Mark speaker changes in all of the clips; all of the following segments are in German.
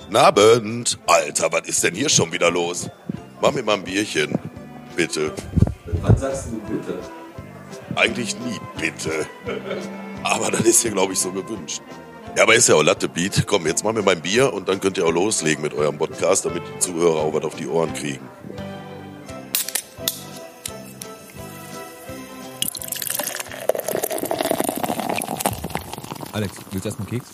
Speaker 1: Guten Abend. Alter, was ist denn hier schon wieder los? Mach mir mal ein Bierchen. Bitte.
Speaker 2: Wann sagst du bitte?
Speaker 1: Eigentlich nie bitte. Aber das ist hier, glaube ich, so gewünscht. Ja, aber ist ja auch Latte Beat. Komm, jetzt machen wir mein Bier und dann könnt ihr auch loslegen mit eurem Podcast, damit die Zuhörer auch was auf die Ohren kriegen.
Speaker 3: Alex, willst du erstmal Keks?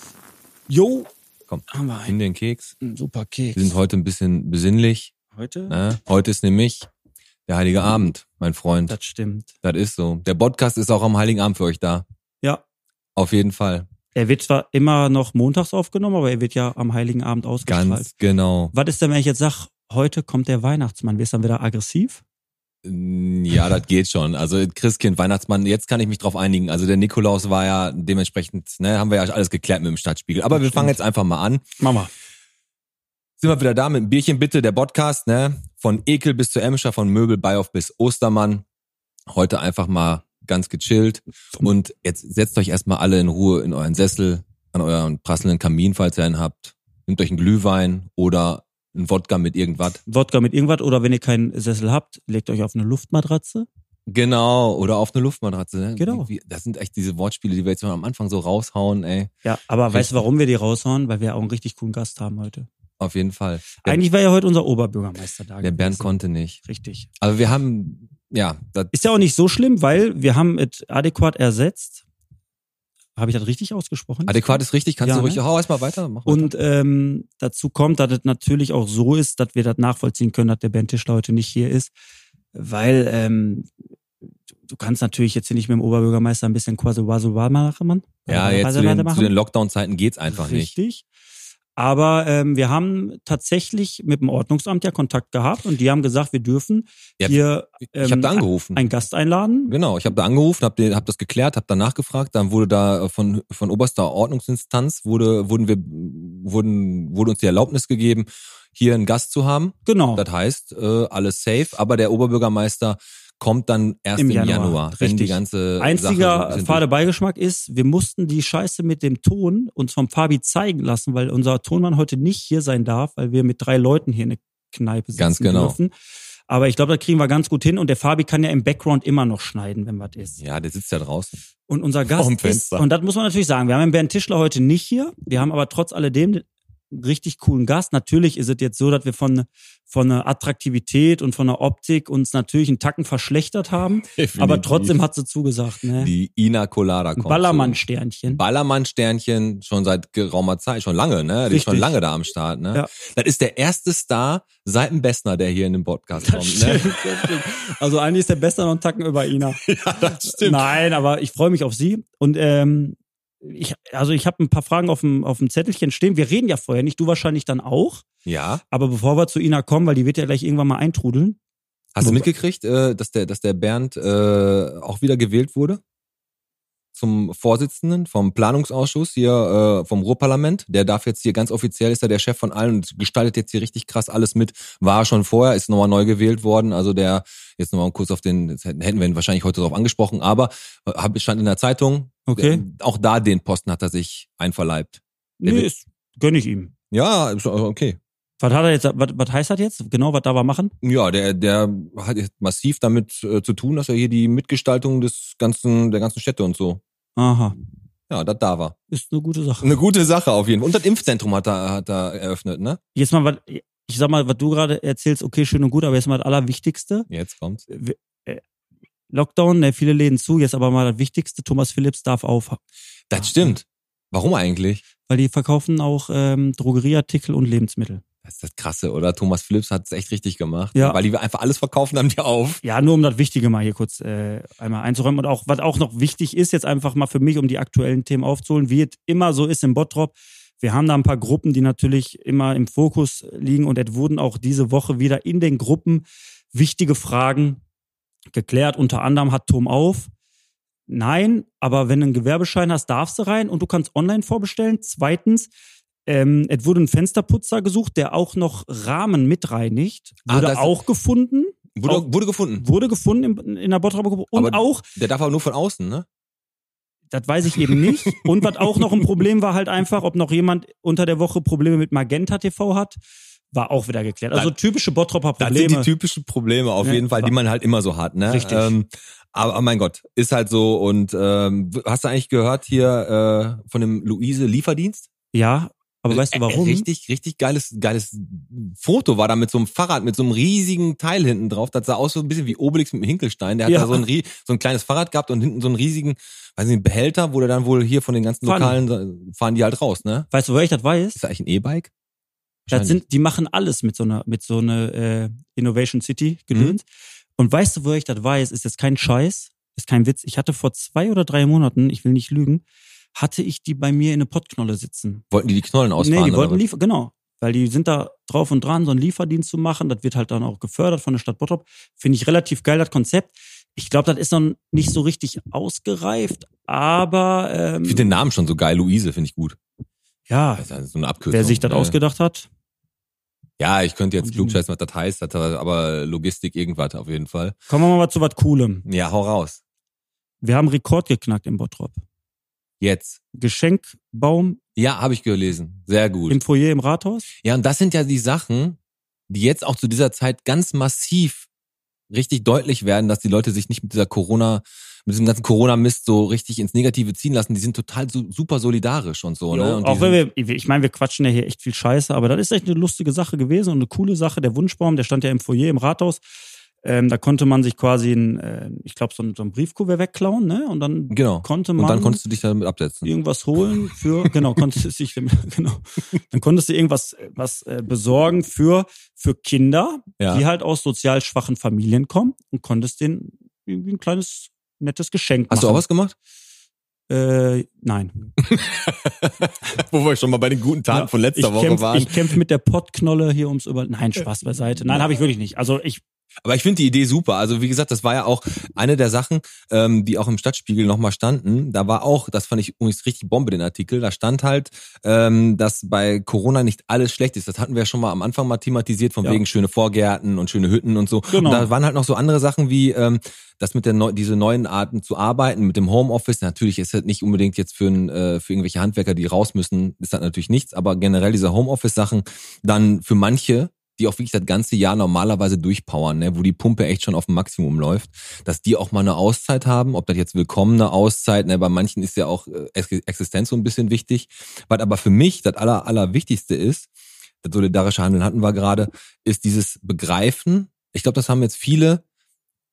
Speaker 4: Jo,
Speaker 3: Komm,
Speaker 4: haben wir einen,
Speaker 3: in den Keks.
Speaker 4: super Keks.
Speaker 3: Wir sind heute ein bisschen besinnlich.
Speaker 4: heute?
Speaker 3: Ne? Heute ist nämlich der Heilige Abend, mein Freund.
Speaker 4: Das stimmt.
Speaker 3: Das ist so. Der Podcast ist auch am Heiligen Abend für euch da.
Speaker 4: Ja.
Speaker 3: Auf jeden Fall.
Speaker 4: Er wird zwar immer noch montags aufgenommen, aber er wird ja am Heiligen Abend ausgestrahlt.
Speaker 3: Ganz genau.
Speaker 4: Was ist denn, wenn ich jetzt sage, heute kommt der Weihnachtsmann? Wirst du dann wieder aggressiv?
Speaker 3: Mm, Ja, das geht schon. Also Christkind, Weihnachtsmann, jetzt kann ich mich drauf einigen. Also der Nikolaus war ja dementsprechend, ne, haben wir ja alles geklärt mit dem Stadtspiegel. Aber
Speaker 4: Das
Speaker 3: wir fangen
Speaker 4: stimmt.
Speaker 3: jetzt einfach mal an.
Speaker 4: Mama.
Speaker 3: Sind wir wieder da mit dem Bierchen bitte, der Podcast, ne? Von Ekel bis zu Emscher, von Möbel Beihoff bis Ostermann. Heute einfach mal ganz gechillt. Und jetzt setzt euch erstmal alle in Ruhe in euren Sessel, an euren prasselnden Kamin, falls ihr einen habt. Nehmt euch einen Glühwein oder einen Wodka mit irgendwas.
Speaker 4: Wodka mit irgendwas oder wenn ihr keinen Sessel habt, legt euch auf eine Luftmatratze.
Speaker 3: Genau, oder auf eine Luftmatratze. Ne?
Speaker 4: Genau.
Speaker 3: Wie- Das sind echt diese Wortspiele, die wir jetzt mal am Anfang so raushauen, ey.
Speaker 4: Ja, aber weißt
Speaker 3: Richtig.
Speaker 4: du, warum wir die raushauen? Weil wir auch einen richtig coolen Gast haben heute.
Speaker 3: Auf jeden Fall. Der,
Speaker 4: Eigentlich war ja heute unser Oberbürgermeister da.
Speaker 3: der Bernd
Speaker 4: gewesen.
Speaker 3: konnte nicht.
Speaker 4: Richtig.
Speaker 3: Aber wir haben, ja, das,
Speaker 4: Ist ja auch nicht so schlimm, weil wir haben es adäquat ersetzt. Habe ich das richtig ausgesprochen?
Speaker 3: adäquat ist richtig, kannst
Speaker 4: Ja,
Speaker 3: du ruhig,
Speaker 4: ne?
Speaker 3: hau erstmal weiter, mach weiter.
Speaker 4: Und ähm, dazu kommt, dass es natürlich auch so ist, dass wir das nachvollziehen können, dass der Ben Tischler heute nicht hier ist, weil ähm, du kannst natürlich jetzt hier nicht mit dem Oberbürgermeister ein bisschen quasi machen. Mann.
Speaker 3: Ja, jetzt zu den, zu den Lockdown-Zeiten geht's einfach nicht.
Speaker 4: Richtig. Aber ähm, wir haben tatsächlich mit dem Ordnungsamt ja Kontakt gehabt und die haben gesagt, wir dürfen
Speaker 3: Ja,
Speaker 4: hier
Speaker 3: Ich habe da
Speaker 4: ähm,
Speaker 3: angerufen.
Speaker 4: einen Gast einladen.
Speaker 3: Genau, ich habe da angerufen, habe hab das geklärt, habe da nachgefragt, dann wurde da äh, von, von oberster Ordnungsinstanz, wurde, wurden wir, wurden, wurde uns die Erlaubnis gegeben, hier einen Gast zu haben.
Speaker 4: Genau.
Speaker 3: Das heißt, äh, alles safe, aber der Oberbürgermeister kommt dann erst im,
Speaker 4: Im
Speaker 3: Januar,
Speaker 4: Januar,
Speaker 3: wenn die
Speaker 4: richtig.
Speaker 3: ganze Sache so ein
Speaker 4: Einziger
Speaker 3: bisschen
Speaker 4: fade Beigeschmack ist, wir mussten die Scheiße mit dem Ton uns vom Fabi zeigen lassen, weil unser Tonmann heute nicht hier sein darf, weil wir mit drei Leuten hier in der Kneipe sitzen
Speaker 3: Ganz genau.
Speaker 4: dürfen. Aber ich glaube, da kriegen wir ganz gut hin und der Fabi kann ja im Background immer noch schneiden, wenn was ist.
Speaker 3: Ja, der sitzt ja draußen.
Speaker 4: Und unser
Speaker 3: Vorm
Speaker 4: Gast ist,
Speaker 3: Fenster.
Speaker 4: und das muss man natürlich sagen, wir haben den Bernd Tischler heute nicht hier, wir haben aber trotz alledem einen richtig coolen Gast. Natürlich ist es jetzt so, dass wir von, von einer Attraktivität und von einer Optik uns natürlich einen Tacken verschlechtert haben, aber trotzdem hat sie zugesagt. Ne?
Speaker 3: die Ina Colada
Speaker 4: Ein
Speaker 3: kommt.
Speaker 4: Ballermann-Sternchen.
Speaker 3: Ballermann-Sternchen schon seit geraumer Zeit, schon lange, ne? Die ist
Speaker 4: Richtig.
Speaker 3: schon lange da am Start, ne?
Speaker 4: Ja.
Speaker 3: Das ist der erste Star seit dem Bessner, der hier in den Podcast kommt, ne?
Speaker 4: also eigentlich ist der Beste noch einen Tacken über Ina.
Speaker 3: Ja, das
Speaker 4: Nein, aber ich freue mich auf sie. Und ähm, ich, also ich habe ein paar Fragen auf dem, auf dem Zettelchen stehen. Wir reden ja vorher nicht, du wahrscheinlich dann auch.
Speaker 3: Ja.
Speaker 4: Aber bevor wir zu Ina kommen, weil die wird ja gleich irgendwann mal eintrudeln.
Speaker 3: Hast du
Speaker 4: Wobei-
Speaker 3: mitgekriegt, äh, dass der, dass der Bernd äh, auch wieder gewählt wurde? Zum Vorsitzenden vom Planungsausschuss hier äh, vom Ruhrparlament. Der darf jetzt hier ganz offiziell ist er der Chef von allen und gestaltet jetzt hier richtig krass alles mit. War schon vorher, ist nochmal neu gewählt worden. Also der jetzt nochmal kurz auf den jetzt hätten hätten wir ihn wahrscheinlich heute drauf angesprochen, aber äh, hab- stand in der Zeitung.
Speaker 4: Okay.
Speaker 3: Der- Auch da den Posten hat er sich einverleibt. Der
Speaker 4: Nee,
Speaker 3: will-
Speaker 4: ist, gönne ich ihm.
Speaker 3: Ja, ist auch okay.
Speaker 4: Was hat er jetzt, was, was heißt das jetzt? Genau, was da wir machen?
Speaker 3: Ja, der, der hat jetzt massiv damit äh, zu tun, dass er hier die Mitgestaltung des ganzen, der ganzen Städte und so.
Speaker 4: Aha,
Speaker 3: Ja, das da war.
Speaker 4: ist eine gute Sache.
Speaker 3: Eine gute Sache auf jeden Fall. Und das Impfzentrum hat er, hat er eröffnet, ne?
Speaker 4: Jetzt mal, was, ich sag mal, was du gerade erzählst, okay, schön und gut, aber jetzt mal das Allerwichtigste.
Speaker 3: Jetzt kommt's.
Speaker 4: wir- äh, Lockdown, ne, viele Läden zu. Jetzt aber mal das Wichtigste, Thomas Phillips darf auf,
Speaker 3: Das stimmt. Warum eigentlich?
Speaker 4: weil die verkaufen auch ähm, Drogerieartikel und Lebensmittel.
Speaker 3: Das ist das Krasse, oder? Thomas Phillips hat es echt richtig gemacht. ne?
Speaker 4: Ja.
Speaker 3: Weil die einfach alles verkaufen, haben die auf.
Speaker 4: Ja, nur um das Wichtige mal hier kurz äh, einmal einzuräumen. Und auch, was auch noch wichtig ist, jetzt einfach mal für mich, um die aktuellen Themen aufzuholen, wie es immer so ist im Bottrop. Wir haben da ein paar Gruppen, die natürlich immer im Fokus liegen und es wurden auch diese Woche wieder in den Gruppen wichtige Fragen geklärt. Unter anderem hat Tom auf. Nein, aber wenn du einen Gewerbeschein hast, darfst du rein und du kannst online vorbestellen. Zweitens, ähm, es wurde ein Fensterputzer gesucht, der auch noch Rahmen mitreinigt.
Speaker 3: Ah,
Speaker 4: Wurde
Speaker 3: das-
Speaker 4: auch gefunden
Speaker 3: Wurde,
Speaker 4: Auch-
Speaker 3: wurde gefunden.
Speaker 4: wurde gefunden in, in der Bottroper Gruppe und
Speaker 3: Aber-
Speaker 4: auch
Speaker 3: Der darf aber nur von außen, ne?
Speaker 4: Das weiß ich eben nicht. Und was auch noch ein Problem war, halt einfach, ob noch jemand unter der Woche Probleme mit Magenta TV hat, war auch wieder geklärt. Also typische Bottropper
Speaker 3: Das sind die
Speaker 4: Probleme.
Speaker 3: typischen Probleme auf
Speaker 4: Ja,
Speaker 3: jeden Fall, die man halt immer so hat. Ne?
Speaker 4: Richtig.
Speaker 3: Ähm, aber mein Gott, ist halt so. Und ähm, hast du eigentlich gehört hier äh, von dem Luise Lieferdienst?
Speaker 4: Ja, aber weißt du warum?
Speaker 3: Äh, Richtig, richtig geiles, geiles Foto war da mit so einem Fahrrad, mit so einem riesigen Teil hinten drauf. Das sah aus so ein bisschen wie Obelix mit dem Hinkelstein. Der hat
Speaker 4: Ja.
Speaker 3: da so ein, rie- so ein kleines Fahrrad gehabt und hinten so einen riesigen, weiß nicht, Behälter, wo der dann wohl hier von den ganzen
Speaker 4: Pfannen.
Speaker 3: Lokalen fahren die halt raus, ne?
Speaker 4: Weißt du, woher ich das weiß?
Speaker 3: Ist das eigentlich ein E-Bike?
Speaker 4: Das sind, die machen alles mit so einer, mit so einer äh, Innovation City gedöns.
Speaker 3: Mhm.
Speaker 4: Und weißt du, woher ich das weiß? Ist jetzt kein Scheiß, ist kein Witz. Ich hatte vor zwei oder drei Monaten, ich will nicht lügen, hatte ich die bei mir in eine Pottknolle sitzen.
Speaker 3: Wollten die die Knollen ausfahren?
Speaker 4: nee, die wollten
Speaker 3: oder was?
Speaker 4: liefern, genau. Weil die sind da drauf und dran, so einen Lieferdienst zu machen. Das wird halt dann auch gefördert von der Stadt Bottrop. Finde ich relativ geil, das Konzept. Ich glaube, das ist noch nicht so richtig ausgereift, aber
Speaker 3: Ich finde
Speaker 4: ähm,
Speaker 3: den Namen schon so geil, Luise, finde ich gut.
Speaker 4: ja,
Speaker 3: Das ist also so eine Abkürzung.
Speaker 4: wer sich das
Speaker 3: ne?
Speaker 4: ausgedacht hat,
Speaker 3: Ja, ich könnte jetzt
Speaker 4: Und-
Speaker 3: klugscheißen, was das heißt, das hat aber Logistik irgendwas auf jeden Fall.
Speaker 4: kommen wir mal zu was Coolem.
Speaker 3: Ja, hau raus.
Speaker 4: Wir haben Rekord geknackt in Bottrop.
Speaker 3: Jetzt.
Speaker 4: Geschenkbaum
Speaker 3: Ja, habe ich gelesen. Sehr gut.
Speaker 4: im Foyer im Rathaus.
Speaker 3: Ja, und das sind ja die Sachen, die jetzt auch zu dieser Zeit ganz massiv richtig deutlich werden, dass die Leute sich nicht mit dieser Corona, mit diesem ganzen Corona-Mist so richtig ins Negative ziehen lassen. Die sind total su super solidarisch und so. ne?
Speaker 4: Jo,
Speaker 3: Und die
Speaker 4: auch
Speaker 3: sind,
Speaker 4: wenn wir, ich meine, wir quatschen ja hier echt viel Scheiße, aber das ist echt eine lustige Sache gewesen und eine coole Sache. Der Wunschbaum, der stand ja im Foyer im Rathaus. Ähm, da konnte man sich quasi, ein, äh, ich glaube, so, ein- so ein Briefkuvert wegklauen, ne? Und dann
Speaker 3: genau.
Speaker 4: konnte man
Speaker 3: Und dann konntest du dich damit absetzen.
Speaker 4: irgendwas holen für, genau, konntest du sich, genau. Dann konntest du irgendwas äh, was äh, besorgen für, für Kinder,
Speaker 3: Ja.
Speaker 4: die halt aus sozial schwachen Familien kommen und konntest denen irgendwie ein kleines, nettes Geschenk
Speaker 3: Hast du
Speaker 4: machen.
Speaker 3: auch was gemacht?
Speaker 4: Äh, nein.
Speaker 3: Wo wir schon mal bei den guten
Speaker 4: Ja, ich kämpf- Ich kämpfe mit der Pottknolle hier ums Über. Nein, Spaß beiseite. Nein, habe ich wirklich nicht. Also ich,
Speaker 3: Aber ich finde die Idee super. Also wie gesagt, das war ja auch eine der Sachen, ähm, die auch im Stadtspiegel nochmal standen. Da war auch, das fand ich übrigens richtig Bombe, den Artikel, da stand halt, ähm, dass bei Corona nicht alles schlecht ist. Das hatten wir ja schon mal am Anfang mal thematisiert, von
Speaker 4: Ja.
Speaker 3: wegen schöne Vorgärten und schöne Hütten und so.
Speaker 4: Genau.
Speaker 3: Und da waren halt noch so andere Sachen wie... Ähm, das mit der neu, diese neuen Arten zu arbeiten, mit dem Homeoffice, natürlich ist das nicht unbedingt jetzt für, ein, äh, für irgendwelche Handwerker, die raus müssen, ist das natürlich nichts, aber generell diese Homeoffice-Sachen, dann für manche, die auch wirklich das ganze Jahr normalerweise durchpowern, ne, wo die Pumpe echt schon auf dem Maximum läuft, dass die auch mal eine Auszeit haben, ob das jetzt willkommene Auszeit, ne, bei manchen ist ja auch äh, Ex- Existenz so ein bisschen wichtig. Was aber für mich das aller, allerwichtigste ist, das solidarische Handeln hatten wir gerade, ist dieses Begreifen. Ich glaube, das haben jetzt viele,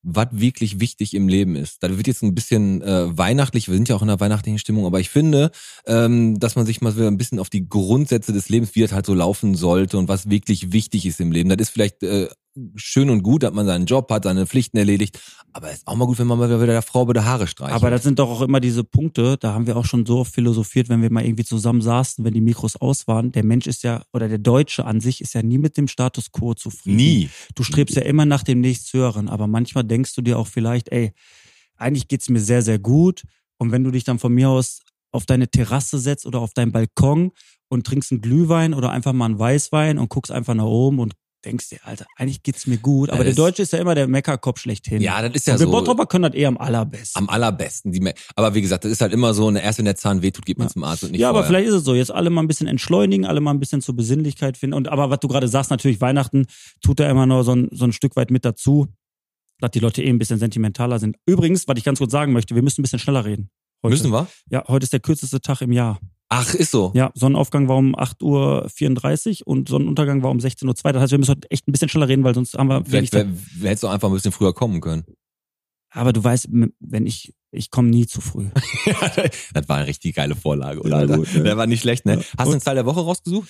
Speaker 3: was wirklich wichtig im Leben ist. Da wird jetzt ein bisschen äh, weihnachtlich, wir sind ja auch in einer weihnachtlichen Stimmung, aber ich finde, ähm, dass man sich mal wieder ein bisschen auf die Grundsätze des Lebens, wie das halt so laufen sollte und was wirklich wichtig ist im Leben. Das ist vielleicht äh, schön und gut, dass man seinen Job hat, seine Pflichten erledigt, aber ist auch mal gut, wenn man mal wieder der Frau bei der Haare streicht.
Speaker 4: aber das sind doch auch immer diese Punkte, da haben wir auch schon so oft philosophiert, wenn wir mal irgendwie zusammen saßen, wenn die Mikros aus waren. Der Mensch ist ja, oder der Deutsche an sich ist ja nie mit dem Status quo zufrieden.
Speaker 3: nie.
Speaker 4: Du strebst ja immer nach dem nächsthöheren, aber manchmal denkst du dir auch vielleicht, ey, eigentlich geht's mir sehr, sehr gut. Und wenn du dich dann von mir aus auf deine Terrasse setzt oder auf deinen Balkon und trinkst einen Glühwein oder einfach mal einen Weißwein und guckst einfach nach oben und denkst dir, Alter, eigentlich geht's mir gut. Aber
Speaker 3: Ja,
Speaker 4: der
Speaker 3: ist-
Speaker 4: Deutsche ist ja immer der Meckerkopf schlechthin.
Speaker 3: Ja, das ist ja
Speaker 4: und wir
Speaker 3: so.
Speaker 4: Bottropper können das eh am allerbesten.
Speaker 3: Am allerbesten. Die Me- aber wie gesagt, das ist halt immer so, eine erst wenn der Zahn wehtut, geht man
Speaker 4: Ja.
Speaker 3: zum Arzt und nicht
Speaker 4: ja, aber
Speaker 3: vorher.
Speaker 4: vielleicht ist es so. Jetzt alle mal ein bisschen entschleunigen, alle mal ein bisschen zur Besinnlichkeit finden. Und aber was du gerade sagst, natürlich Weihnachten tut da immer noch so ein, so ein Stück weit mit dazu, dass die Leute eh ein bisschen sentimentaler sind. Übrigens, was ich ganz kurz sagen möchte, wir müssen ein bisschen schneller reden. Heute.
Speaker 3: Müssen wir?
Speaker 4: Ja, heute ist der kürzeste Tag im Jahr.
Speaker 3: Ach, ist so.
Speaker 4: Ja, Sonnenaufgang war um 8.34 Uhr und Sonnenuntergang war um 16.02 Uhr. Das heißt, wir müssen heute echt ein bisschen schneller reden, weil sonst haben wir wenig
Speaker 3: Vielleicht
Speaker 4: Zeit.
Speaker 3: wär, wär, hättest du einfach ein bisschen früher kommen können.
Speaker 4: Aber du weißt, m- wenn ich, ich komme nie zu früh.
Speaker 3: das war eine richtig geile Vorlage, oder?
Speaker 2: Ja,
Speaker 3: Alter?
Speaker 2: gut, ne?
Speaker 3: Der war nicht schlecht, ne?
Speaker 4: Ja.
Speaker 3: Hast du eine Zahl der Woche rausgesucht?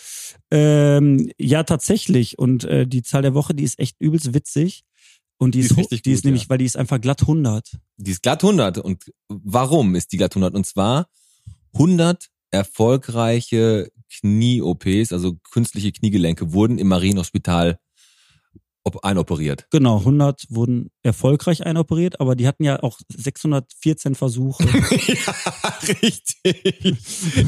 Speaker 4: Ähm, ja, tatsächlich. Und äh, die Zahl der Woche, die ist echt übelst witzig. Und die,
Speaker 3: Die
Speaker 4: ist,
Speaker 3: ist
Speaker 4: ho-
Speaker 3: richtig
Speaker 4: die
Speaker 3: gut,
Speaker 4: ist nämlich, weil die ist einfach glatt 100.
Speaker 3: Die ist glatt 100. Und warum ist die glatt 100? Und zwar 100 erfolgreiche Knie-OPs, also künstliche Kniegelenke, wurden im Marienhospital op- einoperiert.
Speaker 4: Genau, 100 wurden erfolgreich einoperiert, aber die hatten ja auch 614 Versuche.
Speaker 3: ja, richtig.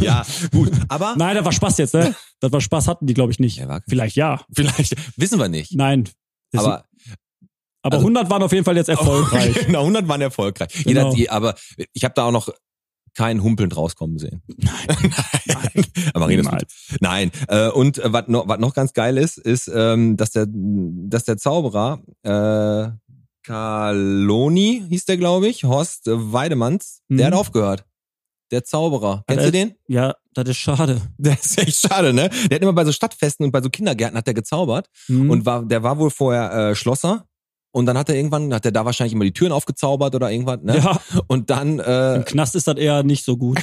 Speaker 3: Ja, gut. Aber
Speaker 4: Nein, das war Spaß jetzt, ne? Das war Spaß, hatten die, glaube ich, nicht.
Speaker 3: Ja, war-
Speaker 4: Vielleicht ja.
Speaker 3: vielleicht wissen wir nicht.
Speaker 4: Nein. Das-
Speaker 3: Aber
Speaker 4: aber
Speaker 3: also-
Speaker 4: 100 waren auf jeden Fall jetzt erfolgreich.
Speaker 3: Genau, 100 waren erfolgreich. Jeder,
Speaker 4: Genau.
Speaker 3: die, aber ich habe da auch noch kein Humpeln rauskommen sehen.
Speaker 4: Nein.
Speaker 3: Aber Marina ist
Speaker 4: Niemals.
Speaker 3: Nein. Äh, und äh, was noch, was noch ganz geil ist, ist, ähm, dass der, dass der Zauberer äh, Kaloni hieß der, glaube ich, Horst äh, Weidemanns,
Speaker 4: Mhm.
Speaker 3: der hat aufgehört. Der Zauberer. Kennst du
Speaker 4: er-
Speaker 3: den?
Speaker 4: Ja, das ist schade.
Speaker 3: Das ist echt schade, ne? Der hat immer bei so Stadtfesten und bei so Kindergärten hat der gezaubert
Speaker 4: Mhm.
Speaker 3: und war, der war wohl vorher äh, Schlosser. Und dann hat er irgendwann, hat er da wahrscheinlich immer die Türen aufgezaubert oder irgendwas, ne?
Speaker 4: ja,
Speaker 3: Und dann, äh,
Speaker 4: im Knast ist das eher nicht so gut.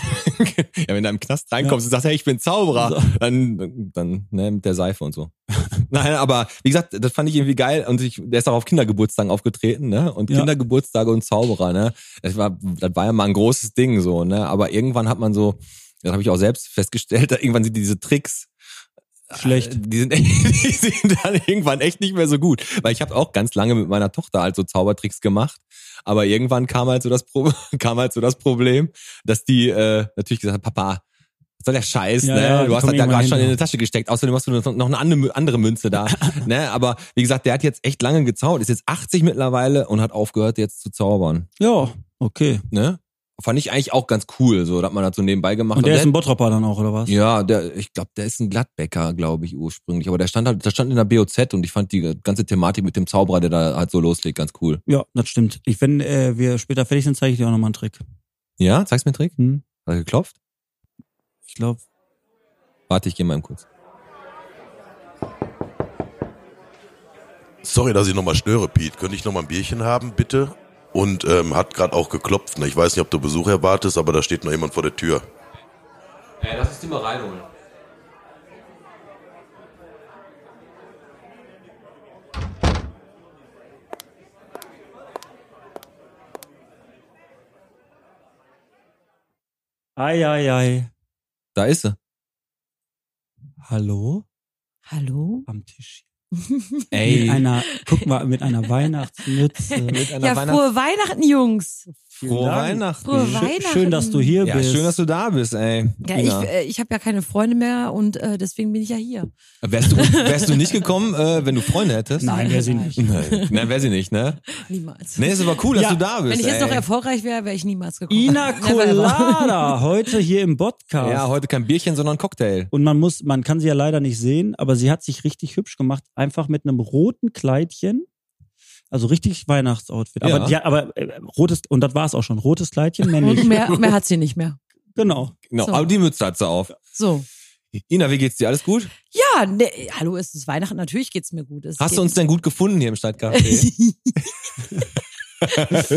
Speaker 3: ja, wenn du im Knast reinkommst und sagst, hey, ich bin Zauberer,
Speaker 4: So.
Speaker 3: dann, dann, ne, mit der Seife und so. Nein, aber wie gesagt, das fand ich irgendwie geil und ich, der ist auch auf Kindergeburtstagen aufgetreten, ne? Und
Speaker 4: Ja.
Speaker 3: Kindergeburtstage und Zauberer, ne? Das war, das war ja mal ein großes Ding so, ne? Aber irgendwann hat man so, das habe ich auch selbst festgestellt, da irgendwann sind diese Tricks,
Speaker 4: Schlecht.
Speaker 3: Äh, die sind, die sind dann irgendwann echt nicht mehr so gut. Weil ich habe auch ganz lange mit meiner Tochter halt so Zaubertricks gemacht. Aber irgendwann kam halt so das, Pro kam halt so das Problem, dass die äh, natürlich gesagt hat, Papa, was soll der Scheiß,
Speaker 4: Ja,
Speaker 3: ne?
Speaker 4: ja,
Speaker 3: du
Speaker 4: die
Speaker 3: hast halt
Speaker 4: kommen
Speaker 3: da gerade
Speaker 4: irgendwann
Speaker 3: schon
Speaker 4: hin.
Speaker 3: in die Tasche gesteckt. Außerdem hast du noch noch eine andere andere Münze da. ne? Aber wie gesagt, der hat jetzt echt lange gezaubert, ist jetzt 80 mittlerweile und hat aufgehört jetzt zu zaubern.
Speaker 4: Ja, okay.
Speaker 3: Ne? Fand ich eigentlich auch ganz cool, so, dass man das so nebenbei gemacht
Speaker 4: Und der
Speaker 3: Und
Speaker 4: ist ein Bottropper dann auch, oder was?
Speaker 3: ja, der, ich glaube, der ist ein Gladbäcker, glaube ich, ursprünglich. Aber der stand halt, der stand in der BOZ und ich fand die ganze Thematik mit dem Zauberer, der da halt so loslegt, ganz cool.
Speaker 4: Ja, das stimmt. Ich, wenn äh, wir später fertig sind, zeige ich dir auch nochmal einen Trick.
Speaker 3: Ja, zeigst mir einen Trick?
Speaker 4: Hm?
Speaker 3: Hat er geklopft?
Speaker 4: Ich glaube,
Speaker 3: Warte, ich gehe mal eben kurz.
Speaker 1: Sorry, dass ich nochmal störe, Pete. Könnte ich nochmal ein Bierchen haben, bitte? Und ähm, hat gerade auch geklopft. Ne? Ich weiß nicht, ob du Besuch erwartest, aber da steht noch jemand vor der Tür.
Speaker 3: Ey, lass uns die mal reinholen.
Speaker 4: Ei, ei, ei.
Speaker 3: Da ist sie.
Speaker 4: Hallo?
Speaker 5: Hallo?
Speaker 4: Am Tisch.
Speaker 3: Ey.
Speaker 4: Mit einer, guck mal, mit einer Weihnachtsmütze.
Speaker 3: Mit einer
Speaker 5: Ja, frohe Weihnachten, Jungs.
Speaker 3: frohe Weihnachten.
Speaker 5: Frohe
Speaker 4: Schö-
Speaker 5: Weihnachten.
Speaker 4: Schön, dass du hier
Speaker 3: Ja,
Speaker 4: bist.
Speaker 3: schön, dass du da bist, ey.
Speaker 5: Ja,
Speaker 3: Ina.
Speaker 5: ich äh, ich habe ja keine Freunde mehr und äh, deswegen bin ich ja hier.
Speaker 3: wärst, du, wärst du nicht gekommen, äh, wenn du Freunde hättest?
Speaker 4: Nein, wer sie nicht.
Speaker 3: Nein, Nein wär sie nicht, ne?
Speaker 5: Niemals.
Speaker 3: Nee, ist aber cool, dass
Speaker 4: Ja,
Speaker 3: du da bist.
Speaker 5: Wenn ich jetzt noch
Speaker 3: ey.
Speaker 5: erfolgreich wäre, wäre ich niemals gekommen.
Speaker 4: Ina
Speaker 5: Never ever.
Speaker 4: Colada, heute hier im Podcast.
Speaker 3: Ja, heute kein Bierchen, sondern Cocktail.
Speaker 4: und man muss, man kann sie ja leider nicht sehen, aber sie hat sich richtig hübsch gemacht, einfach mit einem roten Kleidchen. Also richtig Weihnachtsoutfit. Aber,
Speaker 3: Ja.
Speaker 4: ja, aber äh, rotes, und das war es auch schon, rotes Kleidchen,
Speaker 5: Und
Speaker 4: männlich.
Speaker 5: mehr, mehr hat sie nicht mehr.
Speaker 4: genau.
Speaker 3: Genau,
Speaker 5: So.
Speaker 3: aber die Mütze hat sie auf.
Speaker 5: So.
Speaker 3: Ina, wie geht's dir? Alles gut?
Speaker 5: Ja, ne, hallo, es ist Weihnachten, natürlich geht's mir gut. Es
Speaker 3: Hast
Speaker 5: geht
Speaker 3: du uns denn gut gefunden hier im Stadtcafé?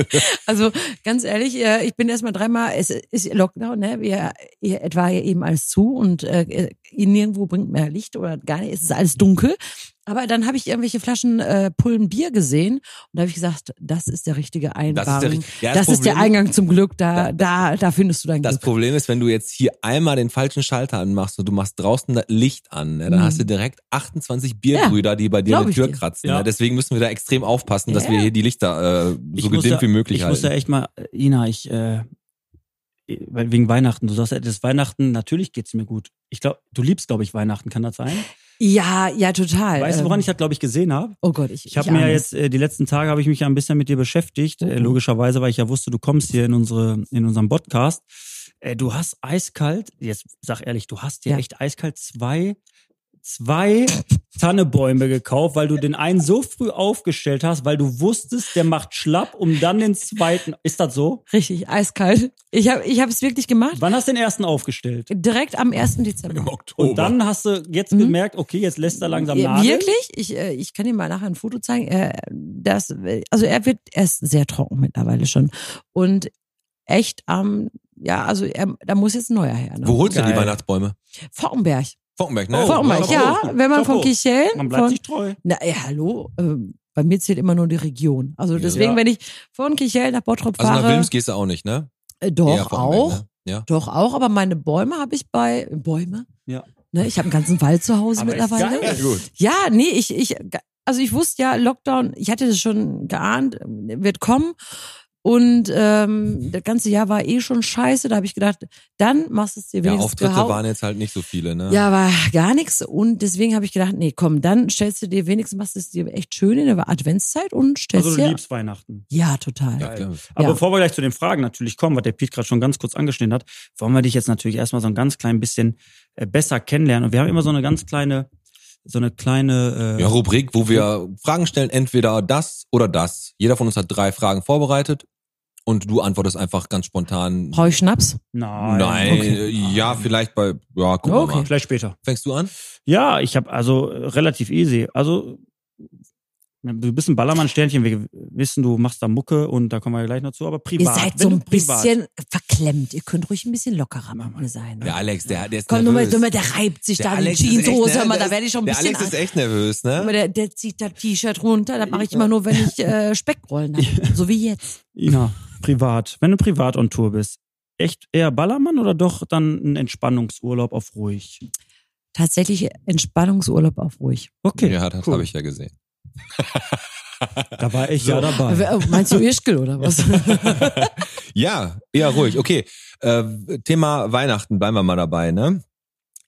Speaker 5: also ganz ehrlich, äh, ich bin erstmal dreimal, es ist Lockdown, ne? Wir, ihr, es war ja eben alles zu und äh, nirgendwo bringt mehr Licht oder gar nicht, es ist alles dunkel. Aber dann habe ich irgendwelche Flaschen äh, Pullen Bier gesehen und da habe ich gesagt, das ist der richtige Eingang.
Speaker 3: Das ist der, richt- ja,
Speaker 5: das ist der
Speaker 3: Problem-
Speaker 5: Eingang zum Glück, da, da, da findest du dein
Speaker 3: Das
Speaker 5: Glück.
Speaker 3: Problem ist, wenn du jetzt hier einmal den falschen Schalter anmachst und du machst draußen das Licht an, ne, dann
Speaker 5: Mhm.
Speaker 3: hast du direkt 28 Bierbrüder, die bei dir
Speaker 5: glaub
Speaker 3: in die
Speaker 5: ich
Speaker 3: Tür
Speaker 5: dir.
Speaker 3: kratzen.
Speaker 4: Ja.
Speaker 3: Ne? Deswegen müssen wir da extrem aufpassen, dass
Speaker 5: Ja.
Speaker 3: wir hier die Lichter äh, so
Speaker 4: Ich muss
Speaker 3: gedimmt
Speaker 4: ja-
Speaker 3: wie möglich
Speaker 4: Ich muss ja
Speaker 3: halten.
Speaker 4: echt mal, äh, Ina, ich, äh, weil- wegen Weihnachten, du sagst, ja, das ist Weihnachten, natürlich geht's mir gut. Ich glaube, du liebst, glaube ich, Weihnachten, kann das sein?
Speaker 5: Ja, ja, total.
Speaker 4: Weißt du, woran
Speaker 5: Ähm,
Speaker 4: ich das, glaube ich, gesehen habe?
Speaker 5: Oh Gott, ich,
Speaker 4: Ich habe mir ja
Speaker 5: ahne
Speaker 4: jetzt, äh, die letzten Tage habe ich mich ja ein bisschen mit dir beschäftigt,
Speaker 5: Mhm.
Speaker 4: äh, logischerweise, weil ich ja wusste, du kommst hier in, unsere, in unseren Podcast. Äh, du hast eiskalt, jetzt sag ehrlich, du hast dir
Speaker 5: Ja.
Speaker 4: echt eiskalt zwei, zwei Tannebäume gekauft, weil du den einen so früh aufgestellt hast, weil du wusstest, der macht schlapp, um dann den zweiten. Ist das so?
Speaker 5: es. Richtig, eiskalt. Ich habe ich es wirklich gemacht.
Speaker 4: Wann hast du den ersten aufgestellt?
Speaker 5: Direkt am 1. Dezember.
Speaker 3: Oktober.
Speaker 4: Und dann hast du jetzt gemerkt, okay, jetzt lässt er langsam
Speaker 5: Mhm. Ja,
Speaker 4: nach.
Speaker 5: Wirklich? Ich, äh, ich kann dir mal nachher ein Foto zeigen. Äh, das, also er wird, er ist sehr trocken mittlerweile schon. Und echt am, ja, also er, da muss jetzt ein neuer her. Ne?
Speaker 3: Wo holst du die
Speaker 4: Geil.
Speaker 3: Weihnachtsbäume?
Speaker 5: Fockenberg.
Speaker 3: Fortenberg, ne?
Speaker 4: Oh,
Speaker 5: Fockenberg,
Speaker 4: Chapeau.
Speaker 5: ja. Wenn man
Speaker 4: Chapeau.
Speaker 5: von Kichellen.
Speaker 4: Man bleibt
Speaker 5: von,
Speaker 4: sich treu.
Speaker 5: na ja, hallo. Ähm, bei mir zählt immer nur die Region. Also deswegen,
Speaker 4: Ja.
Speaker 5: wenn ich von Kichellen nach Bottrop
Speaker 3: Also nach
Speaker 5: fahre,
Speaker 3: Wilms gehst du auch nicht, ne?
Speaker 5: äh, doch
Speaker 3: Eher Fortenberg,
Speaker 5: auch.
Speaker 3: Ne? Ja.
Speaker 5: Doch auch, aber meine Bäume habe ich bei Bäume.
Speaker 4: Ja.
Speaker 5: Ne, ich habe einen ganzen Wald zu Hause
Speaker 4: Aber ist
Speaker 5: mittlerweile.
Speaker 4: geil.
Speaker 3: gut.
Speaker 5: Ja, nee, ich, ich, also ich wusste ja, Lockdown, ich hatte das schon geahnt, wird kommen. Und ähm, das ganze Jahr war eh schon scheiße. Da habe ich gedacht, dann machst du es dir
Speaker 3: Ja,
Speaker 5: wenigstens
Speaker 3: Auftritte
Speaker 5: zu Hau-
Speaker 3: waren jetzt halt nicht so viele, ne?
Speaker 5: ja, war gar nichts. Und deswegen habe ich gedacht, nee, komm, dann stellst du dir wenigstens, machst du es dir echt schön in der Adventszeit und stellst
Speaker 4: Also du
Speaker 5: dir.
Speaker 4: liebst Weihnachten.
Speaker 5: Ja, total.
Speaker 3: Ja, klar.
Speaker 4: Aber
Speaker 5: Ja.
Speaker 4: bevor wir gleich zu den Fragen natürlich kommen, was der Piet gerade schon ganz kurz angeschnitten hat, wollen wir dich jetzt natürlich erstmal so ein ganz klein bisschen äh, besser kennenlernen. Und wir haben immer so eine ganz kleine, so eine kleine äh,
Speaker 3: Ja, Rubrik, wo wir Fragen stellen, entweder das oder das. Jeder von uns hat drei Fragen vorbereitet und du antwortest einfach ganz spontan.
Speaker 5: Brauche ich Schnaps?
Speaker 4: Nein.
Speaker 3: Nein,
Speaker 4: Okay.
Speaker 3: äh, ja, vielleicht bei, ja, guck
Speaker 5: Okay.
Speaker 3: mal.
Speaker 4: Vielleicht später.
Speaker 3: Fängst du an?
Speaker 4: Ja, ich habe also äh, relativ easy. Also du bist ein Ballermann-Sternchen. Wir wissen, du machst da Mucke und da kommen wir gleich noch zu. Aber privat.
Speaker 5: ihr seid so
Speaker 4: wenn
Speaker 5: ein
Speaker 4: du privat-
Speaker 5: bisschen verklemmt. Ihr könnt ruhig ein bisschen lockerer mit mir sein. ne?
Speaker 3: Der Alex, der, der ist
Speaker 5: Komm, nur mal,
Speaker 3: nervös.
Speaker 5: nur mal, der reibt sich da die Jeanshose. Hör mal, da werde ich schon ein
Speaker 3: der
Speaker 5: bisschen.
Speaker 3: Alex ist
Speaker 5: an-
Speaker 3: echt nervös,
Speaker 5: Guck mal,
Speaker 3: ne?
Speaker 5: der, der zieht das T-Shirt runter. Das mache ich immer nur, wenn ich äh, Speckrollen habe. So wie jetzt.
Speaker 4: Ina, privat. Wenn du privat on Tour bist, echt eher Ballermann oder doch dann ein Entspannungsurlaub auf ruhig?
Speaker 5: Tatsächlich Entspannungsurlaub auf ruhig.
Speaker 4: Okay,
Speaker 3: ja, das
Speaker 4: cool.
Speaker 3: habe ich ja gesehen.
Speaker 4: da war ich Ah, ja dabei.
Speaker 5: Äh, Meinst du Ischgl oder was?
Speaker 3: Ja, eher ruhig. Okay, äh, Thema Weihnachten, bleiben wir mal dabei, ne?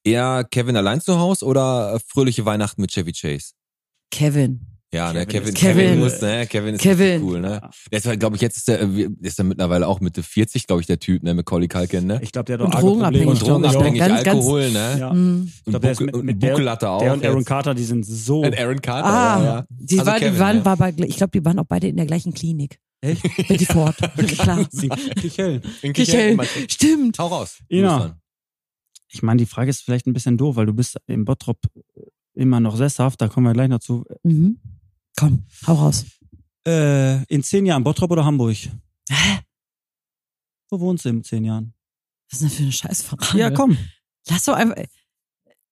Speaker 3: Eher Kevin allein zu Hause oder fröhliche Weihnachten mit Chevy Chase?
Speaker 5: Kevin.
Speaker 3: Ja, ne, Kevin,
Speaker 4: Kevin
Speaker 5: ist-
Speaker 3: Kevin,
Speaker 5: Kevin.
Speaker 3: muss, ne, Kevin ist
Speaker 5: Kevin.
Speaker 3: richtig cool, ne. Der ist, glaube ich, jetzt ist der, äh, ist der mittlerweile auch Mitte 40, glaube ich, der Typ, ne, Macaulay Culkin, ne.
Speaker 4: Ich glaube, der hat
Speaker 5: Und
Speaker 4: auch arge Probleme.
Speaker 5: drogenabhängig,
Speaker 3: Und
Speaker 5: glaub ich,
Speaker 3: drogenabhängig,
Speaker 5: Ganz, ganz-
Speaker 3: Alkohol, ne.
Speaker 4: Ja.
Speaker 5: Mhm.
Speaker 4: Ich glaub,
Speaker 3: Buckel-
Speaker 4: der ist mit, mit
Speaker 3: Buckel
Speaker 4: der,
Speaker 3: hat er auch
Speaker 4: der und Aaron
Speaker 3: jetzt.
Speaker 4: Carter, die sind so.
Speaker 3: Und Aaron Carter,
Speaker 5: Ah,
Speaker 3: ja, ja.
Speaker 5: Die,
Speaker 3: Also
Speaker 5: war,
Speaker 3: Kevin,
Speaker 5: die waren,
Speaker 3: ja.
Speaker 5: war bei, ich glaube, die waren auch beide in der gleichen Klinik.
Speaker 4: Echt?
Speaker 5: Betty Ford. Klar.
Speaker 4: Sie- Michael.
Speaker 3: In Kichel-
Speaker 5: Kichel. Stimmt.
Speaker 3: Hau raus. Du
Speaker 4: Ina.
Speaker 3: bist dran.
Speaker 4: Ich meine, die Frage ist vielleicht ein bisschen doof, weil du bist im Bottrop immer noch sesshaft, da kommen wir gleich noch zu.
Speaker 5: Mhm. Komm, hau raus.
Speaker 4: Äh, in zehn Jahren, Bottrop oder Hamburg?
Speaker 5: Hä?
Speaker 4: Wo wohnst du in zehn Jahren?
Speaker 5: Was ist denn das für eine Scheißfrage?
Speaker 4: Ja, komm.
Speaker 5: Lass doch einfach.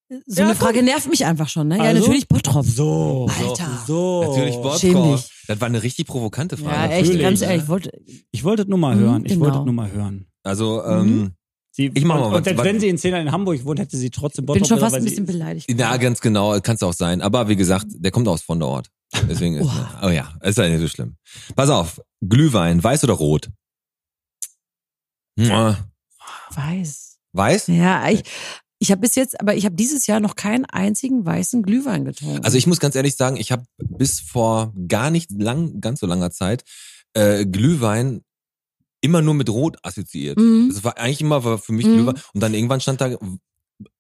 Speaker 5: So
Speaker 4: Ja,
Speaker 5: eine
Speaker 4: komm.
Speaker 5: Frage nervt mich einfach schon, ne? Ja,
Speaker 4: Also?
Speaker 5: natürlich Bottrop.
Speaker 4: So.
Speaker 5: Alter.
Speaker 4: So.
Speaker 3: Natürlich
Speaker 5: schäm
Speaker 3: Bottrop.
Speaker 5: dich.
Speaker 3: Das war eine richtig provokante Frage.
Speaker 5: Ja, echt,
Speaker 4: natürlich,
Speaker 5: ganz
Speaker 3: ne?
Speaker 5: ehrlich. ich Wollte,
Speaker 4: Ich wollte es nur mal
Speaker 5: Mhm,
Speaker 4: hören. Ich
Speaker 5: genau.
Speaker 4: wollte es nur mal hören.
Speaker 3: Also,
Speaker 5: Mhm.
Speaker 3: ähm,
Speaker 4: Sie,
Speaker 3: Ich mach mal
Speaker 4: und,
Speaker 3: was.
Speaker 4: Und selbst wenn sie in zehn Jahren in Hamburg wohnt, hätte sie trotzdem Bottrop
Speaker 5: bin schon
Speaker 4: gesagt,
Speaker 5: fast
Speaker 4: weil
Speaker 5: ein
Speaker 4: sie-
Speaker 5: bisschen beleidigt.
Speaker 3: na, ganz genau, kann es auch sein. Aber wie gesagt, der kommt aus von der Ort. Deswegen ist,
Speaker 5: Oha.
Speaker 3: oh ja, ist ja nicht so schlimm. Pass auf, Glühwein, weiß oder rot? Mua.
Speaker 5: Weiß.
Speaker 3: Weiß?
Speaker 5: Ja, ich, ich habe bis jetzt, aber ich habe dieses Jahr noch keinen einzigen weißen Glühwein getrunken.
Speaker 3: Also ich muss ganz ehrlich sagen, ich habe bis vor gar nicht lang, ganz so langer Zeit äh, Glühwein immer nur mit Rot assoziiert.
Speaker 5: Mhm.
Speaker 3: Das war eigentlich immer war für mich
Speaker 5: Mhm.
Speaker 3: Glühwein. Und dann irgendwann stand da,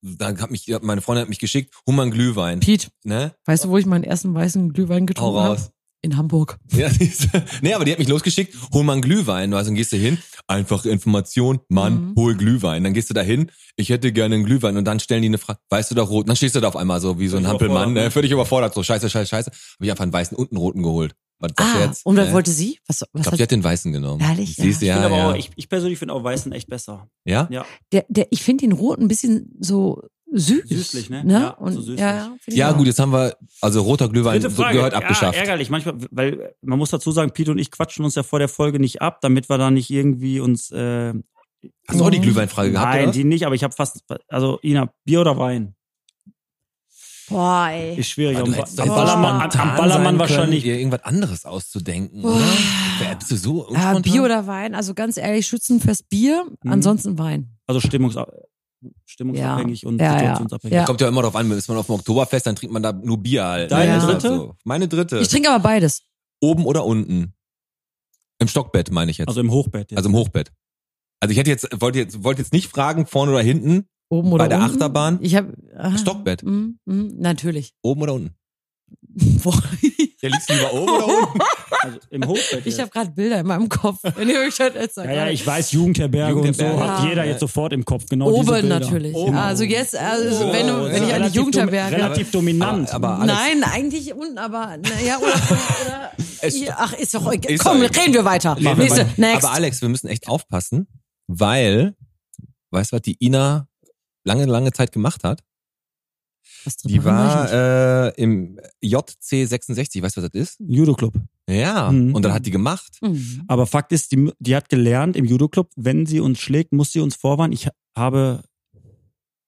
Speaker 3: dann hat mich meine Freundin hat mich geschickt, Hummern Glühwein.
Speaker 5: Piet,
Speaker 3: Ne?
Speaker 5: weißt du, wo ich meinen ersten weißen Glühwein
Speaker 3: Hau
Speaker 5: getrunken habe?
Speaker 3: raus.
Speaker 5: In Hamburg.
Speaker 3: Ja, die ist, nee, aber die hat mich losgeschickt, hol mal einen Glühwein. Also dann gehst du hin, einfache Information, Mann,
Speaker 5: Mhm.
Speaker 3: hol Glühwein. Dann gehst du da hin, ich hätte gerne einen Glühwein. Und dann stellen die eine Frage, weißt du da rot? Und dann stehst du da auf einmal so wie so ein
Speaker 4: Völlig
Speaker 3: Hampelmann,
Speaker 4: überfordert,
Speaker 3: ne? völlig überfordert, so scheiße, scheiße, scheiße. Hab ich einfach einen weißen und einen roten geholt. Was, was
Speaker 5: Ah,
Speaker 3: jetzt?
Speaker 5: und was
Speaker 3: Ne?
Speaker 5: wollte sie? Was,
Speaker 3: ich
Speaker 5: was
Speaker 3: glaube,
Speaker 5: hat
Speaker 3: die hat den weißen genommen.
Speaker 5: Ehrlich?
Speaker 3: Siehst du,
Speaker 5: Ja.
Speaker 4: Ich,
Speaker 3: ja,
Speaker 4: finde aber
Speaker 3: ja.
Speaker 4: auch, ich, ich persönlich finde auch Weißen echt besser.
Speaker 3: ja?
Speaker 4: Ja.
Speaker 5: Der, der, ich finde ihn rot ein bisschen so süß.
Speaker 4: Süßlich, ne?
Speaker 5: Ja,
Speaker 4: Ja,
Speaker 5: und,
Speaker 4: so süßlich.
Speaker 5: ja, ja, find ich
Speaker 3: Ja,
Speaker 5: auch.
Speaker 3: gut, jetzt haben wir, also roter Glühwein
Speaker 4: Dritte Frage.
Speaker 3: gehört abgeschafft.
Speaker 4: Ja, ärgerlich. Manchmal, weil äh, man muss dazu sagen, Pete und ich quatschen uns ja vor der Folge nicht ab, damit wir da nicht irgendwie uns. Äh,
Speaker 3: Hast du auch die Glühweinfrage gehabt?
Speaker 4: nein,
Speaker 3: oder?
Speaker 4: die nicht, aber ich habe fast. Also, Ina, Bier oder Wein?
Speaker 5: Boah, ey.
Speaker 4: Ist schwierig.
Speaker 3: Ja,
Speaker 4: Am,
Speaker 3: du
Speaker 4: Ba-
Speaker 3: hättest
Speaker 4: am
Speaker 3: doch
Speaker 4: Ballermann,
Speaker 3: spontan
Speaker 4: am Ballermann
Speaker 3: sein
Speaker 4: wahrscheinlich.
Speaker 3: Können, dir irgendwas anderes auszudenken,
Speaker 5: Boah.
Speaker 3: oder? Wer bist du so?
Speaker 5: Ah,
Speaker 3: unspontan?
Speaker 5: Bier oder Wein? Also ganz ehrlich, schützenfest Bier,
Speaker 4: Mhm.
Speaker 5: ansonsten Wein.
Speaker 4: Also stimmungs stimmungsabhängig und
Speaker 5: Ja, ja.
Speaker 4: situationsabhängig.
Speaker 5: Ja.
Speaker 3: Kommt ja immer drauf an, ist man auf dem Oktoberfest, dann trinkt man da nur Bier halt.
Speaker 4: Deine
Speaker 3: Ist halt
Speaker 4: dritte?
Speaker 3: So. Meine dritte.
Speaker 5: Ich trinke aber beides.
Speaker 3: Oben oder unten? Im Stockbett meine ich jetzt. Also,
Speaker 4: Also im Hochbett. Jetzt.
Speaker 3: im Hochbett. Also ich hätte jetzt, wollte jetzt, wollte jetzt nicht fragen, vorne oder hinten,
Speaker 5: Oben oder
Speaker 3: Bei der
Speaker 5: unten.
Speaker 3: Achterbahn?
Speaker 5: Ich habe
Speaker 3: Stockbett.
Speaker 5: Mm, mm, natürlich.
Speaker 3: oben oder unten.
Speaker 5: Boah.
Speaker 3: Ja, liegst du lieber oben oder unten?
Speaker 4: also im Hochbett.
Speaker 5: Ich
Speaker 4: jetzt.
Speaker 5: habe gerade Bilder in meinem Kopf. Wenn ihr euch das jetzt
Speaker 4: ja, ja, ich weiß, Jugendherberge, und so
Speaker 3: Jugendherberge.
Speaker 4: hat
Speaker 5: Ja.
Speaker 4: jeder jetzt sofort im Kopf. Genau diese
Speaker 5: Oben
Speaker 4: Bilder.
Speaker 5: natürlich.
Speaker 4: Oben.
Speaker 5: Also jetzt, also
Speaker 3: Oh,
Speaker 5: wenn, du,
Speaker 3: ja.
Speaker 5: wenn ich an die
Speaker 4: Relativ dom-
Speaker 5: Jugendherberge.
Speaker 4: Relativ dominant.
Speaker 3: Aber- aber- Alex.
Speaker 5: Nein, eigentlich unten, aber naja, oder, oder
Speaker 3: Es-
Speaker 5: hier, ach, ist doch egal.
Speaker 3: Ist
Speaker 5: Komm,
Speaker 3: doch egal.
Speaker 5: reden wir weiter.
Speaker 3: Reden wir
Speaker 5: Nächste,
Speaker 3: weiter.
Speaker 5: next.
Speaker 3: Aber Alex, wir müssen echt aufpassen, weil, weißt du, was die Ina lange, lange Zeit gemacht hat?
Speaker 5: Was drin
Speaker 3: Die
Speaker 5: war,
Speaker 3: war
Speaker 5: weiß ich
Speaker 3: äh, im JC66, weißt du, was das ist?
Speaker 4: Judo-Club.
Speaker 3: Ja,
Speaker 4: Mhm.
Speaker 3: und dann hat die gemacht.
Speaker 5: nicht. Mhm.
Speaker 4: Aber Fakt ist, die, die hat gelernt im Judo-Club, wenn sie uns schlägt, muss sie uns vorwarnen. Ich habe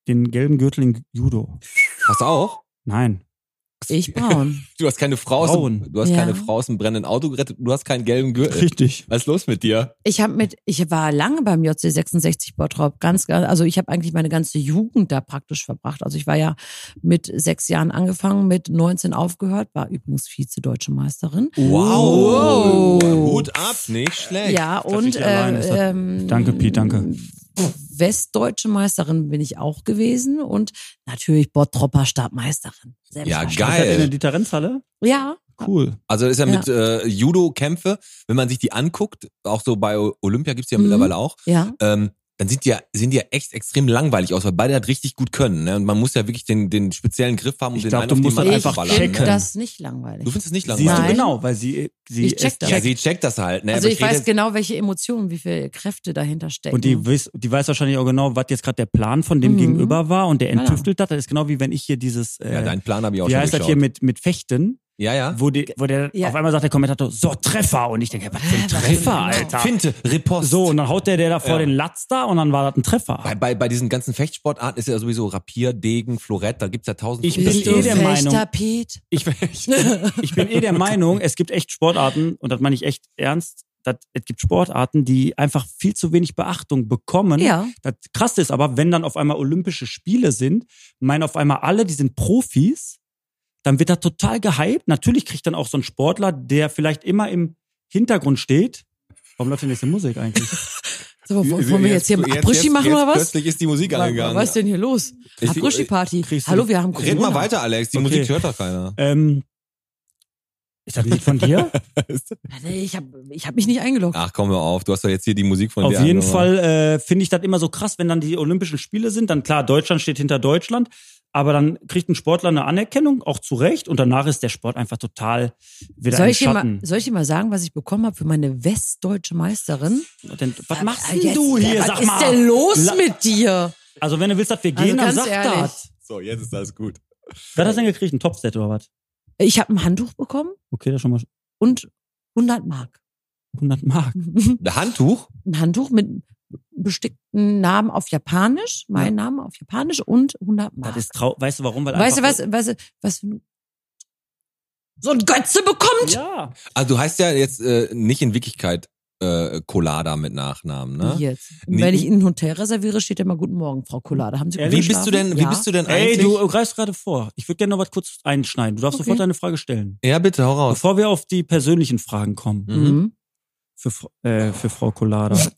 Speaker 4: den gelben Gürtel in Judo.
Speaker 3: Hast du auch?
Speaker 4: Nein.
Speaker 5: Ich braun.
Speaker 3: Du hast keine Frau, aus
Speaker 4: Frauen.
Speaker 3: dem, du hast
Speaker 5: Ja.
Speaker 3: keine Frau aus dem brennenden Auto gerettet, du hast keinen gelben Gürtel.
Speaker 4: Richtig.
Speaker 3: Was ist los mit dir?
Speaker 5: Ich habe mit, ich war lange beim JC 66 Bottrop, ganz, ganz, also ich habe eigentlich meine ganze Jugend da praktisch verbracht. Also ich war ja mit sechs Jahren angefangen, mit 19 aufgehört, war übrigens Vize-Deutsche Meisterin.
Speaker 3: Wow.
Speaker 4: Oh.
Speaker 5: Wow.
Speaker 3: Hut ab, nicht schlecht.
Speaker 5: Ja, und
Speaker 4: ich allein ist das-
Speaker 5: äh, ähm,
Speaker 4: Danke, Piet, danke.
Speaker 5: Westdeutsche Meisterin bin ich auch gewesen und natürlich Bottropper Stabmeisterin.
Speaker 3: Ja,
Speaker 4: Ist das in der
Speaker 3: geil.
Speaker 4: Dieter-Renz-Halle?
Speaker 5: Ja,
Speaker 4: Cool.
Speaker 3: Also ist ja
Speaker 5: Ja.
Speaker 3: mit äh, Judo-Kämpfe, wenn man sich die anguckt, auch so bei O- Olympia gibt's die ja
Speaker 5: Mhm.
Speaker 3: mittlerweile auch,
Speaker 5: ja.
Speaker 3: ähm, dann sind die, ja, sehen die ja echt extrem langweilig aus, weil beide halt richtig gut können. Ne? Und man muss ja wirklich den, den speziellen Griff haben und
Speaker 4: Ich
Speaker 3: den
Speaker 4: glaub,
Speaker 3: einen
Speaker 4: du
Speaker 3: auf den
Speaker 4: musst
Speaker 3: man
Speaker 4: halt
Speaker 5: Ich
Speaker 4: einfach
Speaker 3: einfach ballern.
Speaker 5: finde
Speaker 4: checken.
Speaker 3: Ne?
Speaker 5: das nicht langweilig.
Speaker 3: Du findest es nicht
Speaker 4: Siehst du
Speaker 5: Nein.
Speaker 3: langweilig?
Speaker 4: genau, weil sie, sie
Speaker 5: Ich check
Speaker 4: ist-
Speaker 5: das.
Speaker 3: Ja, sie checkt das halt. Ne?
Speaker 5: also
Speaker 3: Aber
Speaker 5: ich weiß
Speaker 3: rede-
Speaker 5: genau, welche Emotionen, wie viele Kräfte dahinter stecken.
Speaker 4: Und
Speaker 3: Mhm.
Speaker 4: die, wiss, die weiß wahrscheinlich auch genau, was jetzt gerade der Plan von dem
Speaker 5: Mhm.
Speaker 4: gegenüber war und der
Speaker 5: Genau.
Speaker 4: enttüftelt hat. Das ist genau wie wenn ich hier dieses, äh,
Speaker 3: Ah, Ja, deinen Plan habe ich auch
Speaker 4: wie
Speaker 3: schon
Speaker 4: heißt das
Speaker 3: geschaut.
Speaker 4: hier mit, mit Fechten,
Speaker 3: ja, ja.
Speaker 4: wo, die, wo der
Speaker 5: Ja.
Speaker 4: auf einmal sagt der Kommentator, so Treffer. Und ich denke, was für ein Treffer,
Speaker 5: genau.
Speaker 4: Alter.
Speaker 3: Finte, Riposte.
Speaker 4: So, und dann haut der, der da vor
Speaker 3: Ja.
Speaker 4: den Latz da und dann war das ein Treffer.
Speaker 3: Bei, bei, bei diesen ganzen Fechtsportarten ist ja sowieso Rapier, Degen, Florett, da gibt's ja tausend
Speaker 4: Ich bin
Speaker 5: Bist
Speaker 3: Unterschiede.
Speaker 5: du
Speaker 4: eh der Meinung-
Speaker 5: Fechter, Pete?
Speaker 4: ich, ich bin eh der Meinung, es gibt echt Sportarten, und das meine ich echt ernst, das, es gibt Sportarten, die einfach viel zu wenig Beachtung bekommen.
Speaker 5: Ja.
Speaker 4: Das Krasse ist aber, wenn dann auf einmal Olympische Spiele sind, meinen auf einmal alle, die sind Profis, dann wird er total gehypt. Natürlich kriegt dann auch so ein Sportler, der vielleicht immer im Hintergrund steht. Warum läuft denn jetzt die Musik eigentlich?
Speaker 5: So, wollen wollen wir jetzt hier einen Abrischi machen oder was?
Speaker 3: Plötzlich ist die Musik angegangen.
Speaker 5: Was ist denn hier los?
Speaker 3: Ich-
Speaker 5: Abrischi-Party.
Speaker 4: Kriegst du-
Speaker 5: Hallo, wir haben Corona.
Speaker 3: Red mal weiter, Alex. Die
Speaker 4: Okay.
Speaker 3: Musik hört doch keiner.
Speaker 4: ähm, ist das ein Lied von dir?
Speaker 5: Nee, ich habe ich hab mich nicht eingeloggt.
Speaker 3: Ach, komm hör auf. Du hast doch jetzt hier die Musik von
Speaker 4: Auf
Speaker 3: dir
Speaker 4: jeden
Speaker 3: angemacht.
Speaker 4: Fall äh, finde ich das immer so krass, wenn dann die Olympischen Spiele sind. Dann klar, Deutschland steht hinter Deutschland, aber dann kriegt ein Sportler eine Anerkennung, auch zu Recht, und danach ist der Sport einfach total wieder
Speaker 5: Soll
Speaker 4: im
Speaker 5: ich, dir mal,
Speaker 4: Schatten.
Speaker 5: soll ich dir mal sagen, was ich bekommen habe für meine westdeutsche Meisterin?
Speaker 4: Und Denn, was machst
Speaker 5: Ah,
Speaker 4: denn
Speaker 5: jetzt-
Speaker 4: du hier?
Speaker 5: Was
Speaker 4: Sag
Speaker 5: ist
Speaker 4: mal.
Speaker 5: denn los
Speaker 4: La-
Speaker 5: mit dir?
Speaker 4: Also wenn du willst, dass wir
Speaker 5: Also
Speaker 4: gehen,
Speaker 5: ganz
Speaker 4: dann sag
Speaker 5: ehrlich.
Speaker 4: das.
Speaker 3: So, jetzt ist alles gut.
Speaker 4: Wer hat das denn gekriegt? Ein Topset oder was?
Speaker 5: Ich habe ein Handtuch bekommen
Speaker 4: Okay, das schon mal
Speaker 5: und 100 Mark.
Speaker 4: 100 Mark.
Speaker 5: ein
Speaker 3: Ein Handtuch?
Speaker 5: Handtuch mit bestickten Namen auf Japanisch, mein Name auf Japanisch und 100 Mark.
Speaker 4: Das ist trau weißt du warum? Weil
Speaker 5: weißt du,
Speaker 4: einfach
Speaker 5: was, weißt du, was für ein- so ein Götze bekommt?
Speaker 4: Ja.
Speaker 3: Also du heißt ja jetzt äh, nicht in Wirklichkeit äh, Colada mit Nachnamen, ne?
Speaker 5: Jetzt.
Speaker 3: Nee.
Speaker 5: Wenn ich in ein Hotel reserviere, steht immer Guten Morgen, Frau Kollade. Haben Sie gut
Speaker 3: Wie
Speaker 5: geschlafen?
Speaker 3: bist du denn, wie
Speaker 5: ja.
Speaker 3: bist du denn
Speaker 4: Ey,
Speaker 3: eigentlich?
Speaker 4: du äh, greifst gerade vor. Ich würde gerne noch was kurz einschneiden. Du darfst
Speaker 5: Okay.
Speaker 4: sofort deine Frage stellen.
Speaker 3: ja, bitte, hau raus.
Speaker 4: Bevor wir auf die persönlichen Fragen kommen.
Speaker 5: Mhm.
Speaker 4: für, Fr- äh, für Frau Collada.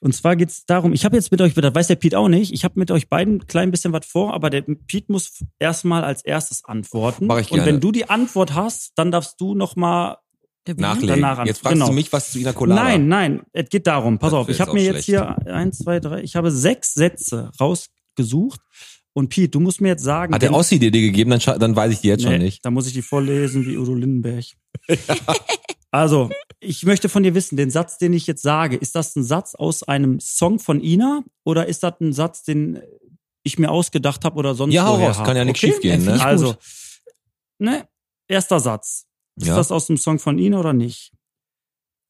Speaker 4: Und zwar geht's darum, ich habe jetzt mit euch, das weiß der Piet auch nicht, ich habe mit euch beiden ein klein bisschen was vor, aber der Piet muss erstmal als erstes antworten.
Speaker 3: Mach ich
Speaker 4: Und
Speaker 3: gerne.
Speaker 4: wenn du die Antwort hast, dann darfst du nochmal.
Speaker 5: Der Wiener?
Speaker 3: Nachlegen.
Speaker 4: Danach an-
Speaker 3: Jetzt fragst du
Speaker 4: genau.
Speaker 3: mich, was zu Ina Colada.
Speaker 4: Nein, nein, es geht darum. Pass
Speaker 3: Das
Speaker 4: auf,
Speaker 3: wär
Speaker 4: ich
Speaker 3: jetzt
Speaker 4: habe mir
Speaker 3: auch
Speaker 4: jetzt hier eins, zwei, drei, ich habe sechs Sätze rausgesucht. Und Piet, du musst mir jetzt sagen.
Speaker 3: Hat der
Speaker 4: wenn-
Speaker 3: Ossi dir die gegeben, dann, scha- dann weiß ich die jetzt schon
Speaker 4: Nee,
Speaker 3: nicht.
Speaker 4: Da muss ich die vorlesen wie Udo Lindenberg. Also, ich möchte von dir wissen, den Satz, den ich jetzt sage, ist das ein Satz aus einem Song von Ina oder ist das ein Satz, den ich mir ausgedacht habe oder sonst
Speaker 3: Ja, hau
Speaker 4: woher
Speaker 3: raus,
Speaker 4: hab?
Speaker 3: kann ja nichts schiefgehen, ne?
Speaker 5: Finde ich
Speaker 4: Also,
Speaker 5: gut.
Speaker 4: ne? Erster Satz. Ist
Speaker 3: Ja.
Speaker 4: das aus dem Song von Ina oder nicht?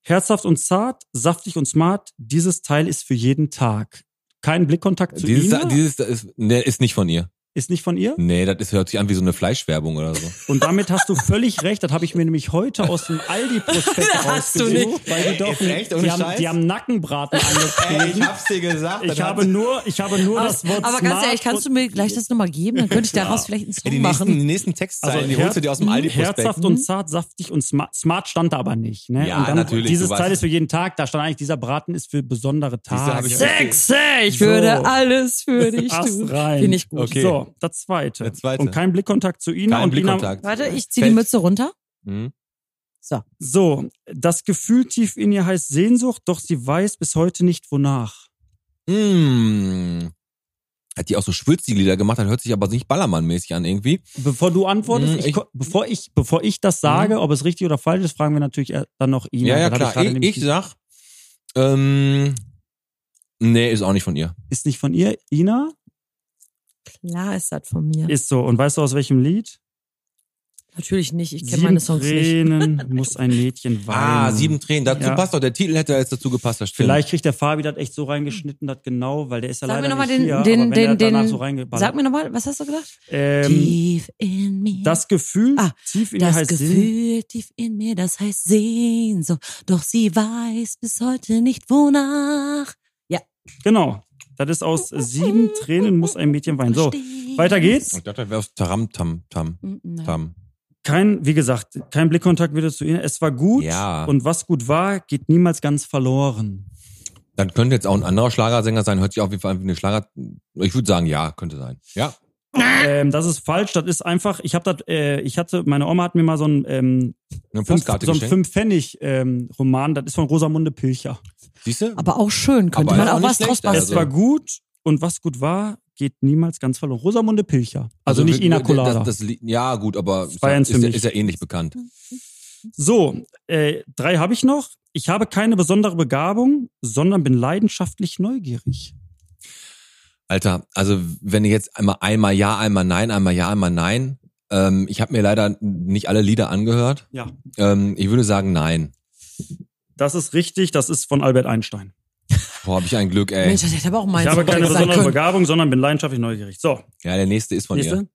Speaker 4: Herzhaft und zart, saftig und smart, dieses Teil ist für jeden Tag. Kein Blickkontakt zu
Speaker 3: Dieses,
Speaker 4: Ina,
Speaker 3: dieses ist, nee, ist nicht von ihr.
Speaker 4: ist nicht von ihr.
Speaker 3: Nee, das ist, hört sich an wie so eine Fleischwerbung oder so.
Speaker 4: Und damit hast du völlig recht. Das habe ich mir nämlich heute aus dem Aldi-Prospekt
Speaker 5: Hast du
Speaker 4: rausgesucht, weil die doch
Speaker 3: Jetzt echt? Ohne
Speaker 4: die, haben,
Speaker 3: Scheiß?
Speaker 4: die haben Nackenbraten angekriegt.
Speaker 3: hab's dir gesagt.
Speaker 4: Ich habe nur, ich habe nur
Speaker 5: Aber,
Speaker 4: das Wort
Speaker 5: aber ganz
Speaker 4: smart
Speaker 5: ehrlich, kannst du mir gleich das nochmal geben? Dann könnte ich daraus vielleicht einen Song
Speaker 3: die nächsten,
Speaker 5: machen.
Speaker 3: die nächsten Textzeilen,
Speaker 4: Also
Speaker 3: die holst du dir aus dem Aldi-Prospekt.
Speaker 4: Herzhaft und zart, saftig und smart. Smart stand da aber nicht. Ne?
Speaker 3: Ja,
Speaker 4: und dann,
Speaker 3: natürlich,
Speaker 4: Dieses
Speaker 3: du
Speaker 4: Teil
Speaker 3: weißt-
Speaker 4: ist für jeden Tag. Da stand eigentlich, dieser Braten ist für besondere
Speaker 3: hab
Speaker 4: Tage.
Speaker 3: ich-
Speaker 4: Sechs,
Speaker 5: Ich würde alles für dich
Speaker 4: Ast
Speaker 5: tun.
Speaker 4: rein.
Speaker 5: Finde ich gut.
Speaker 3: Okay.
Speaker 4: So, das zweite.
Speaker 3: Der zweite.
Speaker 4: Und kein Blickkontakt zu Ina.
Speaker 3: Kein
Speaker 4: und Ina
Speaker 3: Blickkontakt.
Speaker 5: Warte, ich ziehe die
Speaker 3: Fällt-
Speaker 5: Mütze runter.
Speaker 3: Mhm.
Speaker 5: So.
Speaker 4: So, das Gefühl tief in ihr heißt Sehnsucht, doch sie weiß bis heute nicht wonach.
Speaker 3: Mm. Hat die auch so Schwülstiglieder gemacht, dann hört sich aber nicht Ballermann-mäßig an irgendwie.
Speaker 4: Bevor du antwortest,
Speaker 3: Hm,
Speaker 4: ich,
Speaker 3: ich- Mhm.
Speaker 4: ko- bevor, ich, bevor ich das sage, ob es richtig oder falsch ist, fragen wir natürlich er- dann noch ihn.
Speaker 3: Ja, ja,
Speaker 4: Das hab
Speaker 3: klar.
Speaker 4: gerade
Speaker 3: Ich,
Speaker 4: nämlich
Speaker 3: ich sag, ähm, nee, ist auch nicht von ihr.
Speaker 4: nicht- ist nicht von ihr. Ina
Speaker 5: Klar ist das von mir.
Speaker 4: ist so. Und weißt du aus welchem Lied?
Speaker 5: Natürlich nicht, ich kenne
Speaker 4: Sieben
Speaker 5: meine Songs nicht.
Speaker 4: Tränen muss ein Mädchen weinen.
Speaker 3: Ah, sieben Tränen. Dazu
Speaker 4: Ja.
Speaker 3: passt doch. Der Titel hätte jetzt dazu gepasst. Das stimmt.
Speaker 4: Vielleicht kriegt der Fabi das echt so reingeschnitten, das genau, weil der ist ja
Speaker 5: Sag mir
Speaker 4: leider
Speaker 5: nochmal
Speaker 4: nicht
Speaker 5: den,
Speaker 4: hier.
Speaker 5: den,
Speaker 4: aber wenn
Speaker 5: den,
Speaker 4: der danach
Speaker 5: den,
Speaker 4: so reingeballert.
Speaker 5: sag mir nochmal, was hast du gesagt?
Speaker 4: ähm,
Speaker 5: tief in mir.
Speaker 4: das Gefühl,
Speaker 5: Ah,
Speaker 4: tief in dir
Speaker 5: das
Speaker 4: heißt Sinn.
Speaker 5: Gefühl tief in mir, das heißt Sehnsucht. Doch sie weiß bis heute nicht wonach.
Speaker 4: Genau. Das ist aus sieben Tränen muss ein Mädchen weinen. So,
Speaker 5: Verstehst.
Speaker 4: weiter geht's.
Speaker 3: Ich dachte, das wäre aus Taram, Tam, Tam,
Speaker 5: Mm, nein.
Speaker 3: Tam.
Speaker 4: Kein, wie gesagt, kein Blickkontakt wieder zu ihr. Es war gut.
Speaker 3: Ja.
Speaker 4: Und was gut war, geht niemals ganz verloren.
Speaker 3: Dann könnte jetzt auch ein anderer Schlagersänger sein. Hört sich auf jeden Fall an wie eine Schlager. Ich würde sagen, ja, könnte sein. Ja.
Speaker 4: Ähm, das ist falsch. Das ist einfach. Ich habe das. Äh, ich hatte. Meine Oma hat mir mal so ein ähm,
Speaker 3: Eine
Speaker 4: fünf,
Speaker 3: Postkarte
Speaker 4: so ein
Speaker 3: geschenkt.
Speaker 4: fünf Pfennig ähm, Roman. Das ist von Rosamunde Pilcher.
Speaker 3: Siehst
Speaker 4: Also
Speaker 3: du?
Speaker 5: Aber auch schön, könnte
Speaker 3: Aber
Speaker 5: man
Speaker 3: ist auch
Speaker 5: auch
Speaker 3: nicht
Speaker 5: was draus
Speaker 3: schlecht, also.
Speaker 4: Es
Speaker 5: basteln.
Speaker 4: war gut und was gut war, geht niemals ganz verloren. Rosamunde Pilcher. Also, nicht
Speaker 3: wir-
Speaker 4: Ina
Speaker 3: das-
Speaker 4: Colada.
Speaker 3: Das, das, Lied- ja, gut, aber ist ja,
Speaker 4: Bayerns
Speaker 3: ist,
Speaker 4: für
Speaker 3: ja-
Speaker 4: mich.
Speaker 3: ist ja ähnlich bekannt.
Speaker 4: So, äh, drei habe ich noch. Ich habe keine besondere Begabung, sondern bin leidenschaftlich neugierig.
Speaker 3: Alter, also wenn ihr jetzt einmal einmal ja, einmal nein, einmal ja, einmal nein, ähm, ich habe mir leider nicht alle Lieder angehört.
Speaker 4: Ja.
Speaker 3: Ähm, ich würde sagen nein.
Speaker 4: Das ist richtig, das ist von Albert Einstein.
Speaker 3: Boah, habe ich ein Glück, ey.
Speaker 5: Mensch, das hätte aber auch mein
Speaker 4: ich habe
Speaker 5: Sonntag
Speaker 4: keine
Speaker 5: sein
Speaker 4: besondere
Speaker 5: können.
Speaker 4: Begabung, sondern bin leidenschaftlich neugierig. So,
Speaker 3: Ja, der nächste ist von ihr.
Speaker 4: nächste.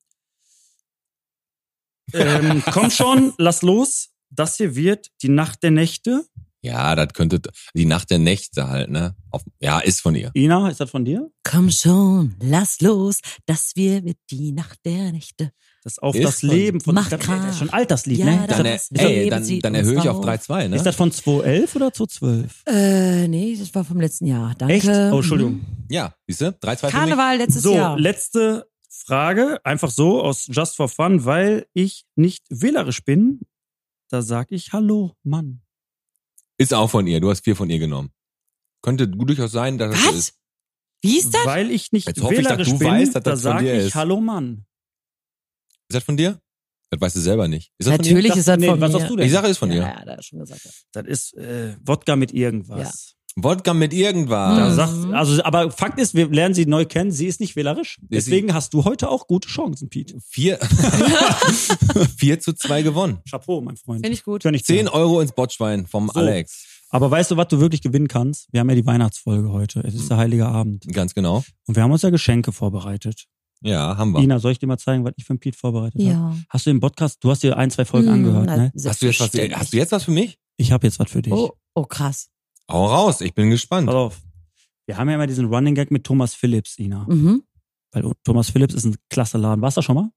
Speaker 4: Ähm, komm schon, lass los. Das hier wird die Nacht der Nächte.
Speaker 3: Ja, das könnte die Nacht der Nächte halt, ne? Auf, ja, ist von ihr.
Speaker 4: Ina, ist das von dir?
Speaker 5: Komm schon, lass los, das wir wird die Nacht der Nächte.
Speaker 4: Das ist auf
Speaker 3: Ist
Speaker 4: das
Speaker 3: von-
Speaker 4: Leben von
Speaker 5: Mach
Speaker 4: das,
Speaker 5: klar.
Speaker 4: das ist schon alt, das Lied,
Speaker 5: Ja,
Speaker 4: ne?
Speaker 5: das-
Speaker 4: Das,
Speaker 3: Dann,
Speaker 5: Dann-
Speaker 4: ist,
Speaker 5: ist-
Speaker 3: ey,
Speaker 5: Leben
Speaker 3: dann,
Speaker 5: sieht
Speaker 3: dann
Speaker 5: uns
Speaker 3: erhöhe ich auf
Speaker 5: auf.
Speaker 3: 3-2, ne?
Speaker 4: ist das von 2011 oder 2012?
Speaker 5: Äh, nee, das war vom letzten Jahr. Danke. Mhm.
Speaker 4: Echt? Oh, Entschuldigung.
Speaker 3: ja, siehst du? 3-2 für mich.
Speaker 5: Karneval letztes
Speaker 4: So,
Speaker 5: Jahr.
Speaker 4: letzte Frage, einfach so aus Just for Fun, weil ich nicht wählerisch bin. Da sag ich Hallo, Mann.
Speaker 3: Ist auch von ihr. Du hast vier von ihr genommen. Könnte gut durchaus sein, dass es so
Speaker 5: Was?
Speaker 3: ist.
Speaker 5: Wie ist das?
Speaker 4: Weil ich nicht
Speaker 3: Jetzt hoffe ich, dass
Speaker 4: wählerisch
Speaker 3: du
Speaker 4: bin,
Speaker 3: weißt, dass
Speaker 4: da
Speaker 3: das von
Speaker 4: sag
Speaker 3: dir
Speaker 4: ich
Speaker 3: ist.
Speaker 4: Hallo, Mann.
Speaker 3: Ist das von dir? Das weißt du selber nicht. Ist das
Speaker 5: Natürlich
Speaker 4: Das-
Speaker 5: ist das
Speaker 4: nee,
Speaker 5: halt von
Speaker 4: was
Speaker 5: mir.
Speaker 4: sagst du
Speaker 3: von dir?
Speaker 4: denn?
Speaker 3: Ich sage, ist von
Speaker 5: ja,
Speaker 3: dir.
Speaker 5: ja, da schon gesagt.
Speaker 4: Das ist äh, Wodka mit irgendwas.
Speaker 3: Wodka mit
Speaker 4: Da
Speaker 3: irgendwas.
Speaker 5: Mhm.
Speaker 4: sagt, also, aber Fakt ist, wir lernen sie neu kennen, sie ist nicht wählerisch.
Speaker 3: Ist sie-
Speaker 4: Deswegen hast du heute auch gute Chancen, Pete.
Speaker 3: Vier, vier zu zwei gewonnen.
Speaker 4: Chapeau, mein Freund.
Speaker 5: Finde ich gut.
Speaker 4: Gönn ich dir.
Speaker 3: Zehn Euro ins Botschwein vom
Speaker 4: So.
Speaker 3: Alex.
Speaker 4: Aber weißt du, was du wirklich gewinnen kannst? Wir haben ja die Weihnachtsfolge heute. Es ist der Heilige Abend.
Speaker 3: Ganz genau.
Speaker 4: Und wir haben uns ja Geschenke vorbereitet.
Speaker 3: Ja, haben wir.
Speaker 4: Ina, soll ich dir mal zeigen, was ich für ein Piet vorbereitet habe?
Speaker 5: Ja. Hm, Mm,
Speaker 4: Hast du den Podcast, du hast dir ein, zwei Folgen angehört, ne?
Speaker 3: Hast du, jetzt was, hast du jetzt was für mich?
Speaker 4: Ich habe jetzt was für dich.
Speaker 5: Oh, oh krass.
Speaker 3: Hau raus, ich bin gespannt.
Speaker 4: Pass auf. Wir haben ja immer diesen Running Gag mit Thomas Phillips, Ina.
Speaker 5: Mhm.
Speaker 4: Weil Thomas Phillips ist ein klasse Laden. Warst du da schon mal?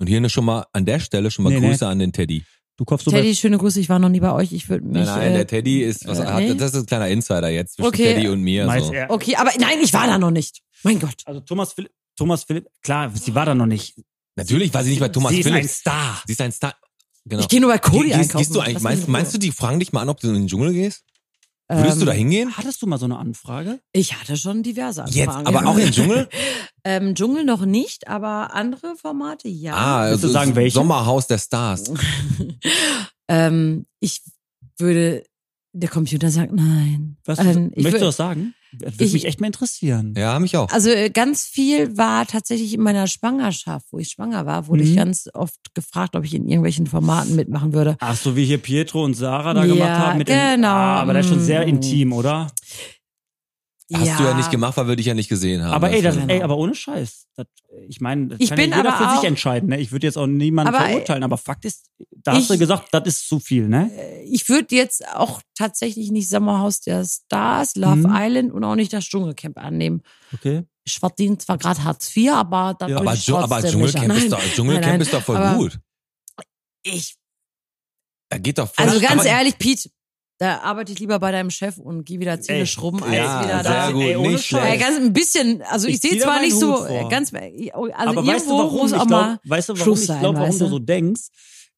Speaker 3: Und hier schon mal an der Stelle schon mal
Speaker 4: Nee, nee.
Speaker 3: Grüße an den Teddy.
Speaker 4: Du kaufst so bei,
Speaker 5: Teddy, schöne Grüße. Ich war noch nie bei euch. Ich würde mich.
Speaker 3: Nein, nein,
Speaker 5: äh,
Speaker 3: der Teddy ist was
Speaker 5: äh,
Speaker 3: hat,
Speaker 5: nee.
Speaker 3: das ist ein kleiner Insider jetzt zwischen
Speaker 5: Okay.
Speaker 3: Teddy und mir.
Speaker 4: Meist
Speaker 3: So.
Speaker 4: er-
Speaker 5: Okay, aber nein, ich war da noch nicht. Mein Gott.
Speaker 4: Also Thomas Phillips, Thomas Phillips, klar, sie war da noch nicht.
Speaker 3: Natürlich war sie nicht bei Thomas
Speaker 4: sie
Speaker 3: Phillips.
Speaker 4: Ist ein Star.
Speaker 3: sie ist ein Star. Genau.
Speaker 5: Ich gehe nur bei Cody
Speaker 3: Gehst-
Speaker 5: einkaufen.
Speaker 3: Gehst du eigentlich, meinst, meinst du, die fragen dich mal an, ob du in den Dschungel gehst?
Speaker 5: Ähm,
Speaker 3: Würdest du da hingehen?
Speaker 4: Hattest du mal so eine Anfrage?
Speaker 5: Ich hatte schon diverse
Speaker 3: Jetzt,
Speaker 5: Anfragen.
Speaker 3: aber
Speaker 5: ja.
Speaker 3: auch in den Dschungel?
Speaker 5: ähm, Dschungel noch nicht, aber andere Formate ja.
Speaker 3: Ah,
Speaker 4: Willst du
Speaker 3: also
Speaker 4: sagen, welche?
Speaker 3: Sommerhaus der Stars.
Speaker 5: ähm, ich würde. Der Computer sagt nein.
Speaker 4: Was,
Speaker 5: ähm, ich
Speaker 4: möchtest du
Speaker 5: würd-
Speaker 4: das sagen? Das würde
Speaker 5: Ich-
Speaker 4: mich echt mal interessieren.
Speaker 3: Ja, mich auch.
Speaker 5: Also äh, ganz viel war tatsächlich in meiner Schwangerschaft, wo ich schwanger war, wurde ich
Speaker 4: Mhm.
Speaker 5: ganz oft gefragt, ob ich in irgendwelchen Formaten mitmachen würde.
Speaker 4: Ach so, wie hier Pietro und Sarah da
Speaker 5: Ja,
Speaker 4: gemacht haben. Mit Dem,
Speaker 5: genau.
Speaker 4: ah, aber das ist schon sehr
Speaker 5: Mm.
Speaker 4: intim, oder?
Speaker 5: Also,
Speaker 3: Hast du ja nicht gemacht, weil wir dich ja nicht gesehen haben. Also,
Speaker 4: Aber ey, das,
Speaker 5: Genau.
Speaker 4: ey, aber ohne Scheiß. Das, ich meine, das
Speaker 5: Ich
Speaker 4: kann
Speaker 5: bin
Speaker 4: ja jeder
Speaker 5: aber
Speaker 4: für
Speaker 5: auch-
Speaker 4: sich entscheiden. Ne? Ich würde jetzt auch niemanden
Speaker 5: Aber, äh,
Speaker 4: verurteilen, aber Fakt ist, da
Speaker 5: Ich- Äh,
Speaker 4: hast du gesagt, das ist zu viel, ne?
Speaker 5: ich würde jetzt auch tatsächlich nicht Sommerhaus der Stars, Love
Speaker 4: Mhm.
Speaker 5: Island und auch nicht das Dschungelcamp annehmen.
Speaker 4: Okay.
Speaker 5: Ich verdiene zwar gerade Hartz IV, aber dann
Speaker 4: Ja.
Speaker 5: würde
Speaker 3: aber,
Speaker 5: ich
Speaker 3: Dschung-
Speaker 5: trotzdem
Speaker 3: aber
Speaker 5: nicht
Speaker 3: Dschungelcamp, ist
Speaker 5: Nein,
Speaker 3: doch, Dschungelcamp
Speaker 5: nein, nein.
Speaker 3: ist doch voll
Speaker 5: Aber-
Speaker 3: gut.
Speaker 5: ich,
Speaker 3: Da geht doch voll
Speaker 5: Also ganz
Speaker 3: aber,
Speaker 5: ehrlich, Pete, da arbeite ich lieber bei deinem Chef und gehe wieder Ziele
Speaker 4: Ey,
Speaker 5: schrubben, als
Speaker 3: ja,
Speaker 5: wieder
Speaker 3: sehr
Speaker 5: da.
Speaker 3: gut,
Speaker 4: Ey, ohne
Speaker 3: nicht
Speaker 4: Scheiß.
Speaker 5: Ja,
Speaker 3: schlecht.
Speaker 5: ganz ein bisschen, also ich,
Speaker 4: Ich
Speaker 5: sehe
Speaker 4: ziehe
Speaker 5: zwar
Speaker 4: meinen
Speaker 5: nicht
Speaker 4: Hut
Speaker 5: so,
Speaker 4: vor.
Speaker 5: ganz, also
Speaker 4: aber weißt du,
Speaker 5: irgendwo
Speaker 4: warum
Speaker 5: muss
Speaker 4: ich
Speaker 5: auch
Speaker 4: glaube,
Speaker 5: mal,
Speaker 4: weißt du, warum
Speaker 5: Schluss
Speaker 4: ich
Speaker 5: sein,
Speaker 4: glaube, warum
Speaker 5: weißt
Speaker 4: du
Speaker 5: du?
Speaker 4: so denkst?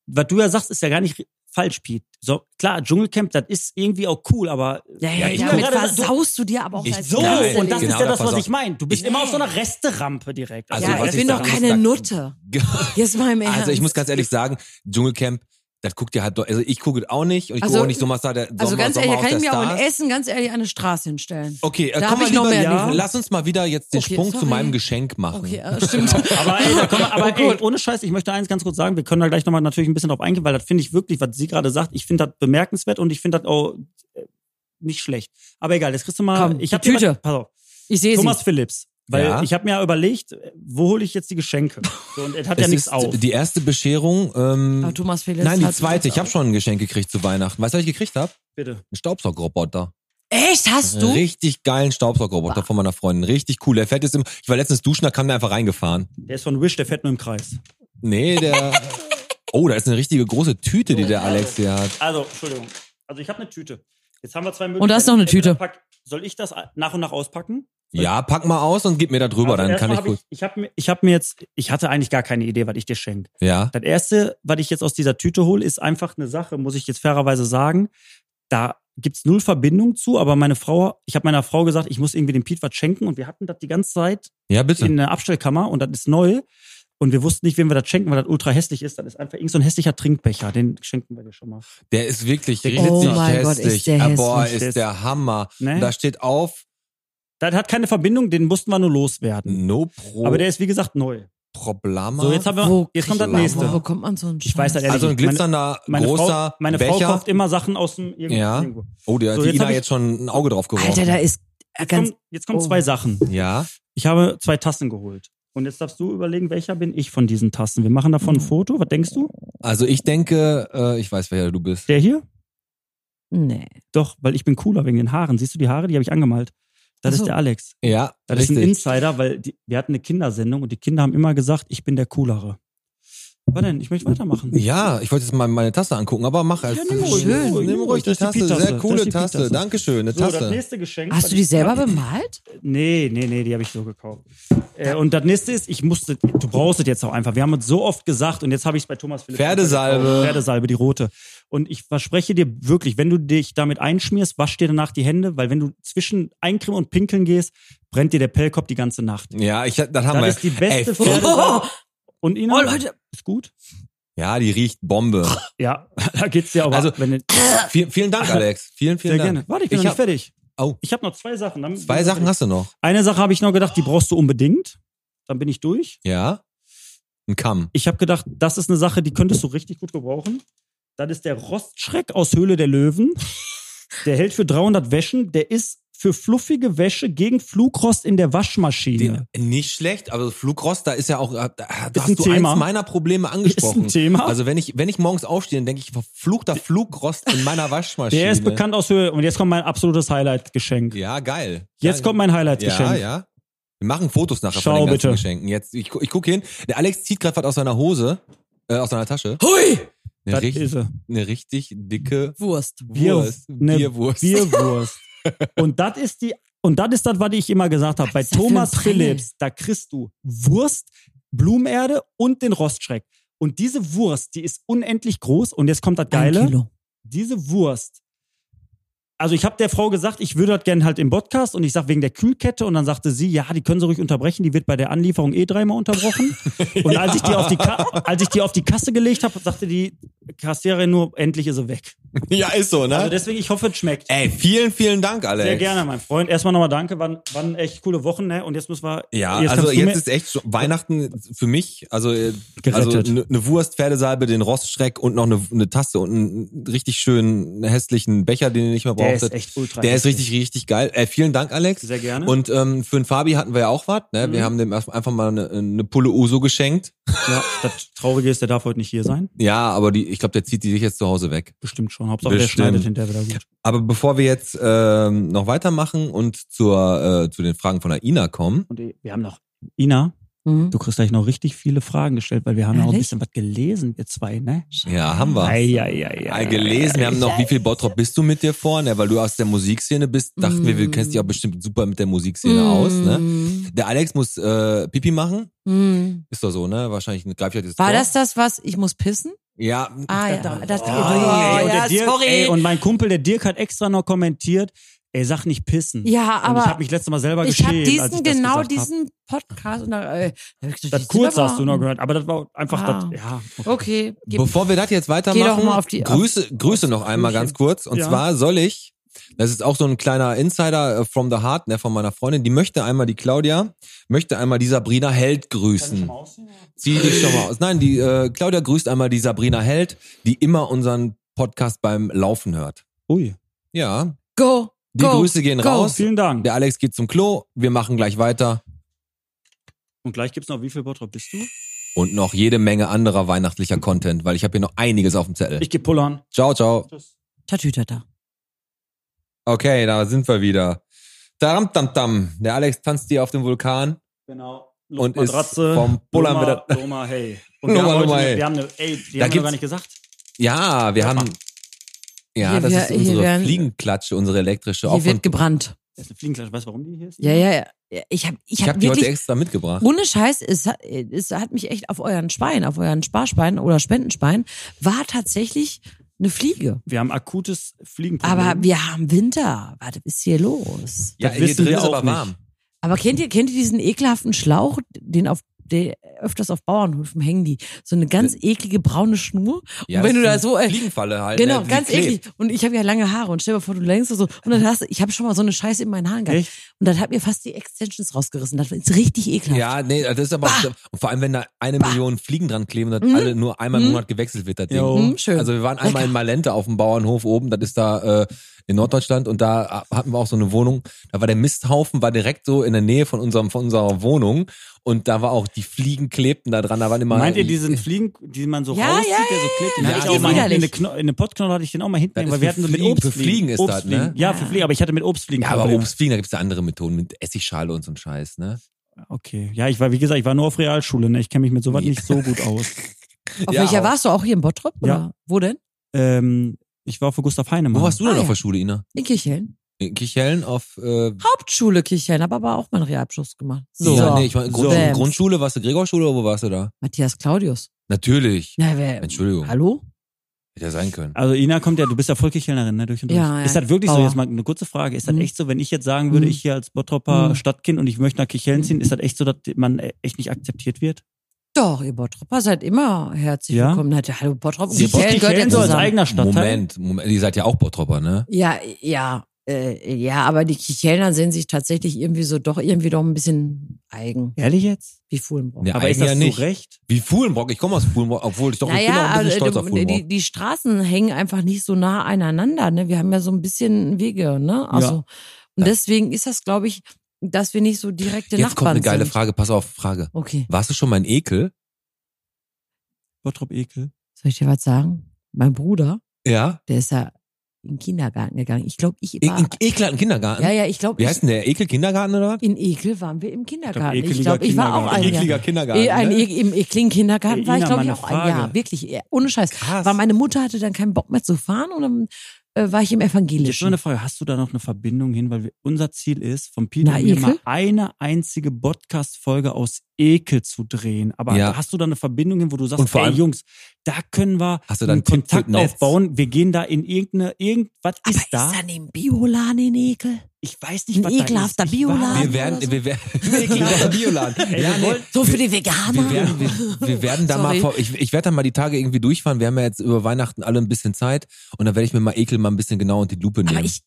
Speaker 4: Was du ja sagst, ist ja gar nicht falsch, Piet. So, klar, Dschungelcamp, das ist irgendwie auch cool, aber
Speaker 5: ja, ja,
Speaker 3: Ja, ich
Speaker 5: damit
Speaker 4: guck gerade,
Speaker 5: versaust du dir aber auch
Speaker 3: Ich-
Speaker 5: dein
Speaker 4: so,
Speaker 5: ganzes
Speaker 3: Nein,
Speaker 4: und das
Speaker 5: Leben.
Speaker 3: genau
Speaker 4: ist ja das, was
Speaker 3: davon
Speaker 4: ich meine. Du bist immer auf so einer Resterampe direkt.
Speaker 3: Also,
Speaker 5: ja,
Speaker 3: was
Speaker 5: ich
Speaker 3: ich
Speaker 5: bin doch
Speaker 3: sagen muss,
Speaker 5: keine
Speaker 3: da-
Speaker 5: Nutte. Jetzt mal im Ernst.
Speaker 3: Also ich muss ganz ehrlich sagen, Dschungelcamp Das guckt ja halt, doch- also ich gucke es auch nicht und ich
Speaker 5: Also-
Speaker 3: gucke auch nicht Sommerstar, der Sommer,
Speaker 5: Also ganz ehrlich, da
Speaker 3: Sommerhaus
Speaker 5: kann ich
Speaker 3: der
Speaker 5: mir auch in
Speaker 3: Stars.
Speaker 5: Essen ganz ehrlich eine Straße hinstellen.
Speaker 3: Okay, äh,
Speaker 5: Da
Speaker 3: komm
Speaker 5: hab
Speaker 3: mal
Speaker 5: ich noch
Speaker 3: lieber,
Speaker 5: mehr
Speaker 3: ja.
Speaker 5: Liebe.
Speaker 3: lass uns mal wieder jetzt den
Speaker 5: Okay,
Speaker 3: Sprung zu
Speaker 5: sorry.
Speaker 3: meinem Geschenk machen.
Speaker 5: Okay, ja, stimmt.
Speaker 4: Aber, ey, da kommen, wir- aber
Speaker 5: Oh
Speaker 4: ey,
Speaker 5: Gott.
Speaker 4: ohne Scheiß, ich möchte eins ganz kurz sagen, wir können da gleich nochmal natürlich ein bisschen drauf eingehen, weil das finde ich wirklich, was sie gerade sagt, ich finde das bemerkenswert und ich finde das auch äh, nicht schlecht. Aber egal, jetzt kriegst du mal.
Speaker 5: Komm,
Speaker 4: ich
Speaker 5: die
Speaker 4: hab dir was-
Speaker 5: Tüte.
Speaker 4: Pass auf.
Speaker 5: ich sehe sie.
Speaker 4: Thomas Phillips. Weil
Speaker 3: Ja.
Speaker 4: ich habe mir überlegt, äh, wo hole ich jetzt die Geschenke? So, und es hat ja
Speaker 3: Es
Speaker 4: nichts
Speaker 3: ist
Speaker 4: auf.
Speaker 3: die erste Bescherung. Ähm,
Speaker 5: Aber Thomas Philipp.
Speaker 4: halt
Speaker 3: nein, die zweite. Ich habe schon ein Geschenk gekriegt zu Weihnachten. Weißt du, was ich gekriegt habe?
Speaker 4: Bitte.
Speaker 3: Ein Staubsaugerroboter.
Speaker 5: Echt, hast
Speaker 3: Einen
Speaker 5: du?
Speaker 3: Richtig geilen Staubsaugerroboter von meiner Freundin. Richtig cool. Der fährt jetzt im, ich war letztens duschen, da kam der einfach reingefahren.
Speaker 4: Der ist von Wish, der fährt nur im Kreis.
Speaker 3: Nee, der. Oh, da ist eine richtige große Tüte, die der Alex hier hat.
Speaker 4: Also, Entschuldigung. Also ich habe eine Tüte. Jetzt haben wir zwei Möglichkeiten.
Speaker 5: Und Oh, da ist noch eine
Speaker 4: Entweder
Speaker 5: Tüte.
Speaker 4: pack- soll ich das nach und nach auspacken?
Speaker 3: Ja, pack mal aus und gib mir da drüber,
Speaker 4: Also
Speaker 3: dann kann
Speaker 4: erstmal
Speaker 3: ich
Speaker 4: hab
Speaker 3: gut.
Speaker 4: Ich, ich habe mir, ich hab mir jetzt, ich hatte eigentlich gar keine Idee, was ich dir schenke.
Speaker 3: Ja.
Speaker 4: Das erste, was ich jetzt aus dieser Tüte hole, ist einfach eine Sache, muss ich jetzt fairerweise sagen. Da gibt's null Verbindung zu, aber meine Frau, ich habe meiner Frau gesagt, ich muss irgendwie dem Piet was schenken und wir hatten das die ganze Zeit
Speaker 3: Ja, bitte.
Speaker 4: in der Abstellkammer und das ist neu. Und wir wussten nicht, wem wir das schenken, weil das ultra hässlich ist. Das ist einfach irgend so ein hässlicher Trinkbecher. Den schenken wir dir schon mal.
Speaker 3: Der ist wirklich
Speaker 4: Der
Speaker 3: richtig
Speaker 4: glitzert.
Speaker 5: Oh mein Gott,
Speaker 3: hässlich.
Speaker 5: ist der
Speaker 3: Ah, boah,
Speaker 5: hässlich.
Speaker 3: ist der Hammer.
Speaker 4: Ne?
Speaker 3: Und Da steht auf
Speaker 4: Das hat keine Verbindung, den mussten wir nur loswerden.
Speaker 3: No Pro
Speaker 4: Aber der ist, wie gesagt, neu.
Speaker 3: Problema.
Speaker 4: So, jetzt haben wir,
Speaker 5: Wo
Speaker 4: jetzt kommt das
Speaker 5: kriegt man-
Speaker 4: nächste.
Speaker 5: Wo kommt man so einen
Speaker 4: Ich weiß das
Speaker 5: Scheiß?
Speaker 4: ehrlich
Speaker 3: also ein
Speaker 4: meine-
Speaker 3: glitzernder
Speaker 4: Meine,
Speaker 3: großer
Speaker 4: Frau, meine Frau
Speaker 3: Becher.
Speaker 4: kauft immer Sachen aus dem irgendwo-
Speaker 3: Ja.
Speaker 4: irgendwo.
Speaker 3: oh, der
Speaker 4: So,
Speaker 3: hat die
Speaker 4: jetzt
Speaker 3: Ina
Speaker 4: hab ich-
Speaker 3: jetzt schon ein Auge drauf geworfen.
Speaker 5: Alter, da ist ganz.
Speaker 4: Jetzt kommen, jetzt kommen
Speaker 5: Oh.
Speaker 4: zwei Sachen.
Speaker 3: ja.
Speaker 4: Ich habe zwei Tassen geholt. Und jetzt darfst du überlegen, welcher bin ich von diesen Tassen. Wir machen davon ein
Speaker 5: Mhm.
Speaker 4: Foto. Was denkst du?
Speaker 3: Also ich denke, äh, ich weiß, wer du bist.
Speaker 4: Der hier?
Speaker 5: Nee.
Speaker 4: Doch, weil ich bin cooler wegen den Haaren. Siehst du die Haare? Die habe ich angemalt. Das
Speaker 5: Ach so.
Speaker 4: ist der Alex.
Speaker 3: Ja,
Speaker 4: Das ist ein
Speaker 3: richtig.
Speaker 4: Insider, weil die, wir hatten eine Kindersendung und die Kinder haben immer gesagt, ich bin der coolere. Was denn? Ich möchte weitermachen.
Speaker 3: ja, ich wollte jetzt mal meine Tasse angucken, aber mach es.
Speaker 4: Ja, nimm ruhig, nimm ruhig,
Speaker 3: nimm ruhig die
Speaker 4: das ist die
Speaker 3: Tasse.
Speaker 4: Pi-Tasse,
Speaker 3: Sehr coole
Speaker 4: das ist die
Speaker 3: Tasse.
Speaker 4: Pi-Tasse.
Speaker 3: Dankeschön, eine
Speaker 4: So, das
Speaker 3: Tasse.
Speaker 4: nächste Geschenk.
Speaker 5: Hast
Speaker 4: was
Speaker 5: du die
Speaker 4: ich-
Speaker 5: selber bemalt?
Speaker 4: Nee, nee, nee, die habe ich so gekauft. Äh, und das nächste ist, ich musste, du brauchst es jetzt auch einfach. Wir haben es so oft gesagt und jetzt habe ich es bei Thomas Philipp.
Speaker 3: Pferdesalbe.
Speaker 4: Pferdesalbe, die rote. Und ich verspreche dir wirklich, wenn du dich damit einschmierst, wasch dir danach die Hände, weil wenn du zwischen Eincremen und Pinkeln gehst, brennt dir der Pellkopf die ganze Nacht.
Speaker 3: Ja, ich, das haben wir.
Speaker 4: Das ist die beste
Speaker 3: Ey,
Speaker 4: Pferdesalbe. Und Ina,
Speaker 5: Oh, Leute.
Speaker 4: ist gut?
Speaker 3: Ja, die riecht Bombe.
Speaker 4: Ja, da geht's dir aber.
Speaker 3: Also,
Speaker 4: wenn du,
Speaker 3: vielen, vielen Dank, Alex. Vielen, vielen
Speaker 4: sehr
Speaker 3: Dank.
Speaker 4: gerne. Warte, ich bin
Speaker 3: Ich
Speaker 4: noch
Speaker 3: hab-
Speaker 4: nicht fertig.
Speaker 3: Oh.
Speaker 4: Ich habe noch zwei Sachen. Dann
Speaker 3: Zwei Sachen hast du noch.
Speaker 4: Eine Sache habe ich noch gedacht, die brauchst du unbedingt. Dann bin ich durch.
Speaker 3: Ja. Ein Kamm.
Speaker 4: Ich habe gedacht, das ist eine Sache, die könntest du richtig gut gebrauchen. Dann ist der Rostschreck aus Höhle der Löwen. Der hält für 300 Wäschen. Der ist für fluffige Wäsche gegen Flugrost in der Waschmaschine.
Speaker 3: Den- Nicht schlecht, aber Flugrost, da ist ja auch, da
Speaker 4: Ist
Speaker 3: hast
Speaker 4: ein
Speaker 3: du
Speaker 4: Thema.
Speaker 3: eins meiner Probleme
Speaker 4: ist ein
Speaker 3: angesprochen.
Speaker 4: Thema.
Speaker 3: Also wenn ich, wenn ich morgens aufstehe, dann denke ich, verfluchter Flugrost in meiner Waschmaschine.
Speaker 4: der ist bekannt aus Höhle. Und jetzt kommt mein absolutes Highlight-Geschenk.
Speaker 3: Ja, geil.
Speaker 4: Jetzt
Speaker 3: ja,
Speaker 4: kommt mein Highlight-Geschenk.
Speaker 3: Ja, ja. Wir machen Fotos nachher
Speaker 4: Schau
Speaker 3: von den ganzen
Speaker 4: bitte.
Speaker 3: Geschenken. Jetzt, ich, gu- ich gucke hin. Der Alex zieht gerade was aus seiner Hose, äh, aus seiner Tasche.
Speaker 5: Hui!
Speaker 3: Eine,
Speaker 4: Das
Speaker 3: richtig,
Speaker 4: ist er.
Speaker 3: eine richtig dicke
Speaker 5: Wurst.
Speaker 4: Bier-
Speaker 3: Wurst.
Speaker 4: eine
Speaker 3: Bierwurst.
Speaker 4: Bierwurst. und das ist die, und das ist das, was ich immer gesagt habe. Bei
Speaker 5: ist das für ein
Speaker 4: Thomas
Speaker 5: Prell?
Speaker 4: Phillips, da kriegst du Wurst, Blumenerde und den Rostschreck. Und diese Wurst, die ist unendlich groß. Und jetzt kommt das
Speaker 5: Ein
Speaker 4: Geile.
Speaker 5: Kilo.
Speaker 4: Diese Wurst. Also ich habe der Frau gesagt, ich würde das gerne halt im Podcast und ich sag wegen der Kühlkette und dann sagte sie, ja, die können sie ruhig unterbrechen, die wird bei der Anlieferung eh dreimal unterbrochen. Und als ich die auf die, Ka als ich die auf die Kasse gelegt habe, sagte die Kassiererin nur, endlich ist sie weg.
Speaker 3: Ja, ist so, ne?
Speaker 4: Also deswegen, ich hoffe, es schmeckt.
Speaker 3: Ey, vielen, vielen Dank, Alex.
Speaker 4: Sehr gerne, mein Freund. Erstmal nochmal danke, waren, waren echt coole Wochen, ne? Und jetzt müssen wir.
Speaker 3: Ja, also
Speaker 4: kannst du
Speaker 3: jetzt
Speaker 4: mir-
Speaker 3: ist echt so, Weihnachten für mich, also äh, also
Speaker 4: Gerettet.
Speaker 3: eine ne Wurst, Pferdesalbe, den Rostschreck und noch eine ne Tasse und einen richtig schönen hässlichen Becher, den ihr nicht mehr
Speaker 4: der ist
Speaker 3: brauchtet.
Speaker 4: echt ultra.
Speaker 3: Der ist
Speaker 4: heftig.
Speaker 3: richtig, richtig geil. Äh, vielen Dank, Alex.
Speaker 4: Sehr gerne.
Speaker 3: Und ähm, für den Fabi hatten wir ja auch was. Ne? Wir
Speaker 4: Mhm.
Speaker 3: haben dem erst- einfach mal eine, eine Pulle Uso geschenkt.
Speaker 4: ja, das Traurige ist, der darf heute nicht hier sein.
Speaker 3: Ja, aber die, ich glaube, der zieht die sich jetzt zu Hause weg.
Speaker 4: Bestimmt schon. Hauptsache,
Speaker 3: Bestimmt.
Speaker 4: der schneidet hinterher wieder gut.
Speaker 3: Aber bevor wir jetzt ähm, noch weitermachen und zur, äh, zu den Fragen von der Ina kommen,
Speaker 4: Und äh, wir haben noch. Ina,
Speaker 5: Mhm.
Speaker 4: du kriegst gleich noch richtig viele Fragen gestellt, weil wir haben ja auch ein
Speaker 5: Ehrlich?
Speaker 4: bisschen was gelesen, wir zwei, ne?
Speaker 3: ja, haben wir.
Speaker 4: Ei, ei, ei,
Speaker 3: Ja,
Speaker 4: ei.
Speaker 3: gelesen. Wir haben noch, wie viel Bottrop bist du mit dir vorne? Weil du aus der Musikszene bist, dachten wir,
Speaker 4: Mhm.
Speaker 3: wir kennst dich auch bestimmt super mit der Musikszene aus. Ne?
Speaker 5: Mhm.
Speaker 3: Der Alex muss äh, Pipi machen.
Speaker 5: Mhm.
Speaker 3: Ist doch so, ne? Wahrscheinlich greif ich halt jetzt
Speaker 5: War
Speaker 3: vor.
Speaker 5: das das, was ich muss pissen?
Speaker 3: Ja.
Speaker 5: Ah ja, das,
Speaker 4: Oh,
Speaker 5: oh,
Speaker 4: ey, und
Speaker 5: ja
Speaker 4: der Dirk,
Speaker 5: sorry.
Speaker 4: Ey, und mein Kumpel, der Dirk, hat extra noch kommentiert, ey, sag nicht pissen.
Speaker 5: Ja,
Speaker 4: und ich
Speaker 5: aber
Speaker 4: habe mich letztes Mal selber
Speaker 5: ich habe
Speaker 4: geschämt, als ich
Speaker 5: diesen,
Speaker 4: das
Speaker 5: genau
Speaker 4: gesagt hab.
Speaker 5: diesen Podcast und da, äh, da hab ich gesagt,
Speaker 4: Das
Speaker 5: die
Speaker 4: kurz
Speaker 5: sind aber-
Speaker 4: hast du noch gehört, aber das war einfach
Speaker 5: Ah.
Speaker 4: das, ja.
Speaker 5: Okay, gib-
Speaker 3: Bevor wir das jetzt weitermachen,
Speaker 5: Geh doch mal auf die-
Speaker 3: Grüße, Grüße noch einmal ganz kurz. Und
Speaker 4: Ja.
Speaker 3: zwar soll ich, das ist auch so ein kleiner Insider äh, from the heart, ne, von meiner Freundin, die möchte einmal, die Claudia, möchte einmal die Sabrina Held grüßen. Zieh dich schon mal aus. Nein, die äh, Claudia grüßt einmal die Sabrina Held, die immer unseren Podcast beim Laufen hört.
Speaker 4: Ui.
Speaker 3: Ja,
Speaker 5: go,
Speaker 3: die
Speaker 5: go.
Speaker 3: Grüße gehen
Speaker 5: go.
Speaker 3: raus.
Speaker 4: Vielen Dank.
Speaker 3: Der Alex geht zum Klo, wir machen gleich weiter
Speaker 4: Und gleich gibt's noch, wie viel Bottrop bist du?
Speaker 3: und noch jede Menge anderer weihnachtlicher Content, weil ich habe hier noch einiges auf dem Zettel.
Speaker 4: Ich geh pullern.
Speaker 3: Ciao, ciao.
Speaker 4: Tschüss.
Speaker 5: Tatütata.
Speaker 3: Okay, da sind wir wieder. Daram tam tam. Der Alex tanzt hier auf dem Vulkan.
Speaker 4: Genau.
Speaker 3: Und ist vom Pullern
Speaker 4: Loma,
Speaker 3: wieder-
Speaker 4: Loma, hey. Und wir
Speaker 3: Loma,
Speaker 4: haben, heute,
Speaker 3: Loma,
Speaker 4: eine-
Speaker 3: hey.
Speaker 4: wir haben eine, ey, die
Speaker 3: Da
Speaker 4: haben wir noch
Speaker 3: gibt's-
Speaker 4: gar nicht gesagt.
Speaker 3: Ja, wir haben. Ja,
Speaker 5: Hier
Speaker 3: das
Speaker 5: wär-
Speaker 3: ist
Speaker 5: hier
Speaker 3: unsere
Speaker 5: wären-
Speaker 3: Fliegenklatsche, unsere elektrische. Auch
Speaker 5: Hier
Speaker 3: von,
Speaker 5: wird gebrannt.
Speaker 4: Das ist eine Fliegenklatsche. Weißt du, warum die hier ist?
Speaker 5: Ja, ja, ja. Ja, Ich habe ich
Speaker 3: ich
Speaker 5: hab
Speaker 3: habe die heute
Speaker 5: wirklich
Speaker 3: extra mitgebracht.
Speaker 5: Ohne Scheiß, es hat, es hat mich echt auf euren Spein, auf euren Sparspein oder Spendenspein, war tatsächlich eine Fliege.
Speaker 4: Wir haben akutes Fliegenproblem.
Speaker 3: Mhm.
Speaker 5: Aber wir haben Winter. Was ist hier los?
Speaker 3: Ja,
Speaker 4: das
Speaker 3: hier
Speaker 4: wissen
Speaker 3: drin
Speaker 4: wir
Speaker 3: ist
Speaker 4: auch
Speaker 3: aber warm.
Speaker 5: Aber kennt ihr, kennt ihr diesen ekelhaften Schlauch, den auf der öfters auf Bauernhöfen hängen die? So eine ganz eklige braune Schnur.
Speaker 3: Äh. Ja,
Speaker 5: und
Speaker 3: das
Speaker 5: wenn du
Speaker 3: ist
Speaker 5: da
Speaker 3: eine
Speaker 5: so. Äh,
Speaker 3: Fliegenfalle halt.
Speaker 5: Genau,
Speaker 3: ne, die
Speaker 5: ganz
Speaker 3: klebt.
Speaker 5: eklig. Und ich habe ja lange Haare und stell dir vor, du längst so und dann hast du, ich habe schon mal so eine Scheiße in meinen Haaren gehabt.
Speaker 4: Echt?
Speaker 5: Und dann hat mir fast die Extensions rausgerissen. Das ist richtig ekelhaft.
Speaker 3: Ja, nee, das ist aber. Und vor allem, wenn da eine Million Fliegen dran kleben und das alle nur einmal im Monat gewechselt wird, das Ding.
Speaker 4: Jo.
Speaker 5: Hm, schön.
Speaker 3: Also wir waren einmal in Malente auf dem Bauernhof oben, das ist da äh, in Norddeutschland und da äh, hatten wir auch so eine Wohnung. Da war der Misthaufen, war direkt so in der Nähe von unserem von unserer Wohnung und da war auch die Fliegen klebten da dran. Da waren immer
Speaker 4: Meint ihr diesen Fliegen, die man so
Speaker 5: Ja,
Speaker 4: rauszieht,
Speaker 5: ja,
Speaker 4: der so klebt? Den
Speaker 3: ja,
Speaker 4: hatte ich
Speaker 3: ja,
Speaker 4: auch mal hinten in eine,
Speaker 5: widerlich.
Speaker 4: Kno in eine Pottknolle hatte ich den auch mal hinten,
Speaker 3: Das
Speaker 4: nehmen,
Speaker 3: ist
Speaker 4: weil
Speaker 3: für
Speaker 4: wir hatten so mit
Speaker 3: Fliegen- für
Speaker 4: Obstfliegen.
Speaker 3: Fliegen ist das,
Speaker 4: Obstfliegen.
Speaker 3: ne?
Speaker 4: Ja, für Fliegen, aber ich hatte mit Obstfliegen
Speaker 3: Ja, aber
Speaker 4: Probleme.
Speaker 3: Obstfliegen, da gibt's ja andere Methoden mit Essigschale und so ein Scheiß, ne?
Speaker 4: Okay. Ja, ich war, wie gesagt, ich war nur auf Realschule, ne? Ich kenne mich mit sowas
Speaker 3: Ja.
Speaker 4: nicht so gut aus.
Speaker 5: auf
Speaker 3: ja,
Speaker 5: welcher
Speaker 3: auch.
Speaker 5: warst du? Auch hier in Bottrop?
Speaker 4: Ja.
Speaker 5: Oder wo denn?
Speaker 4: ähm, ich war für Gustav Heinemann.
Speaker 3: Wo warst du denn
Speaker 5: Ah,
Speaker 3: auf
Speaker 5: ja.
Speaker 3: der Schule, Ina?
Speaker 5: In Kirchhellen.
Speaker 3: In Kichellen auf äh,
Speaker 5: Hauptschule Kirchhellen, habe aber auch meinen Realabschluss gemacht. So.
Speaker 3: ja, nee, ich meine Grund,
Speaker 5: So.
Speaker 3: Grundschule, warst du Gregorschule oder wo warst du da?
Speaker 5: Matthias Claudius.
Speaker 3: Natürlich.
Speaker 5: Na, wer,
Speaker 3: Entschuldigung.
Speaker 5: Hallo?
Speaker 3: Hätte ja sein können.
Speaker 4: Also Ina kommt ja, du bist ja Vollkirchhellnerin, ne? Durch und durch.
Speaker 5: Ja, ja.
Speaker 4: Ist das wirklich so?
Speaker 5: Bauer.
Speaker 4: Jetzt mal eine kurze Frage. Ist das
Speaker 5: Mhm.
Speaker 4: echt so, wenn ich jetzt sagen würde,
Speaker 5: Mhm.
Speaker 4: ich hier als Bottropper
Speaker 5: Mhm.
Speaker 4: Stadtkind und ich möchte nach Kirchhellen ziehen, ist das echt so, dass man echt nicht akzeptiert wird?
Speaker 5: Doch, ihr Bottropper seid immer herzlich
Speaker 4: Ja?
Speaker 5: willkommen. Na, ja, hallo Bottrop und
Speaker 3: Sie-
Speaker 5: Kirchhellen gehört ja
Speaker 4: so als
Speaker 5: zusammen.
Speaker 4: eigener Stadtteil?
Speaker 3: Moment, Moment, ihr seid ja auch Bottropper, ne?
Speaker 5: Ja, ja. Äh, ja, aber die Kirchhellner sehen sich tatsächlich irgendwie so doch irgendwie doch ein bisschen eigen,
Speaker 4: Ehrlich jetzt?
Speaker 5: wie Fuhlenbrock.
Speaker 3: Ja,
Speaker 4: aber
Speaker 3: eigentlich
Speaker 4: ist das
Speaker 3: ja nicht.
Speaker 4: zu Recht?
Speaker 3: Wie Fuhlenbrock, ich komme aus Fuhlenbrock, obwohl ich doch, ich bin auch ein bisschen
Speaker 5: also,
Speaker 3: stolz auf
Speaker 5: äh,
Speaker 3: Fuhlenbrock.
Speaker 5: die, die Straßen hängen einfach nicht so nah aneinander. Ne? Wir haben ja so ein bisschen Wege, ne? Also, Und deswegen ist das, glaube ich, dass wir nicht so direkte
Speaker 3: Jetzt kommt
Speaker 5: Nachbarn
Speaker 3: eine geile
Speaker 5: sind.
Speaker 3: Frage, pass auf, Frage.
Speaker 5: Okay,
Speaker 3: Warst du schon mal in Ekel?
Speaker 4: Bottrop Ekel.
Speaker 5: soll ich dir was sagen? Mein Bruder,
Speaker 3: Ja.
Speaker 5: der ist ja in den Kindergarten gegangen. Ich glaube, ich
Speaker 3: In,
Speaker 5: war.
Speaker 3: in Ekel hat einen E, Kindergarten?
Speaker 5: ja, ja, ich glaube,
Speaker 3: Wie heißt denn der? Ekel Kindergarten oder was?
Speaker 5: in Ekel waren wir im Kindergarten. Ich
Speaker 4: ekeliger
Speaker 5: glaube, ich, war auch ein
Speaker 4: Kindergarten.
Speaker 5: Jahr.
Speaker 3: Ekliger Kindergarten.
Speaker 5: Eh, Ein,
Speaker 3: ne?
Speaker 5: e- Im ekligen Kindergarten
Speaker 4: Ey,
Speaker 5: war ich,
Speaker 4: Ina,
Speaker 5: glaube ich,
Speaker 4: meine
Speaker 5: auch ein Jahr.
Speaker 4: Frage.
Speaker 5: Wirklich, eh, ohne Scheiß.
Speaker 3: Krass.
Speaker 5: Weil meine Mutter hatte dann keinen Bock mehr zu fahren und dann äh, war ich im
Speaker 4: Jetzt nur
Speaker 5: Evangelischen.
Speaker 4: eine Frage, hast du da noch eine Verbindung hin? Weil wir, unser Ziel ist, vom Peter
Speaker 5: Na,
Speaker 4: und mir
Speaker 5: Ekel?
Speaker 4: mal eine einzige Podcast-Folge aus Ekel zu drehen. Aber
Speaker 3: Ja.
Speaker 4: hast du da eine Verbindung hin, wo du
Speaker 3: Und
Speaker 4: sagst,
Speaker 3: vor
Speaker 4: ey
Speaker 3: allem-
Speaker 4: Jungs, da können wir
Speaker 3: Hast du da einen
Speaker 4: einen
Speaker 3: Tipp fürs
Speaker 4: Kontakt
Speaker 3: Netz?
Speaker 4: aufbauen. Wir gehen da in irgendeine, irgendwas
Speaker 5: Aber
Speaker 4: ist da.
Speaker 5: ist da neben Bioladen in Ekel?
Speaker 4: Ich weiß
Speaker 5: Ein
Speaker 4: nicht, was
Speaker 5: ekelhafter
Speaker 4: da ist. Ich war-
Speaker 5: Bioladen.
Speaker 3: wir werden,
Speaker 5: oder so?
Speaker 3: wir werden, ekelhafter Bioladen.
Speaker 4: Ey,
Speaker 3: Ja,
Speaker 4: wir
Speaker 3: nee,
Speaker 4: wollen-
Speaker 5: So für die
Speaker 3: wir
Speaker 5: Veganer?
Speaker 3: werden, wir, wir werden da mal,
Speaker 5: Sorry.
Speaker 3: vor, ich, ich werde da mal die Tage irgendwie durchfahren. Wir haben ja jetzt über Weihnachten alle ein bisschen Zeit und dann werde ich mir mal Ekel mal ein bisschen genau unter die Lupe nehmen.
Speaker 5: Aber ich,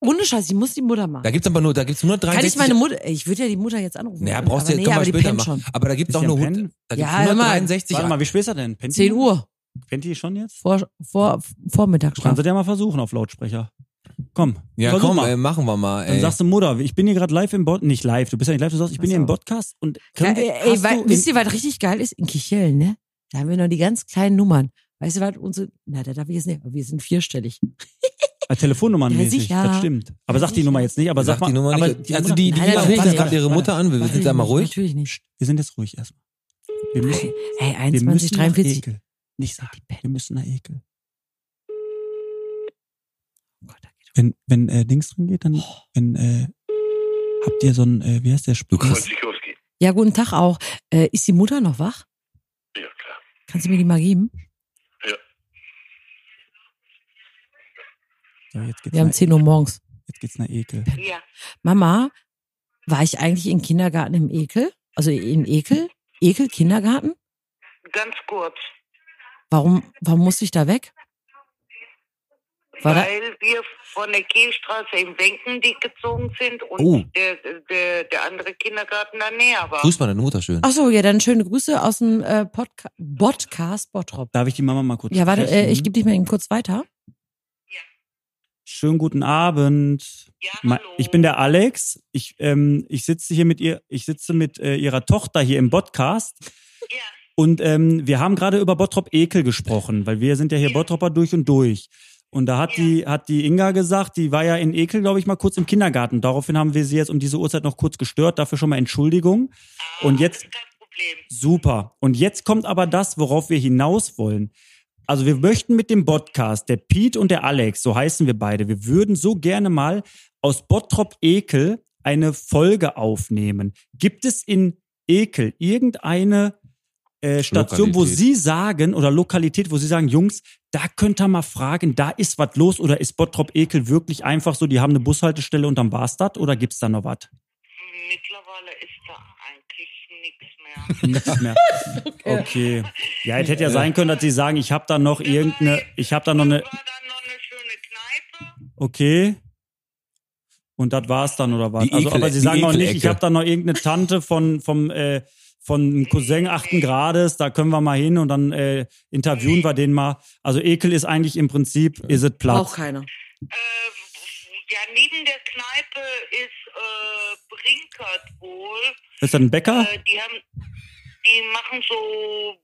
Speaker 5: ohne Scheiß, ich muss die Mutter machen.
Speaker 3: da gibt's aber nur, da gibt's nur
Speaker 5: Kann
Speaker 3: 63.
Speaker 5: ich meine Mutter, ich würde ja die Mutter jetzt anrufen.
Speaker 3: naja, brauchst du
Speaker 5: Aber
Speaker 3: jetzt, können
Speaker 5: aber
Speaker 3: wir
Speaker 5: die
Speaker 3: später
Speaker 5: pennt
Speaker 3: machen.
Speaker 5: schon.
Speaker 3: Aber da gibt's
Speaker 4: Ist
Speaker 3: auch
Speaker 4: die
Speaker 3: nur
Speaker 4: am
Speaker 3: Hund,
Speaker 4: Pennen?
Speaker 3: da gibt's
Speaker 5: Ja, hör mal.
Speaker 3: 163
Speaker 4: Warte mal, wie spät ist das denn? Pennt
Speaker 5: 10 Uhr,
Speaker 4: Pennt die schon jetzt?
Speaker 5: vor, vor,
Speaker 4: Kannst
Speaker 5: Vormittagsschlaf.
Speaker 4: du dir mal versuchen auf Lautsprecher. Komm,
Speaker 3: Ja,
Speaker 4: versuch
Speaker 3: komm,
Speaker 4: mal.
Speaker 3: ey, machen wir mal. Ey.
Speaker 4: Dann sagst du, Mutter, ich bin hier gerade live im Bot, nicht live, du bist ja nicht live, du sagst, ich bin
Speaker 5: Ach
Speaker 4: hier im
Speaker 5: so.
Speaker 4: Podcast und
Speaker 5: Ja,
Speaker 4: können wir,
Speaker 5: ey, ey,
Speaker 4: hast
Speaker 5: weil,
Speaker 4: du
Speaker 5: wisst ihr, was richtig geil ist? In Kicheln, ne? Da haben wir noch die ganz kleinen Nummern. Weißt du, was unsere, na, da darf ich jetzt nicht, aber wir sind vierstellig.
Speaker 4: Ah, Telefonnummernmäßig,
Speaker 5: Ja, sicher.
Speaker 4: das stimmt. Aber sag die
Speaker 5: Sicher.
Speaker 4: Nummer jetzt nicht, aber sag,
Speaker 3: Sag
Speaker 4: mal,
Speaker 3: die Nummer
Speaker 4: aber
Speaker 3: nicht. also die, die
Speaker 5: Nein,
Speaker 3: Lila ruft
Speaker 5: nein, warte,
Speaker 3: jetzt gerade
Speaker 5: warte,
Speaker 3: ihre
Speaker 5: warte.
Speaker 3: Mutter an. Wir sind da mal ruhig.
Speaker 5: Natürlich nicht.
Speaker 4: wir sind jetzt ruhig erstmal. Wir müssen,
Speaker 5: Hey,
Speaker 4: wir müssen
Speaker 5: 21,
Speaker 4: nach
Speaker 5: 43.
Speaker 4: Ekel. Nicht sagen, wir müssen nach Ekel.
Speaker 5: Oh
Speaker 4: Wenn, wenn äh, Dings drin geht, dann,
Speaker 5: Oh.
Speaker 4: wenn, äh, habt ihr so ein, äh, wie heißt der Spruch?
Speaker 6: Sikorski.
Speaker 5: Ja, guten Tag auch. Äh, ist die Mutter noch wach?
Speaker 6: Ja, klar.
Speaker 5: Kannst du mir die mal geben?
Speaker 4: So, jetzt geht's
Speaker 5: Wir haben
Speaker 4: nach
Speaker 5: 10 Uhr morgens.
Speaker 4: Jetzt geht's nach Ekel.
Speaker 7: Ja.
Speaker 5: Mama, war ich eigentlich im Kindergarten im Ekel? Also im Ekel? Ekel Kindergarten?
Speaker 7: Ganz kurz.
Speaker 5: Warum, warum musste ich da weg? War da,
Speaker 7: weil wir von der Kehlstraße im Wenkendick gezogen sind und
Speaker 3: Oh.
Speaker 7: der, der, der andere Kindergarten da näher war.
Speaker 8: Grüß mal deine Mutter schön.
Speaker 5: ach so, ja, dann schöne Grüße aus dem äh, Podca Podcast Bottrop.
Speaker 4: Darf ich die Mama mal kurz
Speaker 5: Ja, warte, äh,
Speaker 4: sprechen?
Speaker 5: ich gebe dich mal eben kurz weiter.
Speaker 4: Schönen guten Abend.
Speaker 7: Ja,
Speaker 4: Ma-
Speaker 7: hallo.
Speaker 4: Ich bin der Alex. Ich, ähm, ich sitze hier mit ihr, ich sitze mit äh, ihrer Tochter hier im Podcast.
Speaker 7: Ja.
Speaker 4: Und ähm, wir haben gerade über Bottrop Ekel gesprochen, weil wir sind ja hier
Speaker 7: Ja.
Speaker 4: Bottropper durch und durch. Und da hat
Speaker 7: Ja.
Speaker 4: die hat die Inga gesagt, die war ja in Ekel, glaube ich, mal kurz im Kindergarten. Daraufhin haben wir sie jetzt um diese Uhrzeit noch kurz gestört. Dafür schon mal Entschuldigung. Und jetzt
Speaker 7: Kein Problem.
Speaker 4: Super. Und jetzt kommt aber das, worauf wir hinaus wollen. Also wir möchten mit dem Podcast, der Pete und der Alex, so heißen wir beide, wir würden so gerne mal aus Bottrop Ekel eine Folge aufnehmen. Gibt es in Ekel irgendeine äh, Station, wo
Speaker 3: Lokalität.
Speaker 4: Sie sagen oder Lokalität, wo Sie sagen, Jungs, da könnt ihr mal fragen, da ist was los oder ist Bottrop Ekel wirklich einfach so, die haben eine Bushaltestelle und dann war's das oder gibt's da noch was?
Speaker 7: Mittlerweile ist da eigentlich nichts mehr.
Speaker 4: Nichts mehr. Okay. Ja, es hätte ja sein können, dass sie sagen, ich habe da noch irgendeine, ich habe da noch eine,
Speaker 7: Da war dann noch eine schöne Kneipe.
Speaker 4: okay. Und das war's dann oder was?
Speaker 8: Die
Speaker 4: Also,
Speaker 8: Ekel-
Speaker 4: aber sie
Speaker 8: die
Speaker 4: sagen auch nicht, ich
Speaker 8: Ekelecke.
Speaker 4: habe da noch irgendeine Tante von vom äh, von einem Cousin achten Grades, da können wir mal hin und dann äh, interviewen wir den mal. Also Ekel ist eigentlich im Prinzip, ist es
Speaker 5: Auch
Speaker 4: Platz.
Speaker 5: keiner.
Speaker 7: Äh, ja, neben der Kneipe ist äh, Brinkert wohl.
Speaker 4: Ist das ein Bäcker?
Speaker 7: Äh, die haben, die machen so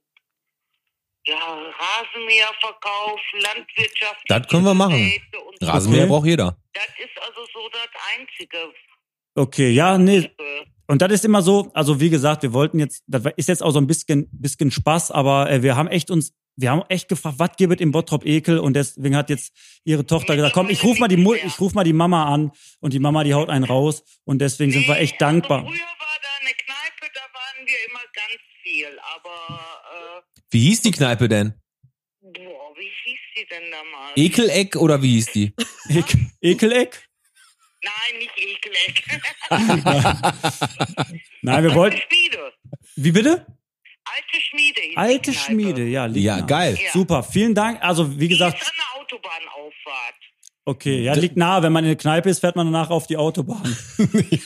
Speaker 7: ja, Rasenmäherverkauf, Landwirtschaft.
Speaker 8: Das können wir machen.
Speaker 7: Städte und so.
Speaker 3: Rasenmäher
Speaker 4: Okay.
Speaker 3: braucht jeder.
Speaker 7: Das ist also so das Einzige.
Speaker 4: Okay, ja, nee,
Speaker 7: Äh,
Speaker 4: Und das ist immer so, also wie gesagt, wir wollten jetzt, das ist jetzt auch so ein bisschen, bisschen Spaß, aber äh, wir haben echt uns, wir haben echt gefragt, was gibt es im Bottrop Ekel? Und deswegen hat jetzt ihre Tochter gesagt, komm, ich ruf mal die Mu ich ruf mal die Mama an und die Mama, die haut einen raus. Und deswegen sind wir echt
Speaker 7: nee,
Speaker 4: dankbar.
Speaker 7: Also früher war da eine Kneipe, da waren wir immer ganz viel, aber
Speaker 3: Wie hieß die Kneipe denn?
Speaker 7: äh, boah, wie hieß die denn damals?
Speaker 4: E-
Speaker 3: Ekeleck oder wie hieß die?
Speaker 4: Ek Ekeleck?
Speaker 7: Nein, nicht Ekeleck.
Speaker 4: Ah. Nein, wir
Speaker 7: Alte
Speaker 4: wollten.
Speaker 7: Schmiede.
Speaker 4: Wie bitte?
Speaker 7: Alte Schmiede. hieß die
Speaker 4: Alte
Speaker 7: Kneipe.
Speaker 4: Schmiede, ja, liegt
Speaker 8: Ja,
Speaker 4: nah.
Speaker 8: geil.
Speaker 7: also. Ja.
Speaker 4: Super, vielen Dank. Also wie
Speaker 7: Die
Speaker 4: gesagt,
Speaker 7: ist an der Autobahnauffahrt.
Speaker 4: Okay, ja, liegt nahe. Wenn man in eine Kneipe ist, fährt man danach auf die Autobahn. Ich,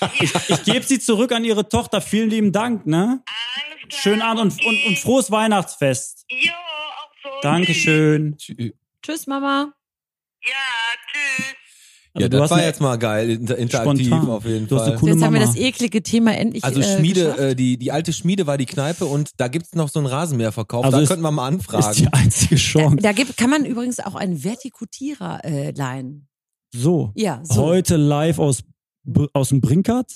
Speaker 4: ich gebe sie zurück an ihre Tochter. Vielen lieben Dank, ne?
Speaker 7: Alles klar.
Speaker 4: Schönen Abend und, und, und frohes Weihnachtsfest.
Speaker 7: Jo, auch so.
Speaker 4: Dankeschön.
Speaker 5: Tschüss, Mama.
Speaker 7: Tschüss. Ja, tschüss.
Speaker 4: Also
Speaker 3: ja,
Speaker 4: du
Speaker 3: das
Speaker 4: hast
Speaker 3: war
Speaker 4: eine-
Speaker 3: jetzt mal geil, inter interaktiv
Speaker 4: Spontan.
Speaker 3: auf jeden
Speaker 4: Du hast eine
Speaker 3: Fall.
Speaker 4: coole
Speaker 5: Jetzt haben wir
Speaker 4: Mama.
Speaker 5: das eklige Thema endlich.
Speaker 3: Also
Speaker 5: äh,
Speaker 3: Schmiede,
Speaker 5: geschafft.
Speaker 3: äh, die, die alte Schmiede war die Kneipe und da gibt's noch so einen Rasenmäherverkauf.
Speaker 4: Also
Speaker 3: da
Speaker 4: ist-
Speaker 3: könnten wir mal
Speaker 4: Ist die
Speaker 3: anfragen.
Speaker 4: einzige
Speaker 3: äh,
Speaker 4: Chance.
Speaker 5: Da gibt, kann man übrigens auch einen Vertikutierer äh, leihen.
Speaker 4: So,
Speaker 5: Ja, so.
Speaker 4: heute live aus, Br- aus dem Brinkert.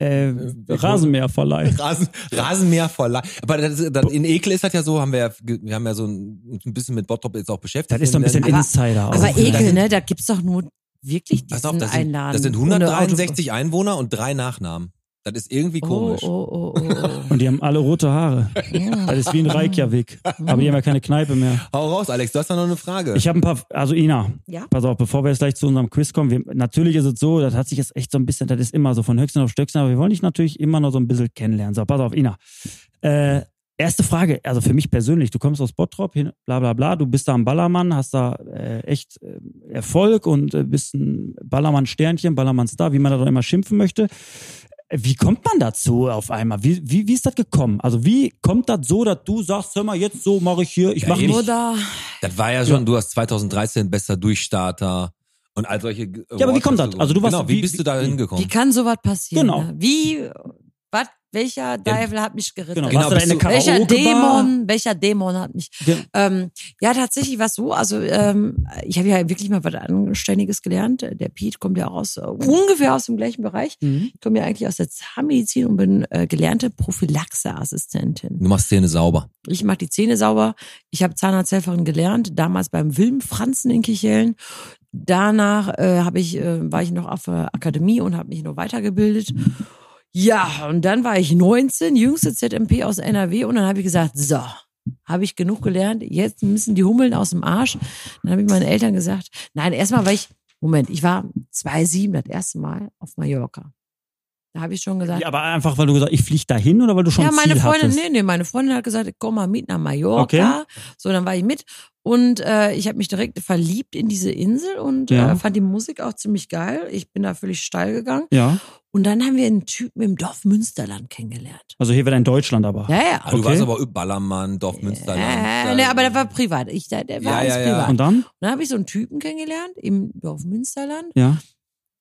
Speaker 4: Äh, Rasenmäherverleih.
Speaker 3: Rasen, Rasenmäherverleih. Aber das, ist- das, in Ekel ist das ja so, haben wir ja, ge- wir haben ja so ein, ein bisschen mit Bottrop jetzt auch beschäftigt.
Speaker 4: Das ist doch ein bisschen
Speaker 3: Aber-
Speaker 4: Insider.
Speaker 5: Aber
Speaker 4: auch, ne?
Speaker 5: Ekel, ne? Da gibt's doch nur wirklich
Speaker 3: Pass
Speaker 5: diesen
Speaker 3: auf, das sind,
Speaker 5: Einladen.
Speaker 3: das sind
Speaker 5: ohne Auto-
Speaker 3: 163 Einwohner und drei Nachnamen. Das ist irgendwie
Speaker 5: Oh,
Speaker 3: komisch.
Speaker 5: oh, oh, oh.
Speaker 4: Und die haben alle rote Haare. Das ist wie ein Reykjavik. Aber die haben ja keine Kneipe mehr.
Speaker 3: Hau raus, Alex, du hast da noch eine Frage.
Speaker 4: Ich habe ein paar, also Ina,
Speaker 5: Ja?
Speaker 4: pass auf, bevor wir jetzt gleich zu unserem Quiz kommen, wir, natürlich ist es so, das hat sich jetzt echt so ein bisschen, das ist immer so von Höchsten auf Stöcksten, aber wir wollen dich natürlich immer noch so ein bisschen kennenlernen. So, pass auf, Ina. Äh, erste Frage, also für mich persönlich, du kommst aus Bottrop, hin, bla bla bla, du bist da am Ballermann, hast da äh, echt äh, Erfolg und äh, bist ein Ballermann-Sternchen, Ballermann-Star, wie man da doch immer schimpfen möchte. Äh, Wie kommt man dazu auf einmal? Wie, wie, wie ist das gekommen? Also wie kommt das so, dass du sagst, hör mal, jetzt so mache ich hier, ich
Speaker 3: Ja,
Speaker 4: mache
Speaker 3: eben.
Speaker 4: nicht
Speaker 5: Oder
Speaker 3: das war ja schon, du hast 2013 bester Durchstarter und all solche.
Speaker 4: aber wie kommt das? Also du warst-
Speaker 3: genau, wie,
Speaker 4: wie-
Speaker 3: bist du da
Speaker 4: wie-
Speaker 3: hingekommen?
Speaker 5: wie kann sowas passieren?
Speaker 4: Genau.
Speaker 5: Ne? Wie, was, welcher Deivel hat mich geritten?
Speaker 4: Genau,
Speaker 3: Genau,
Speaker 4: warst du da in
Speaker 3: bist
Speaker 4: der
Speaker 3: du-
Speaker 5: Welcher
Speaker 4: Karaoke-Bar?
Speaker 5: Dämon, welcher Dämon hat mich?
Speaker 4: Ge-
Speaker 5: Ähm, ja, tatsächlich war es so. Also ähm, ich habe ja wirklich mal was Anständiges gelernt. Der Pete kommt ja auch aus äh, ungefähr aus dem gleichen Bereich.
Speaker 4: Mhm.
Speaker 5: Ich komme ja eigentlich aus der Zahnmedizin und bin äh, gelernte Prophylaxe-Assistentin.
Speaker 3: Du machst Szene sauber.
Speaker 5: Ich mache die Zähne sauber. Ich habe Zahnarzthelferin gelernt, damals beim Wilm Franzen in Kichellen. Danach äh, hab ich, äh, war ich noch auf der Akademie und habe mich noch weitergebildet. Ja, und dann war ich 19, jüngste ZMP aus NRW und dann habe ich gesagt, so, habe ich genug gelernt, jetzt müssen die Hummeln aus dem Arsch. Dann habe ich meinen Eltern gesagt, nein, erstmal war ich Moment, ich war 2007 das erste Mal auf Mallorca. Da habe ich schon gesagt,
Speaker 4: Ja, aber einfach, weil du gesagt hast, ich fliege dahin oder weil du schon
Speaker 5: ja,
Speaker 4: ein
Speaker 5: meine
Speaker 4: Ziel
Speaker 5: Freundin,
Speaker 4: hattest?
Speaker 5: nee, nee, meine Freundin hat gesagt, komm mal mit nach Mallorca.
Speaker 4: Okay.
Speaker 5: So, dann war ich mit und äh, ich habe mich direkt verliebt in diese Insel und
Speaker 4: Ja.
Speaker 5: äh, fand die Musik auch ziemlich geil. Ich bin da völlig steil gegangen.
Speaker 4: Ja,
Speaker 5: Und dann haben wir einen Typen im Dorf Münsterland kennengelernt.
Speaker 4: also hier wäre dein Deutschland aber.
Speaker 5: Ja, ja.
Speaker 3: Du
Speaker 4: Ah, Okay. ne,
Speaker 3: warst aber Ballermann, Dorf Münsterland.
Speaker 5: Äh, nee, aber der war privat. Ich, der, der war
Speaker 3: Ja,
Speaker 5: alles
Speaker 3: ja, ja.
Speaker 5: privat.
Speaker 4: Und
Speaker 5: Und
Speaker 4: dann?
Speaker 5: dann habe ich so einen Typen kennengelernt im Dorf Münsterland.
Speaker 4: Ja.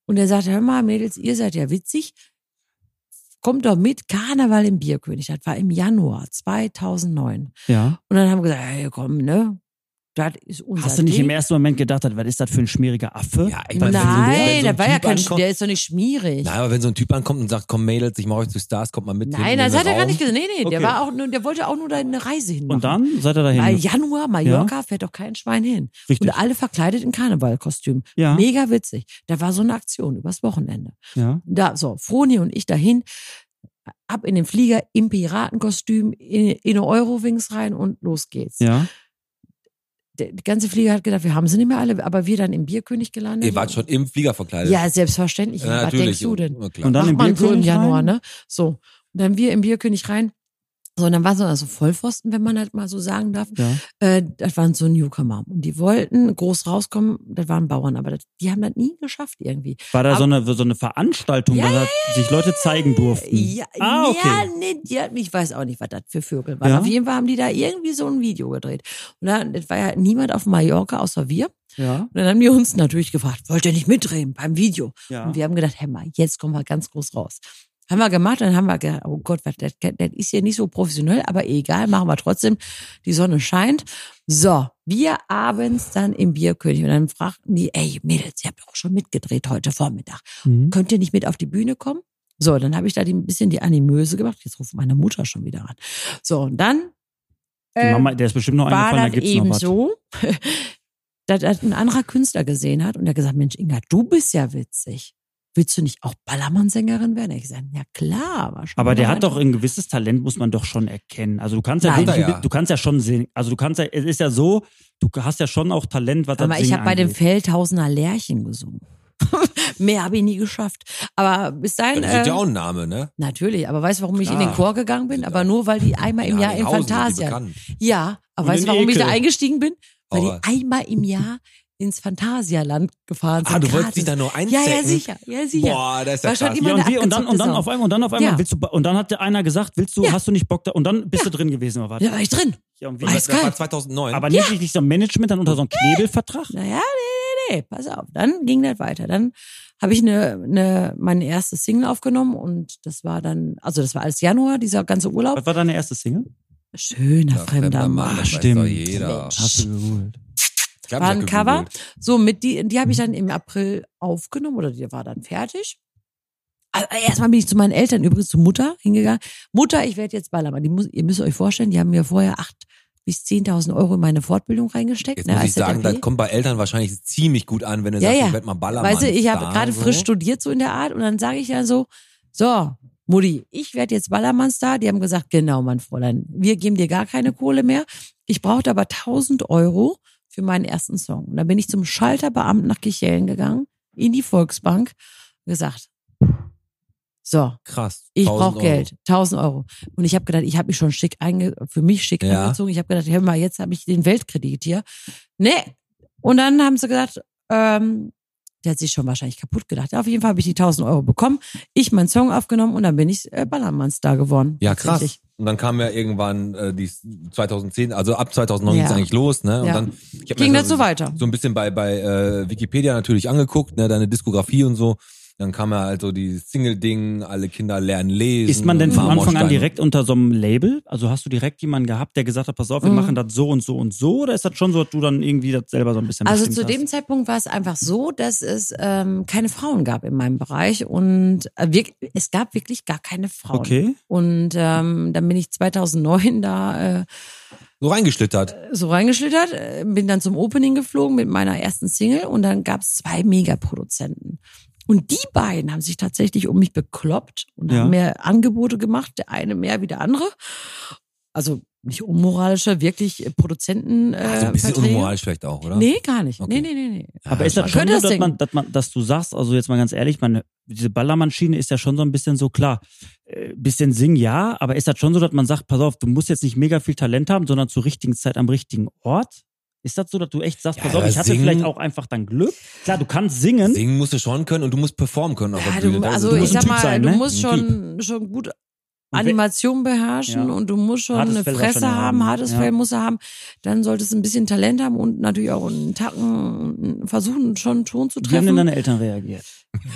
Speaker 5: Und er sagte, hör mal, Mädels, ihr seid ja witzig. Kommt doch mit, Karneval im Bierkönig. Das war im Januar 2009.
Speaker 4: Ja.
Speaker 5: Und dann haben wir gesagt, hey, komm, ne? Das ist unser
Speaker 4: Hast du nicht
Speaker 5: Ding.
Speaker 4: im ersten Moment gedacht, was ist das für ein schmieriger Affe?
Speaker 3: Ja, ich meine, wenn so ein- wenn
Speaker 5: Nein,
Speaker 3: so ein
Speaker 5: der war ja
Speaker 3: Typ
Speaker 5: kein
Speaker 3: ankommt-
Speaker 5: der ist doch nicht schmierig.
Speaker 3: Nein, aber wenn so ein Typ ankommt und sagt, komm Mädels, ich mache euch zu Stars, kommt mal mit.
Speaker 5: Nein,
Speaker 3: hier in
Speaker 5: das
Speaker 3: den
Speaker 5: hat er gar
Speaker 3: Raum.
Speaker 5: nicht gesagt. Nee, nee, der
Speaker 4: Okay.
Speaker 5: war auch nur, der wollte auch nur da eine Reise hin.
Speaker 4: Und dann seid ihr dahin.
Speaker 5: Weil Januar, Mallorca fährt doch kein Schwein hin.
Speaker 4: Richtig.
Speaker 5: Und alle verkleidet in Karnevalkostüm.
Speaker 4: Ja.
Speaker 5: Mega witzig. Da war so eine Aktion übers Wochenende.
Speaker 4: ja.
Speaker 5: Da, so, Froni und ich dahin, ab in den Flieger, im Piratenkostüm, in, in eine Eurowings rein und los geht's.
Speaker 4: Ja.
Speaker 5: Der, die ganze Flieger hat gedacht, wir haben sie nicht mehr alle, aber wir dann im Bierkönig gelandet.
Speaker 3: Ihr wart schon im Flieger verkleidet.
Speaker 5: Ja, selbstverständlich.
Speaker 3: Ja,
Speaker 5: Was denkst du denn?
Speaker 3: Ja, klar.
Speaker 4: Also Und dann
Speaker 5: Macht
Speaker 4: im
Speaker 5: man so im
Speaker 4: Bierkönig
Speaker 5: Januar,
Speaker 4: rein?
Speaker 5: ne? So. Und dann wir im Bierkönig rein. So, und dann war so also Vollpfosten, wenn man halt mal so sagen darf.
Speaker 4: Ja.
Speaker 5: Äh, das waren so Newcomer. Und die wollten groß rauskommen, das waren Bauern, aber das, die haben das nie geschafft irgendwie.
Speaker 4: War da
Speaker 5: Aber-
Speaker 4: so eine, so eine Veranstaltung,
Speaker 5: Ja,
Speaker 4: weil da sich Leute zeigen durften?
Speaker 5: Ja,
Speaker 4: ah,
Speaker 5: ja
Speaker 4: okay.
Speaker 5: nee, die hat, ich weiß auch nicht, was das für Vögel waren.
Speaker 4: Ja.
Speaker 5: Auf jeden Fall haben die da irgendwie so ein Video gedreht. Und dann das war ja niemand auf Mallorca außer wir.
Speaker 4: Ja.
Speaker 5: Und dann haben die uns natürlich gefragt, wollt ihr nicht mitdrehen beim Video?
Speaker 4: Ja.
Speaker 5: Und wir haben gedacht, hä mal, jetzt kommen wir ganz groß raus. Haben wir gemacht, dann haben wir gedacht, oh Gott, was, das, das ist hier nicht so professionell, aber egal, machen wir trotzdem. Die Sonne scheint. So, wir abends dann im Bierkönig und dann fragten die, ey Mädels, ihr habt auch schon mitgedreht heute Vormittag.
Speaker 4: Mhm.
Speaker 5: Könnt ihr nicht mit auf die Bühne kommen? So, dann habe ich da die, ein bisschen die Animöse gemacht. Jetzt ruft meine Mutter schon wieder an. So, und dann
Speaker 4: Die Mama, der ist bestimmt noch
Speaker 5: äh, war
Speaker 4: eingefallen, da
Speaker 5: das
Speaker 4: gibt's
Speaker 5: eben
Speaker 4: noch was.
Speaker 5: so, dass das ein anderer Künstler gesehen hat und der gesagt, Mensch, Inga, du bist ja witzig. Willst du nicht auch Ballermann-Sängerin werden? Ich gesagt, ja klar, war schon
Speaker 4: Aber der
Speaker 5: mal
Speaker 4: hat doch ein gewisses Talent, muss man doch schon erkennen. Also du kannst ja,
Speaker 5: Nein.
Speaker 4: wirklich,
Speaker 3: Hat er ja.
Speaker 4: du kannst ja schon singen. Also du kannst ja, es ist ja so, du hast ja schon auch Talent, was
Speaker 5: Aber
Speaker 4: das
Speaker 5: ich
Speaker 4: Singen
Speaker 5: habe bei den
Speaker 4: angeht.
Speaker 5: Feldhausener Lärchen gesungen. Mehr habe ich nie geschafft. Aber bis dahin.
Speaker 3: Das ist
Speaker 5: äh,
Speaker 3: ja auch ein Name, ne?
Speaker 5: Natürlich, aber weißt du, warum ich in den
Speaker 3: Klar.
Speaker 5: Chor gegangen bin?
Speaker 3: Ja.
Speaker 5: Aber nur, weil die einmal im
Speaker 3: Ja,
Speaker 5: Jahr in
Speaker 3: Harryhausen sind die
Speaker 5: Fantasia.
Speaker 3: bekannt.
Speaker 5: Ja, aber
Speaker 4: Und
Speaker 5: weißt du,
Speaker 4: in
Speaker 5: warum ich da
Speaker 4: Ekel.
Speaker 5: eingestiegen bin? Weil
Speaker 3: Horror.
Speaker 5: die einmal im Jahr ins Phantasialand gefahren sind.
Speaker 3: Ah, du wolltest
Speaker 5: gratis.
Speaker 3: dich da nur einzecken?
Speaker 5: Ja, ja, sicher. Ja, sicher.
Speaker 3: Boah, das ist ja
Speaker 5: War schon
Speaker 3: krass.
Speaker 5: immer
Speaker 4: ja, und,
Speaker 5: eine
Speaker 4: wir, und dann und dann
Speaker 5: abgezockte
Speaker 4: auf
Speaker 5: Sau.
Speaker 4: einmal und dann auf einmal
Speaker 5: Ja.
Speaker 4: willst du und dann hat der einer gesagt, willst du,
Speaker 5: Ja.
Speaker 4: hast du nicht Bock da und dann bist du drin gewesen oder was?
Speaker 5: Ja, war ich drin.
Speaker 4: Ja, und wie-
Speaker 3: Das
Speaker 5: Eiskalt.
Speaker 3: war 2009.
Speaker 4: aber nicht richtig so ein Management dann unter so einem Knebelvertrag?
Speaker 5: Naja, nee, nee, nee, pass auf. Dann ging das weiter. Dann habe ich eine, eine, mein erstes Single aufgenommen und das war dann, also das war alles Januar, dieser ganze Urlaub.
Speaker 4: Was war deine erste Single?
Speaker 5: Schöner fremder Mann.
Speaker 3: das
Speaker 4: stimmt.
Speaker 3: Weiß doch jeder.
Speaker 5: Mensch.
Speaker 4: Hast du geholt.
Speaker 3: Ich glaub,
Speaker 5: War
Speaker 3: ich hab
Speaker 5: ein Cover.
Speaker 3: gegoogelt.
Speaker 5: So, mit die, die habe ich dann im April aufgenommen oder die war dann fertig. Also erstmal bin ich zu meinen Eltern, übrigens zu Mutter hingegangen. Mutter, ich werde jetzt Ballermann. Die muss, ihr müsst euch vorstellen, die haben mir vorher acht bis 10.000 Euro in meine Fortbildung reingesteckt.
Speaker 3: Jetzt
Speaker 5: ne,
Speaker 3: muss
Speaker 5: als
Speaker 3: ich sagen,
Speaker 5: ZRP.
Speaker 3: das kommt bei Eltern wahrscheinlich ziemlich gut an, wenn du
Speaker 5: Ja,
Speaker 3: sagst,
Speaker 5: ja.
Speaker 3: ich werd mal Ballermann.
Speaker 5: Weißt du, ich habe
Speaker 3: Star,
Speaker 5: gerade
Speaker 3: so. ne?
Speaker 5: frisch studiert, so in der Art, und dann sage ich ja so, so, Mutti, ich werde jetzt Ballermann-Star. Die haben gesagt, genau, mein Fräulein, wir geben dir gar keine Kohle mehr. Ich brauchte aber 1000 Euro für meinen ersten Song. Und dann bin ich zum Schalterbeamten nach Kichellen gegangen, in die Volksbank, und gesagt, so,
Speaker 3: Krass.
Speaker 5: ich
Speaker 3: 1000
Speaker 5: brauche Geld, 1000 Euro. Und ich habe gedacht, ich habe mich schon schick einge für mich schick
Speaker 3: Ja.
Speaker 5: angezogen. Ich habe gedacht, hör mal, jetzt habe ich den Weltkredit hier. Nee. Und dann haben sie gesagt, ähm, der hat sich schon wahrscheinlich kaputt gedacht. Auf jeden Fall habe ich die 1000 Euro bekommen, ich meinen Song aufgenommen und dann bin ich äh, Ballermann-Star geworden.
Speaker 3: Ja,
Speaker 5: Tatsächlich.
Speaker 3: krass. Und dann kam ja irgendwann äh, die 2010, also ab 2009
Speaker 5: Ja.
Speaker 3: ging's eigentlich los, ne? Und
Speaker 5: Ja.
Speaker 3: dann ich hab mir
Speaker 5: Ging das so weiter?
Speaker 3: So ein bisschen bei bei äh, Wikipedia natürlich angeguckt, ne, deine Diskografie und so. Dann kam ja also die Single Ding, alle Kinder lernen lesen.
Speaker 4: Ist man denn
Speaker 3: und
Speaker 4: von Anfang an
Speaker 3: Marmorstein.
Speaker 4: direkt unter so einem Label? Also hast du direkt jemanden gehabt, der gesagt hat, pass auf, wir
Speaker 5: Mhm.
Speaker 4: machen das so und so und so? Oder ist das schon so, dass du dann irgendwie das selber so ein bisschen
Speaker 5: Also
Speaker 4: bestimmt
Speaker 5: zu dem
Speaker 4: hast?
Speaker 5: Zeitpunkt war es einfach so, dass es ähm, keine Frauen gab in meinem Bereich und äh, wir, es gab wirklich gar keine Frauen.
Speaker 4: Okay.
Speaker 5: Und ähm, dann bin ich 2009 da äh,
Speaker 3: so reingeschlittert?
Speaker 5: so reingeschlittert, äh, bin dann zum Opening geflogen mit meiner ersten Single und dann gab es zwei Megaproduzenten. Und die beiden haben sich tatsächlich um mich bekloppt und
Speaker 4: Ja.
Speaker 5: haben mir Angebote gemacht, der eine mehr wie der andere. Also nicht unmoralischer, wirklich äh, Produzenten. Äh,
Speaker 3: Also ein bisschen
Speaker 5: Verträge.
Speaker 3: unmoralisch vielleicht auch, oder?
Speaker 5: Nee, gar nicht.
Speaker 3: Okay.
Speaker 5: Nee, nee, nee, nee.
Speaker 4: ne? Aber ist
Speaker 5: man
Speaker 4: das schon
Speaker 5: könnte
Speaker 4: so,
Speaker 5: das
Speaker 4: dass, man,
Speaker 5: denken.
Speaker 4: dass, man, dass du sagst, also jetzt mal ganz ehrlich, meine, diese Ballermann-Schiene ist ja schon so ein bisschen so klar. äh, Bisschen Sing ja, aber ist das schon so, dass man sagt, pass auf, du musst jetzt nicht mega viel Talent haben, sondern zur richtigen Zeit am richtigen Ort? Ist das so, dass du echt sagst,
Speaker 3: Ja,
Speaker 4: pass auf,
Speaker 3: aber
Speaker 4: ich hatte
Speaker 3: singen-
Speaker 4: vielleicht auch einfach dann Glück? Klar, du kannst singen.
Speaker 3: Singen musst du schon können und du musst performen können auf
Speaker 5: Ja,
Speaker 3: der Bühne.
Speaker 5: du,
Speaker 3: Das ist
Speaker 5: also
Speaker 3: das
Speaker 5: ich
Speaker 4: musst ein
Speaker 5: sag
Speaker 4: Typ
Speaker 5: mal,
Speaker 4: sein,
Speaker 5: du
Speaker 4: ne?
Speaker 5: musst schon,
Speaker 3: Ein
Speaker 5: schon gut
Speaker 4: Und wenn-
Speaker 5: Animation beherrschen
Speaker 4: Ja.
Speaker 5: und du musst schon
Speaker 4: Hartes
Speaker 5: eine
Speaker 4: Fell auch
Speaker 5: Fresse
Speaker 4: schon
Speaker 5: haben,
Speaker 4: haben,
Speaker 5: hartes
Speaker 4: ja.
Speaker 5: Fell musst du haben. Dann solltest du ein bisschen Talent haben und natürlich auch einen Tacken versuchen, schon einen Ton zu
Speaker 4: Wie haben denn
Speaker 5: treffen.
Speaker 4: deine Eltern reagiert?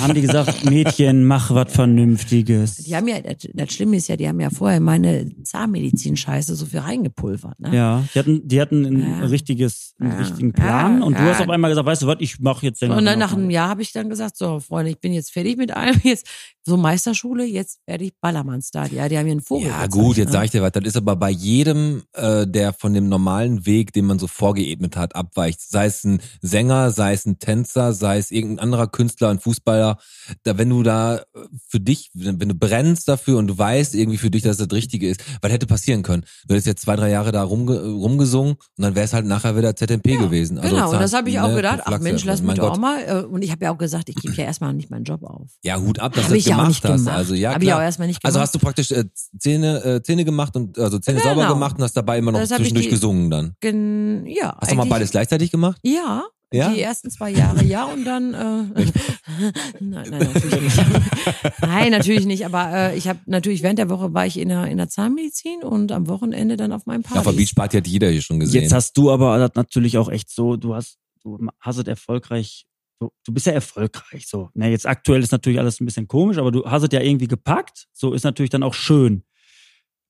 Speaker 4: haben die gesagt, Mädchen, mach was Vernünftiges?
Speaker 5: Die haben ja, das, das Schlimme ist ja, die haben ja vorher meine Zahnmedizin-Scheiße so viel reingepulvert. Ne?
Speaker 4: Ja, die hatten, die hatten ein
Speaker 5: Ja.
Speaker 4: richtiges, einen
Speaker 5: Ja.
Speaker 4: richtigen Plan
Speaker 5: Ja,
Speaker 4: und du
Speaker 5: ja.
Speaker 4: hast auf einmal gesagt, weißt du was, ich mache jetzt Sängerin.
Speaker 5: Und dann nach
Speaker 4: auf einmal.
Speaker 5: einem Jahr habe ich dann gesagt, so Freunde, ich bin jetzt fertig mit allem, jetzt so Meisterschule, jetzt werde ich Ballermann-Star. Ja, die haben mir einen Vogel
Speaker 3: Ja
Speaker 5: gezeigt,
Speaker 3: gut, jetzt
Speaker 5: ne?
Speaker 3: sag ich dir was. Das ist aber bei jedem, äh, der von dem normalen Weg, den man so vorgeebnet hat, abweicht. Sei es ein Sänger, sei es ein Tänzer, sei es irgendein anderer Künstler, ein Fußballer. Da, wenn du da äh, für dich, wenn wenn du brennst dafür und du weißt irgendwie für dich, dass das Richtige ist, was hätte passieren können? Du hättest jetzt zwei, drei Jahre da rumge rumgesungen und dann wäre es halt nachher wieder ZMP gewesen. Also
Speaker 5: genau, und
Speaker 3: Zahn-
Speaker 5: das habe ich auch
Speaker 3: ne,
Speaker 5: gedacht, ach
Speaker 3: Prophylaxe.
Speaker 5: Mensch, lass
Speaker 3: Mein
Speaker 5: mich doch auch
Speaker 3: Gott.
Speaker 5: mal. äh, Und ich habe ja auch gesagt, ich gebe ja erstmal nicht meinen Job auf.
Speaker 3: Ja, Hut ab, dass
Speaker 5: Hab
Speaker 3: du das
Speaker 5: ich ja auch
Speaker 3: gemacht
Speaker 5: nicht
Speaker 3: hast.
Speaker 5: gemacht.
Speaker 3: Also ja,
Speaker 5: Hab ich
Speaker 3: klar.
Speaker 5: auch erstmal nicht
Speaker 3: Also
Speaker 5: gemacht.
Speaker 3: hast du praktisch äh, Zähne, äh, Zähne gemacht und also Zähne
Speaker 5: Genau.
Speaker 3: sauber gemacht und hast dabei immer noch
Speaker 5: Das hab ich
Speaker 3: zwischendurch
Speaker 5: die-
Speaker 3: gesungen dann.
Speaker 5: Gen ja.
Speaker 3: Hast du mal
Speaker 5: eigentlich-
Speaker 3: beides gleichzeitig gemacht?
Speaker 5: Ja.
Speaker 3: Ja?
Speaker 5: Die ersten zwei Jahre, ja, und dann äh, nein, nein, natürlich nicht. nein, natürlich nicht. Aber äh, ich habe natürlich während der Woche war ich in der, in der Zahnmedizin und am Wochenende dann auf meinem
Speaker 3: Ja,
Speaker 5: Partys.
Speaker 3: von Beach Party hat jeder hier schon gesehen.
Speaker 4: Jetzt hast du aber das natürlich auch echt so, du hast, du hast es erfolgreich, du, du bist ja erfolgreich so. Ne, jetzt aktuell ist natürlich alles ein bisschen komisch, aber du hast es ja irgendwie gepackt. So ist natürlich dann auch schön,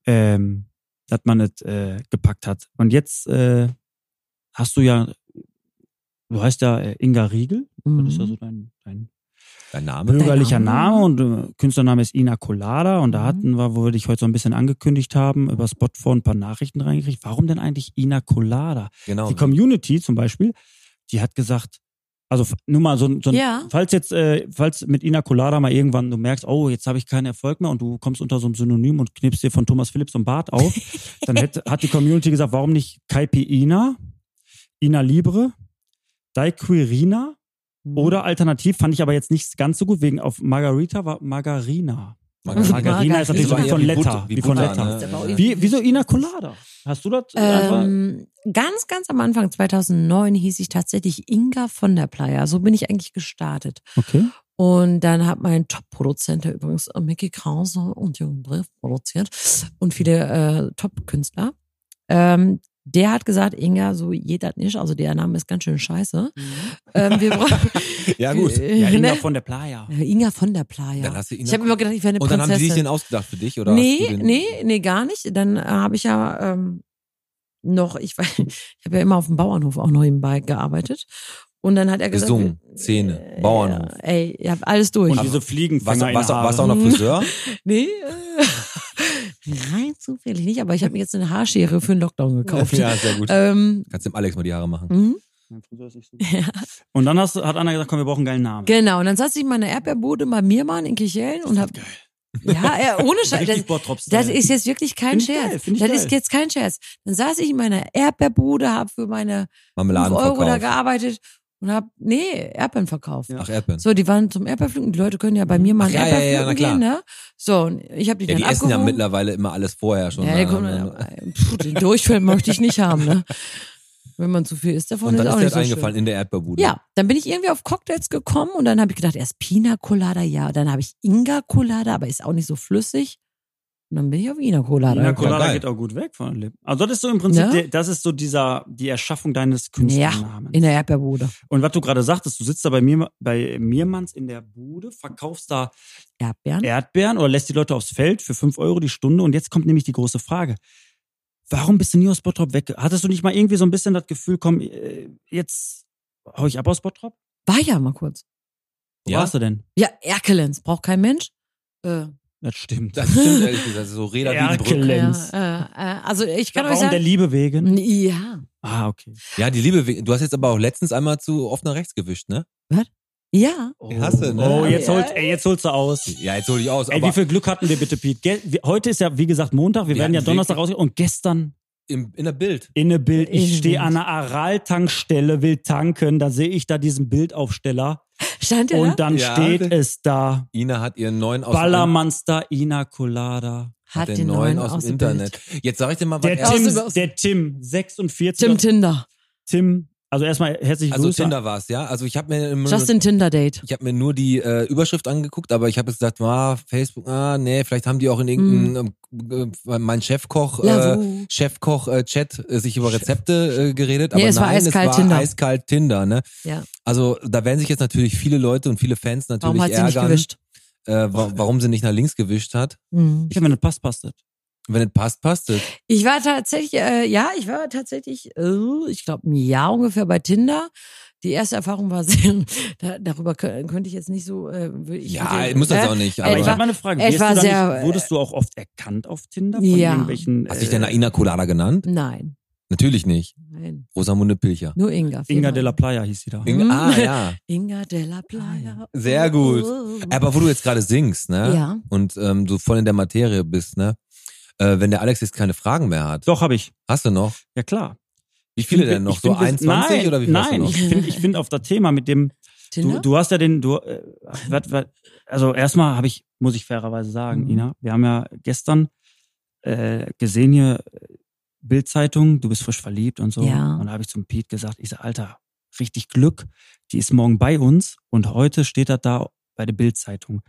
Speaker 4: ähm, dass man es äh, gepackt hat. Und jetzt äh, hast du ja, du heißt ja äh, Inga Riegel, das ist
Speaker 5: Mhm.
Speaker 4: ja so dein, dein
Speaker 3: Dein Name?
Speaker 4: bürgerlicher
Speaker 5: Dein Name?
Speaker 4: Name und äh, Künstlername ist Ina Colada und da
Speaker 5: Mhm.
Speaker 4: hatten wir, wo wir dich heute so ein bisschen angekündigt haben, über Spotify ein paar Nachrichten reingekriegt. Warum denn eigentlich Ina Colada?
Speaker 3: Genau.
Speaker 4: Die Community zum Beispiel, die hat gesagt, also f- nur mal so, ein- so ein-
Speaker 5: Ja.
Speaker 4: falls jetzt, äh, falls mit Ina Colada mal irgendwann du merkst, oh, jetzt habe ich keinen Erfolg mehr und du kommst unter so einem Synonym und knippst dir von Thomas Philips so ein Bart auf, dann hätte, hat die Community gesagt, warum nicht Kaipi Ina, Ina Libre, Daiquirina oder alternativ fand ich aber jetzt nicht ganz so gut, wegen auf Margarita war Margarina. Margarina ist natürlich wie
Speaker 5: Margarina.
Speaker 4: von Letta. Wie ne? von
Speaker 3: ne?
Speaker 4: Letta. Wie, wieso Ina Colada? Hast du das? einfach-
Speaker 5: Ähm, ganz, ganz am Anfang 2009 hieß ich tatsächlich Inga von der Playa. So bin ich eigentlich gestartet.
Speaker 4: okay.
Speaker 5: Und dann hat mein Top-Produzent, der übrigens äh, Mickey Krause und Jürgen Brief produziert und viele äh, Top-Künstler, ähm, der hat gesagt, Inga, so geht das nicht. Also der Name ist ganz schön scheiße.
Speaker 3: Mhm.
Speaker 5: Ähm, wir brauchen
Speaker 3: Ja, gut.
Speaker 4: Ja,
Speaker 5: Äh,
Speaker 4: Ina
Speaker 5: ne?
Speaker 4: von der Playa.
Speaker 5: Äh, Inga von der Playa.
Speaker 3: Dann hast du Ina-
Speaker 5: ich habe immer gedacht, ich wäre eine
Speaker 3: Und dann haben die sich
Speaker 5: Prinzessin.
Speaker 3: den ausgedacht für dich, oder? hast
Speaker 5: nee,
Speaker 3: du den,
Speaker 5: nee, nee, gar nicht. Dann äh, habe ich ja ähm, noch, ich weiß, ich habe ja immer auf dem Bauernhof auch noch nebenbei gearbeitet. Und dann hat er gesagt, äh,
Speaker 3: Gesungen, Szene, Bauernhof.
Speaker 5: Ey, ihr habt alles durch.
Speaker 4: Und diese
Speaker 3: Warst,
Speaker 4: Fliegenfänger in
Speaker 3: warst,
Speaker 4: der Haare.
Speaker 3: warst du auch noch Friseur?
Speaker 5: Nee, äh, rein zufällig nicht, aber ich habe mir jetzt eine Haarschere für den Lockdown gekauft.
Speaker 3: ja, sehr gut.
Speaker 5: Ähm,
Speaker 3: Kannst dem Alex mal die Haare machen.
Speaker 5: mhm,
Speaker 4: Mein Friseur ist nicht so gut.
Speaker 5: ja.
Speaker 4: Und dann hast, hat Anna gesagt, komm, wir brauchen einen geilen Namen.
Speaker 5: Genau, und dann saß ich in meiner Erdbeerbude bei mir mal in Kichellen und hab. Ja, ja, ohne Scheiß. Das,
Speaker 4: Richtig Bottrop-Style.
Speaker 5: das ist jetzt wirklich kein
Speaker 4: Find ich geil,
Speaker 5: Scherz.
Speaker 4: find ich
Speaker 5: das
Speaker 4: geil.
Speaker 5: ist jetzt kein Scherz. Dann saß ich in meiner Erdbeerbude, habe für meine 5 Euro da
Speaker 3: Marmeladenverkauf.
Speaker 5: gearbeitet und habe, nee, Erdbeeren verkauft.
Speaker 4: Ja.
Speaker 3: Ach, Erdbeeren.
Speaker 5: So, die waren zum Erdbeerpflücken. Die Leute können ja bei mir mal
Speaker 3: Mhm. Ach, ja, ja,
Speaker 5: ein
Speaker 3: ja, na
Speaker 5: Erdbeerpflücken
Speaker 3: klar.
Speaker 5: gehen, ne? So, und ich habe die
Speaker 3: Ja, die
Speaker 5: dann
Speaker 3: essen ja
Speaker 5: abgehoben.
Speaker 3: mittlerweile immer alles vorher schon. ne?
Speaker 5: Ja, der
Speaker 3: Dann äh,
Speaker 5: kommt
Speaker 3: haben
Speaker 5: dann,
Speaker 3: wir-
Speaker 5: Puh, den Durchfall möchte ich nicht haben, ne? Wenn man zu viel isst davon,
Speaker 3: Und dann
Speaker 5: ist
Speaker 3: ist
Speaker 5: auch
Speaker 3: dir das
Speaker 5: nicht so
Speaker 3: eingefallen
Speaker 5: schön.
Speaker 3: in der Erdbeerbude.
Speaker 5: Ja, dann bin ich irgendwie auf Cocktails gekommen und dann habe ich gedacht, erst Pina Colada, ja, dann habe ich Inga Colada, aber ist auch nicht so flüssig. Und dann bin ich auf Ina Colada.
Speaker 4: Ina
Speaker 5: gekommen.
Speaker 3: Ja,
Speaker 4: Colada
Speaker 3: geil.
Speaker 4: geht auch gut weg von den Lippen. Also das ist so im Prinzip,
Speaker 5: Ja.
Speaker 4: der, das ist so dieser, die Erschaffung deines
Speaker 5: Ne? ja,
Speaker 4: Künstlernamens.
Speaker 5: in der Erdbeerbude.
Speaker 4: Und was du gerade sagtest, du sitzt da bei mir, bei Miermanns in der Bude, verkaufst da
Speaker 5: Erdbeeren.
Speaker 4: Erdbeeren oder lässt die Leute aufs Feld für 5 Euro die Stunde. Und jetzt kommt nämlich die große Frage. Warum bist du nie aus Bottrop weg? Hattest du nicht mal irgendwie so ein bisschen das Gefühl, komm, äh, jetzt hau ich ab aus Bottrop?
Speaker 5: War ja mal kurz.
Speaker 4: Wo
Speaker 3: Ja?
Speaker 4: warst du denn?
Speaker 5: Ja, Erkelenz, braucht kein Mensch. Äh,
Speaker 4: Das stimmt.
Speaker 3: Das stimmt, ehrlich gesagt. So Räder wie Brücke.
Speaker 4: Erkel. Lenz.
Speaker 5: Ja, äh, äh, also ich Hm. kann
Speaker 4: Warum
Speaker 5: euch
Speaker 4: der
Speaker 5: sagen,
Speaker 4: Liebe wegen?
Speaker 5: ja,
Speaker 4: Ah, okay.
Speaker 3: Ja, die Liebe, we- du hast jetzt aber auch letztens einmal zu oft nach rechts gewischt, ne?
Speaker 5: Was? Ja.
Speaker 4: Oh,
Speaker 3: Den hasse, ne?
Speaker 4: oh jetzt,
Speaker 5: Ja.
Speaker 4: holt, ey, jetzt holst du aus.
Speaker 3: Ja, jetzt hol ich aus.
Speaker 4: Ey,
Speaker 3: aber
Speaker 4: wie viel Glück hatten wir bitte, Pete? Ge wir- heute ist ja, wie gesagt, Montag. Wir,
Speaker 3: Wir
Speaker 4: werden ja
Speaker 3: hatten
Speaker 4: Donnerstag
Speaker 3: wirklich-
Speaker 4: rausgehen. Und gestern
Speaker 3: im, in der Bild.
Speaker 4: in einem Bild. Ich
Speaker 5: Innenbild.
Speaker 4: stehe an einer Aral-Tankstelle, will tanken. Da sehe ich da diesen Bildaufsteller.
Speaker 5: Stand der
Speaker 4: Und
Speaker 5: da?
Speaker 4: dann
Speaker 3: Ja.
Speaker 4: steht es da.
Speaker 3: Ina hat ihren neuen aus
Speaker 4: Ballermannster Ina Colada.
Speaker 3: hat den neuen aus dem
Speaker 5: Bild.
Speaker 3: Internet. Jetzt sag ich dir mal, was
Speaker 4: Der
Speaker 3: er,
Speaker 5: Tim-
Speaker 4: Tim, der Tim, 46.
Speaker 5: Tim Tinder.
Speaker 4: Tim. Also erstmal herzlichen
Speaker 3: also
Speaker 4: Grüße.
Speaker 3: Tinder war's, ja? Also ich habe mir im-
Speaker 5: Justin Tinder Date.
Speaker 3: ich habe mir nur die äh, Überschrift angeguckt, aber ich habe jetzt gedacht, ah, Facebook, ah, nee, vielleicht haben die auch in irgendeinem äh, mein Chefkoch
Speaker 5: Hm. Ja,
Speaker 3: äh,
Speaker 5: wo?
Speaker 3: Chefkoch äh, Chat äh, sich über Rezepte äh, geredet,
Speaker 5: Nee,
Speaker 3: aber
Speaker 5: es war
Speaker 3: nein,
Speaker 5: eiskalt
Speaker 3: es war
Speaker 5: Tinder.
Speaker 3: eiskalt Tinder, ne?
Speaker 5: Ja.
Speaker 3: Also da werden sich jetzt natürlich viele Leute und viele Fans natürlich
Speaker 5: Warum hat sie
Speaker 3: ärgern,
Speaker 5: nicht gewischt?
Speaker 3: Äh, wa warum sie nicht nach links gewischt hat.
Speaker 5: Hm.
Speaker 4: Ich habe mir eine Pass pastet.
Speaker 3: Wenn es passt, passt es.
Speaker 5: Ich war tatsächlich, äh, ja, ich war tatsächlich, äh, ich glaube, ein Jahr ungefähr bei Tinder. Die erste Erfahrung war sehr, da, darüber kö- könnte ich jetzt nicht so. Äh, will ich
Speaker 3: Ja,
Speaker 5: ich-
Speaker 3: muss das
Speaker 5: ne?
Speaker 3: auch nicht.
Speaker 4: Aber
Speaker 5: Etwa-
Speaker 4: ich habe mal eine Frage.
Speaker 5: es
Speaker 4: Wirst
Speaker 5: war
Speaker 4: du da
Speaker 5: sehr,
Speaker 4: nicht,
Speaker 5: äh,
Speaker 4: wurdest du auch oft erkannt auf Tinder von
Speaker 5: Ja.
Speaker 4: irgendwelchen?
Speaker 3: Hast du dich denn
Speaker 4: äh,
Speaker 3: Ina Colada genannt?
Speaker 5: Nein,
Speaker 3: Natürlich nicht.
Speaker 5: nein,
Speaker 3: Rosamunde Pilcher.
Speaker 5: nur Inga.
Speaker 4: Inga
Speaker 5: viermal.
Speaker 4: de la Playa Ah, hieß sie da.
Speaker 3: Inge-
Speaker 5: Mhm.
Speaker 3: Ah, ja.
Speaker 5: Inga de la Playa. Oh.
Speaker 3: Sehr gut. Aber wo du jetzt gerade singst, ne?
Speaker 5: ja,
Speaker 3: Und ähm, du voll in der Materie bist, ne? Äh, wenn der Alex jetzt keine Fragen mehr hat,
Speaker 4: Doch, habe ich.
Speaker 3: hast du noch?
Speaker 4: Ja, klar.
Speaker 3: Wie viele
Speaker 4: Ich bin-
Speaker 3: denn noch?
Speaker 4: ich
Speaker 3: So
Speaker 4: bin bis-
Speaker 3: 21
Speaker 4: nein,
Speaker 3: oder wie viel hast du
Speaker 4: Nein,
Speaker 3: noch?
Speaker 4: ich finde ich find auf das Thema mit dem,
Speaker 5: Tinder?
Speaker 4: du, du hast ja den, du, äh, wat, wat, also erstmal habe ich, muss ich fairerweise sagen,
Speaker 5: Mhm.
Speaker 4: Ina, wir haben ja gestern äh, gesehen hier äh, Bildzeitung, du bist frisch verliebt und so.
Speaker 5: Ja.
Speaker 4: Und da habe ich zum Pete gesagt, ich sage, Alter, richtig Glück, die ist morgen bei uns und heute steht er da bei der Bildzeitung.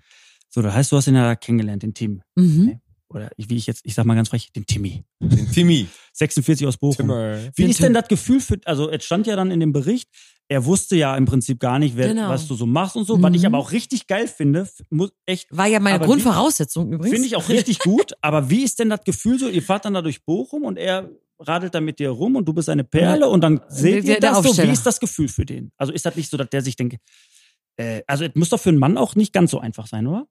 Speaker 4: So, das heißt, du hast ihn ja kennengelernt, den Tim.
Speaker 5: mhm.
Speaker 4: Oder ich- wie ich jetzt, ich sag mal ganz frech, den Timmy.
Speaker 3: Den Timmy.
Speaker 4: 46 aus Bochum. Wie ist denn das Gefühl für, also es stand ja dann in dem Bericht, er wusste ja im Prinzip gar nicht, wer,
Speaker 5: Genau.
Speaker 4: was du so machst und so, was
Speaker 5: Mhm.
Speaker 4: ich aber auch richtig geil finde, f- muss echt,
Speaker 5: war ja meine
Speaker 4: Aber
Speaker 5: Grundvoraussetzung übrigens.
Speaker 4: finde ich auch richtig gut, aber wie ist denn das Gefühl so, ihr fahrt dann da durch Bochum und er radelt dann mit dir rum und du bist eine Perle und dann seht
Speaker 5: der-
Speaker 4: ihr
Speaker 5: der
Speaker 4: das so, wie
Speaker 5: Äh, Aufsteller.
Speaker 4: ist das Gefühl für den? Also ist das nicht so, dass der sich denkt, äh, also es muss doch für einen Mann auch nicht ganz so einfach sein, oder?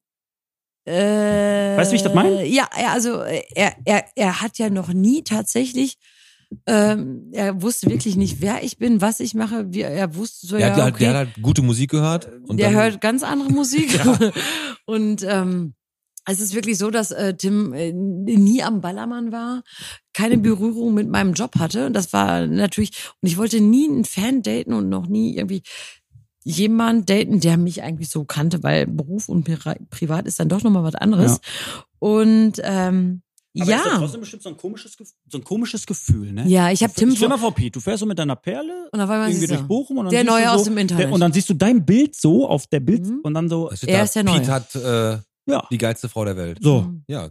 Speaker 5: Äh,
Speaker 4: Weißt du, wie ich das meine?
Speaker 5: Ja, ja, also äh, er, er, er hat ja noch nie tatsächlich, ähm, er wusste wirklich nicht, wer ich bin, was ich mache. Wie, er wusste so,
Speaker 3: Der,
Speaker 5: ja,
Speaker 3: hat halt,
Speaker 5: okay, Äh,
Speaker 3: der hat halt gute Musik gehört. Und
Speaker 5: der
Speaker 3: dann,
Speaker 5: hört ganz andere Musik. Und ähm, es ist wirklich so, dass äh, Tim äh, nie am Ballermann war, keine
Speaker 4: Mhm.
Speaker 5: Berührung mit meinem Job hatte. Und das war natürlich, und ich wollte nie einen Fan daten und noch nie irgendwie jemand daten, der mich eigentlich so kannte, weil Beruf und Pri Privat ist dann doch nochmal was anderes. Und ähm,
Speaker 4: Aber ist doch
Speaker 5: ja,
Speaker 4: trotzdem bestimmt so ein komisches, Gef- so ein komisches Gefühl, ne?
Speaker 5: ja, ich habe Tim
Speaker 4: Stell
Speaker 5: vor,
Speaker 4: mal vor, Pete, du fährst so mit deiner Perle
Speaker 5: und auf einmal
Speaker 4: irgendwie
Speaker 5: siehst du,
Speaker 4: durch Bochum und dann
Speaker 5: der
Speaker 4: siehst
Speaker 5: Neue
Speaker 4: du so,
Speaker 5: aus dem Internet.
Speaker 4: Der, und dann siehst du dein Bild so auf der Bild
Speaker 5: Mhm.
Speaker 4: und dann so,
Speaker 3: Was steht
Speaker 5: Er
Speaker 3: da?
Speaker 5: ist der
Speaker 3: Pete
Speaker 5: Neue.
Speaker 3: hat äh,
Speaker 4: ja,
Speaker 3: Also, die geilste Frau der Welt.
Speaker 4: so.
Speaker 5: Mhm.
Speaker 3: Ja.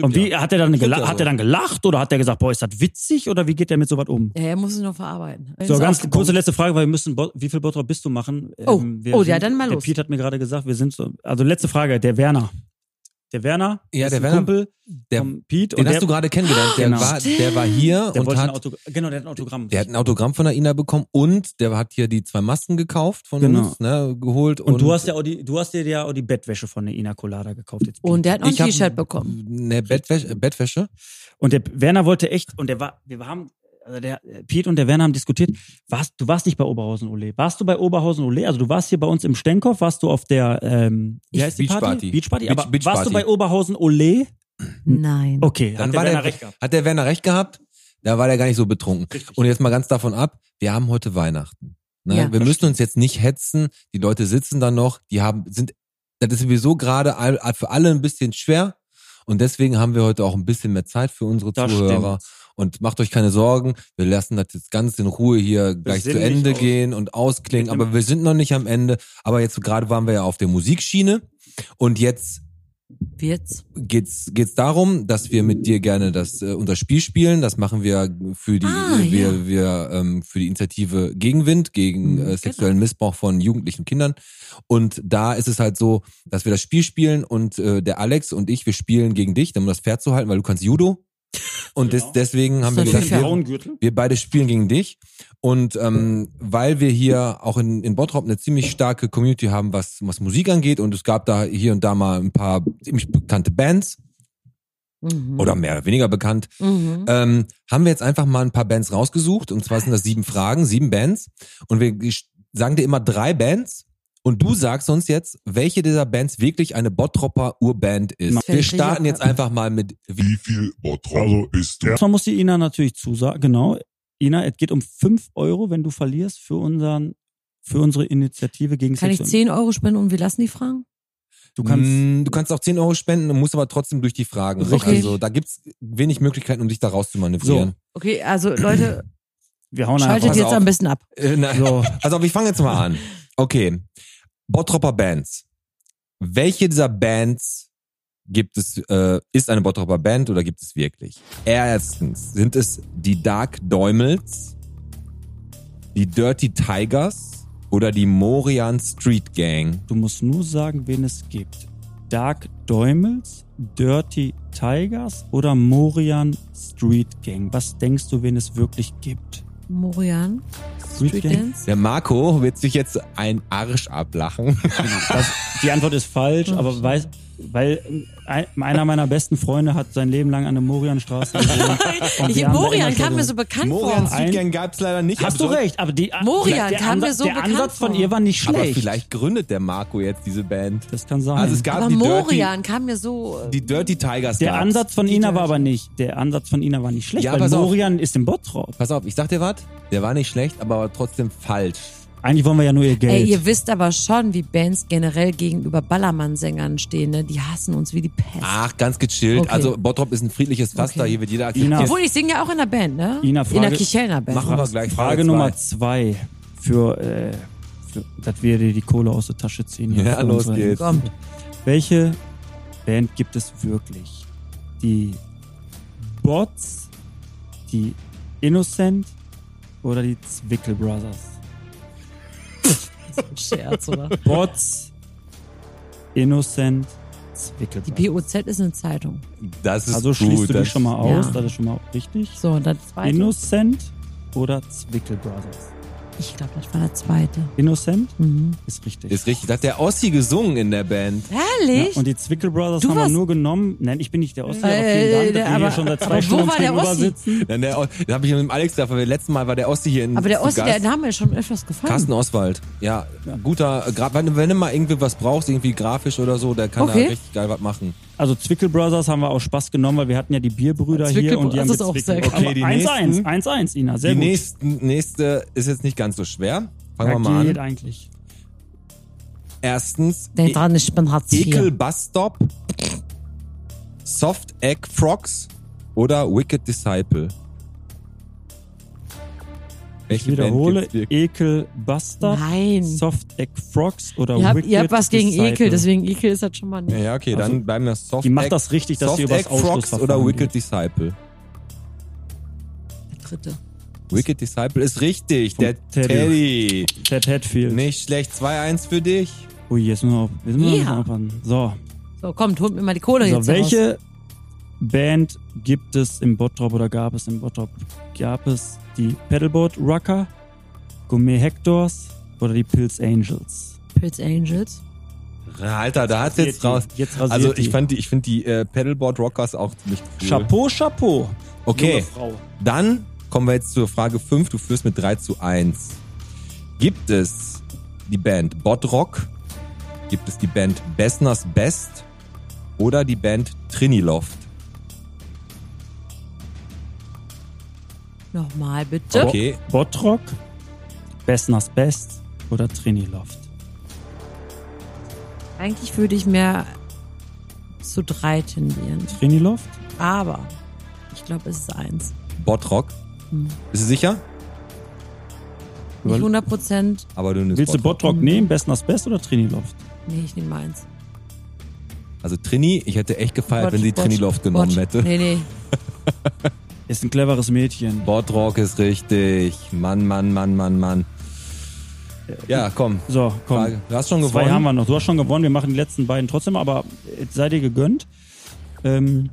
Speaker 4: Und
Speaker 3: Stimmt
Speaker 4: wie
Speaker 3: ja. also
Speaker 4: hat er dann
Speaker 3: Stimmt
Speaker 4: gelacht,
Speaker 3: ja so.
Speaker 4: hat er dann gelacht oder hat er gesagt, boah, ist das witzig oder wie geht der mit sowas um?
Speaker 5: ja, er muss es noch verarbeiten. Er
Speaker 4: So,
Speaker 5: ist
Speaker 4: ganz
Speaker 5: aufgebaut.
Speaker 4: kurze letzte Frage, weil wir müssen, Bo- wie viel Bottrop bist du machen? Ähm,
Speaker 5: Oh,
Speaker 4: wir
Speaker 5: oh, ja, dann mal
Speaker 4: der
Speaker 5: los.
Speaker 4: Piet hat mir gerade gesagt, wir sind so, also letzte Frage, der Werner. Der Werner,
Speaker 3: Ja,
Speaker 4: ist
Speaker 3: der
Speaker 4: ein
Speaker 3: Werner,
Speaker 4: Kumpel
Speaker 3: der-
Speaker 4: vom Piet.
Speaker 3: Den
Speaker 4: ähm, und
Speaker 3: hast
Speaker 4: der,
Speaker 3: du gerade kennengelernt. Der,
Speaker 4: Genau.
Speaker 3: war, der war hier
Speaker 4: der
Speaker 3: und
Speaker 4: wollte ein
Speaker 3: hat,
Speaker 4: Autogramm, genau, der hat ein Autogramm.
Speaker 3: der hat ein Autogramm von der Ina bekommen und der hat hier die zwei Masken gekauft von
Speaker 4: Genau.
Speaker 3: uns, ne, geholt. Und,
Speaker 4: und, du hast ja auch die, du hast dir ja auch die Bettwäsche von der Ina Colada gekauft. Jetzt, Piet.
Speaker 5: Und der hat noch ein
Speaker 3: Ich hab-
Speaker 5: T-Shirt bekommen.
Speaker 3: Ne, Bettwäsche, äh, Bettwäsche.
Speaker 4: Und der Werner wollte echt, und der war, wir haben, also der Piet und der Werner haben diskutiert, warst, du warst nicht bei Oberhausen Ole. Warst du bei Oberhausen Ole? Also du warst hier bei uns im Stenkopf, warst du auf der ähm, wie
Speaker 3: Ich-
Speaker 4: heißt die Party?
Speaker 3: Beachparty.
Speaker 4: Beachparty,
Speaker 3: Beach-
Speaker 4: aber
Speaker 3: Beachparty.
Speaker 4: warst du bei Oberhausen Ole? Hm.
Speaker 5: Nein.
Speaker 4: Okay,
Speaker 3: Dann
Speaker 4: hat der
Speaker 3: war
Speaker 4: Werner
Speaker 3: der,
Speaker 4: recht gehabt.
Speaker 3: hat der Werner recht gehabt. Da war der gar nicht so betrunken. Und jetzt mal ganz davon ab, wir haben heute Weihnachten. Ne?
Speaker 5: Ja.
Speaker 3: wir müssen uns jetzt nicht hetzen. Die Leute sitzen da noch, die haben, sind, das ist sowieso gerade all- für alle ein bisschen schwer. Und deswegen haben wir heute auch ein bisschen mehr Zeit für unsere
Speaker 4: Das
Speaker 3: Zuhörer. Und macht euch keine Sorgen, wir lassen das jetzt ganz in Ruhe hier gleich zu
Speaker 4: sinnlich
Speaker 3: Ende
Speaker 4: aus.
Speaker 3: gehen und ausklingen.
Speaker 4: Mit dem-
Speaker 3: Aber wir sind noch nicht am Ende. Aber jetzt gerade waren wir ja auf der Musikschiene. Und jetzt
Speaker 5: Wird's.
Speaker 3: geht's geht's darum, dass wir mit dir gerne das äh, unser Spiel spielen. Das machen wir für die
Speaker 5: Ah,
Speaker 3: äh, wir,
Speaker 5: ja.
Speaker 3: wir ähm, für die Initiative Gegenwind gegen
Speaker 5: Mhm,
Speaker 3: äh, sexuellen Missbrauch von jugendlichen und Kindern. Und da ist es halt so, dass wir das Spiel spielen und äh, der Alex und ich wir spielen gegen dich, um das fair zu halten, weil du kannst Judo. Und
Speaker 4: Genau.
Speaker 3: des, deswegen haben wir
Speaker 5: Das ist
Speaker 3: gesagt,
Speaker 5: natürlich
Speaker 3: wir,
Speaker 4: Frauengürtel.
Speaker 3: wir beide spielen gegen dich. Und ähm, weil wir hier auch in, in Bottrop eine ziemlich starke Community haben, was, was Musik angeht, und es gab da hier und da mal ein paar ziemlich bekannte Bands
Speaker 5: Mhm.
Speaker 3: oder mehr oder weniger bekannt,
Speaker 4: Äh,
Speaker 5: Mhm.
Speaker 3: ähm, haben wir jetzt einfach mal ein paar Bands rausgesucht. Und zwar sind das sieben Fragen, sieben Bands. Und wir sch- sagen dir immer drei Bands Und du sagst uns jetzt, welche dieser Bands wirklich eine Bottropper Urband ist. Wir
Speaker 5: Fällt
Speaker 3: starten
Speaker 5: richtig
Speaker 3: jetzt
Speaker 5: ab.
Speaker 3: einfach mal mit wie
Speaker 8: Wie viel Bottrop ist der?
Speaker 4: Erstmal muss die Ina natürlich zusagen, genau. Ina, es geht um 5 Euro, wenn du verlierst, für unseren, für unsere Initiative gegen
Speaker 5: Kann ich
Speaker 4: Sexual-
Speaker 5: 10 Euro spenden und wir lassen die fragen?
Speaker 4: Du kannst,
Speaker 3: Mm, du kannst auch 10 Euro spenden und musst aber trotzdem durch die Fragen.
Speaker 5: Richtig.
Speaker 3: Also da gibt's wenig Möglichkeiten, um dich da rauszumanövrieren.
Speaker 5: Okay, also Leute,
Speaker 4: wir hauen einfach.
Speaker 5: schaltet
Speaker 3: pass
Speaker 5: jetzt
Speaker 3: auf.
Speaker 5: am besten ab.
Speaker 3: Äh, na,
Speaker 4: So,
Speaker 3: Also ich fange jetzt mal an. Okay. Bottropper Bands. Welche dieser Bands gibt es, äh, ist eine Bottropper Band oder gibt es wirklich? Erstens sind es die Dark Däumels, die Dirty Tigers oder die Morian Street Gang.
Speaker 4: du musst nur sagen, wen es gibt. Dark Däumels, Dirty Tigers oder Morian Street Gang? Was denkst du, wen es wirklich gibt?
Speaker 5: Morian, Street Dance.
Speaker 3: Der Marco wird sich jetzt einen Arsch ablachen.
Speaker 4: Genau. Das, die Antwort ist falsch, aber weiß, weil äh, einer meiner besten Freunde hat sein Leben lang an der Morianstraße gewohnt. Und
Speaker 5: Ich,
Speaker 4: wir haben da
Speaker 5: Morian
Speaker 4: immer
Speaker 5: kam mir
Speaker 4: schon-
Speaker 5: so bekannt
Speaker 3: Morian
Speaker 5: vor.
Speaker 4: Ein-
Speaker 3: Street Gang gab's leider nicht.
Speaker 4: Hast du
Speaker 3: aber so-
Speaker 4: recht, aber die äh,
Speaker 5: Morian
Speaker 4: der,
Speaker 5: kam
Speaker 4: Ansa-
Speaker 5: mir so
Speaker 4: der
Speaker 5: bekannt
Speaker 4: Ansatz von
Speaker 5: vor.
Speaker 4: ihr war nicht
Speaker 3: Aber
Speaker 4: schlecht.
Speaker 3: vielleicht gründet der Marco jetzt diese Band.
Speaker 4: Das kann sein.
Speaker 3: Also es gab
Speaker 5: Aber
Speaker 3: die Dirty
Speaker 5: Morian kam mir so. äh,
Speaker 3: Die Dirty Tigers.
Speaker 4: der
Speaker 3: gab's.
Speaker 4: Ansatz von Ina
Speaker 5: Dirty.
Speaker 4: war aber nicht. Der Ansatz von Ina war nicht schlecht,
Speaker 3: Ja,
Speaker 4: weil
Speaker 3: pass auf.
Speaker 4: Morian ist im Bot drauf.
Speaker 3: Pass auf, ich sag dir was. Der war nicht schlecht, aber war trotzdem falsch.
Speaker 4: Eigentlich wollen wir ja nur ihr Geld.
Speaker 5: äh, Ey, ihr wisst aber schon, wie Bands generell gegenüber Ballermann-Sängern stehen, ne? Die hassen uns wie die Pest.
Speaker 4: Ah,
Speaker 3: Ach, ganz gechillt.
Speaker 5: Okay.
Speaker 3: Also Bottrop ist ein friedliches Pflaster.
Speaker 5: Okay.
Speaker 3: Hier wird jeder
Speaker 4: Ina.
Speaker 3: akzeptiert.
Speaker 5: Obwohl, ich singe ja auch in der Band, ne?
Speaker 4: Ina,
Speaker 5: in der
Speaker 4: Frage-
Speaker 5: Kichelner Band.
Speaker 3: Machen wir gleich
Speaker 4: Frage
Speaker 3: zwei.
Speaker 4: Nummer zwei für, äh, für dass wir dir die Kohle aus der Tasche ziehen. hier
Speaker 3: Ja,
Speaker 4: für
Speaker 3: los
Speaker 4: unsere-
Speaker 3: geht's.
Speaker 5: Komm.
Speaker 4: Welche Band gibt es wirklich? Die Bots, die Innocent oder die Zwickel Brothers?
Speaker 5: Scherz, oder?
Speaker 4: Bots, Innocent, Zwickel
Speaker 5: Die
Speaker 4: Brothers.
Speaker 5: BOZ ist eine Zeitung.
Speaker 3: Das ist
Speaker 4: Also
Speaker 3: gut.
Speaker 4: schließt du die
Speaker 3: das-
Speaker 4: schon mal aus,
Speaker 5: Ja.
Speaker 4: das ist schon mal richtig.
Speaker 5: So, und das zweite.
Speaker 4: Innocent oder Zwickel Brothers?
Speaker 5: Ich glaube, das war der zweite.
Speaker 4: Innocent
Speaker 5: Mhm.
Speaker 4: ist richtig.
Speaker 3: Ist richtig. Da hat der Ossi gesungen in der Band.
Speaker 4: Ja,
Speaker 5: Herrlich?
Speaker 4: und die Zwickel Brothers
Speaker 5: Du
Speaker 4: haben wir
Speaker 5: warst-
Speaker 4: nur genommen. Nein, ich bin nicht der Ossi, aber
Speaker 5: Äh,
Speaker 4: vielen Dank, dass
Speaker 5: der-
Speaker 4: wir hier
Speaker 5: aber-
Speaker 4: schon seit zwei
Speaker 5: aber wo
Speaker 4: Stunden
Speaker 5: war der
Speaker 4: gegenüber
Speaker 5: Ossi?
Speaker 4: sitzen.
Speaker 3: Dann der, O- da habe ich mit dem Alex gedacht, weil wir letzten Mal war der Ossi hier in
Speaker 5: aber der
Speaker 3: zu
Speaker 5: Ossi,
Speaker 3: Gast.
Speaker 5: der Name ist schon öfters gefallen.
Speaker 3: Carsten Oswald. Ja, guter. äh, Gra- Wenn, du- wenn du mal irgendwie was brauchst, irgendwie grafisch oder so, der kann
Speaker 5: Okay.
Speaker 3: da richtig geil was machen.
Speaker 4: Also Zwickel Brothers haben wir auch Spaß genommen, weil wir hatten ja die Bierbrüder
Speaker 5: Zwickel
Speaker 4: hier und die haben
Speaker 5: Brothers ist auch
Speaker 4: gezwickelt.
Speaker 5: sehr gut.
Speaker 4: Aber
Speaker 3: Okay, die
Speaker 4: 1-1,
Speaker 3: nächsten.
Speaker 4: 1-1, Ina, sehr
Speaker 3: die
Speaker 4: gut.
Speaker 3: nächsten, nächste ist jetzt nicht ganz so schwer. Fangen
Speaker 4: ja,
Speaker 3: wir mal
Speaker 4: geht
Speaker 3: an.
Speaker 4: eigentlich.
Speaker 3: Erstens. E-
Speaker 5: Denk dran, ich bin Hartz IV.
Speaker 3: Ekel Bus Stop, Soft Egg Frogs oder Wicked Disciple?
Speaker 4: Ich
Speaker 3: Welche Band
Speaker 4: wiederhole,
Speaker 3: gibt's wirklich?
Speaker 4: Ekel Bastard,
Speaker 5: Nein.
Speaker 4: Soft Egg Frogs oder
Speaker 5: Ihr habt,
Speaker 4: Wicked
Speaker 5: ihr habt was gegen
Speaker 4: Disciple.
Speaker 5: Ekel, deswegen Ekel ist das schon mal nicht.
Speaker 3: Ja, okay,
Speaker 4: Also,
Speaker 3: dann bleiben wir Soft
Speaker 4: Die macht
Speaker 3: Egg,
Speaker 4: das richtig, dass
Speaker 3: Soft
Speaker 4: sie über
Speaker 3: Egg
Speaker 4: das
Speaker 3: Frogs oder
Speaker 4: Ausschlussverfahren
Speaker 3: Wicked
Speaker 4: geht.
Speaker 3: Disciple?
Speaker 5: Der dritte.
Speaker 3: Wicked Disciple ist richtig,
Speaker 4: Vom
Speaker 3: der
Speaker 4: Teddy.
Speaker 3: Teddy.
Speaker 4: Ted Hatfield.
Speaker 3: Nicht schlecht, 2-1 für dich.
Speaker 4: Ui, jetzt müssen wir, auf, jetzt müssen wir
Speaker 5: Ja.
Speaker 4: yeah. aufpassen. So,
Speaker 5: So, kommt, holt mir mal die Kohle
Speaker 4: so
Speaker 5: jetzt hier Raus.
Speaker 4: welche Band gibt es im Bottrop oder gab es im Bottrop? Gab es die Pedalboard Rucker, Gourmet Hectors oder die Pills Angels?
Speaker 5: Pilz Angels.
Speaker 3: Alter, da hat's jetzt
Speaker 4: die.
Speaker 3: raus.
Speaker 4: Jetzt rasiert
Speaker 3: Also ich
Speaker 4: die.
Speaker 3: fand die, ich finde die äh, Pedalboard Rockers auch ziemlich cool.
Speaker 4: Chapeau, Chapeau.
Speaker 3: Okay.
Speaker 4: Junge Frau.
Speaker 3: Dann kommen wir jetzt zur Frage 5. Du führst mit 3 zu 1. Gibt es die Band Bodrock? Gibt es die Band Bessners Best? Oder die Band Triniloft?
Speaker 5: Nochmal, bitte.
Speaker 3: Okay.
Speaker 4: Bottrock, Bessners Best oder Triniloft?
Speaker 5: Eigentlich würde ich mehr zu drei tendieren.
Speaker 4: Triniloft?
Speaker 5: Aber ich glaube, es ist eins.
Speaker 3: Bodrock.
Speaker 5: Hm.
Speaker 3: Bist du sicher?
Speaker 5: Nicht
Speaker 4: Überle-
Speaker 5: 100 Prozent.
Speaker 3: Aber du nimmst
Speaker 4: Willst du Bottrock
Speaker 5: Mhm.
Speaker 4: nehmen, Bessners Best oder Triniloft?
Speaker 5: Nee, ich nehme eins.
Speaker 3: Also Trini, ich hätte echt gefeiert,
Speaker 5: Botsch,
Speaker 3: wenn sie
Speaker 5: Botsch,
Speaker 3: Triniloft genommen
Speaker 5: Botsch.
Speaker 3: hätte.
Speaker 5: Nee, nee.
Speaker 4: Ist ein cleveres Mädchen.
Speaker 3: Bodrock ist richtig. Mann, Mann, Mann, Mann, Mann. Ja, komm.
Speaker 4: So, komm.
Speaker 3: Frage. Du hast schon
Speaker 4: Zwei
Speaker 3: gewonnen.
Speaker 4: haben wir noch. Du hast schon gewonnen. Wir machen die letzten beiden trotzdem, aber jetzt sei dir gegönnt. Ähm,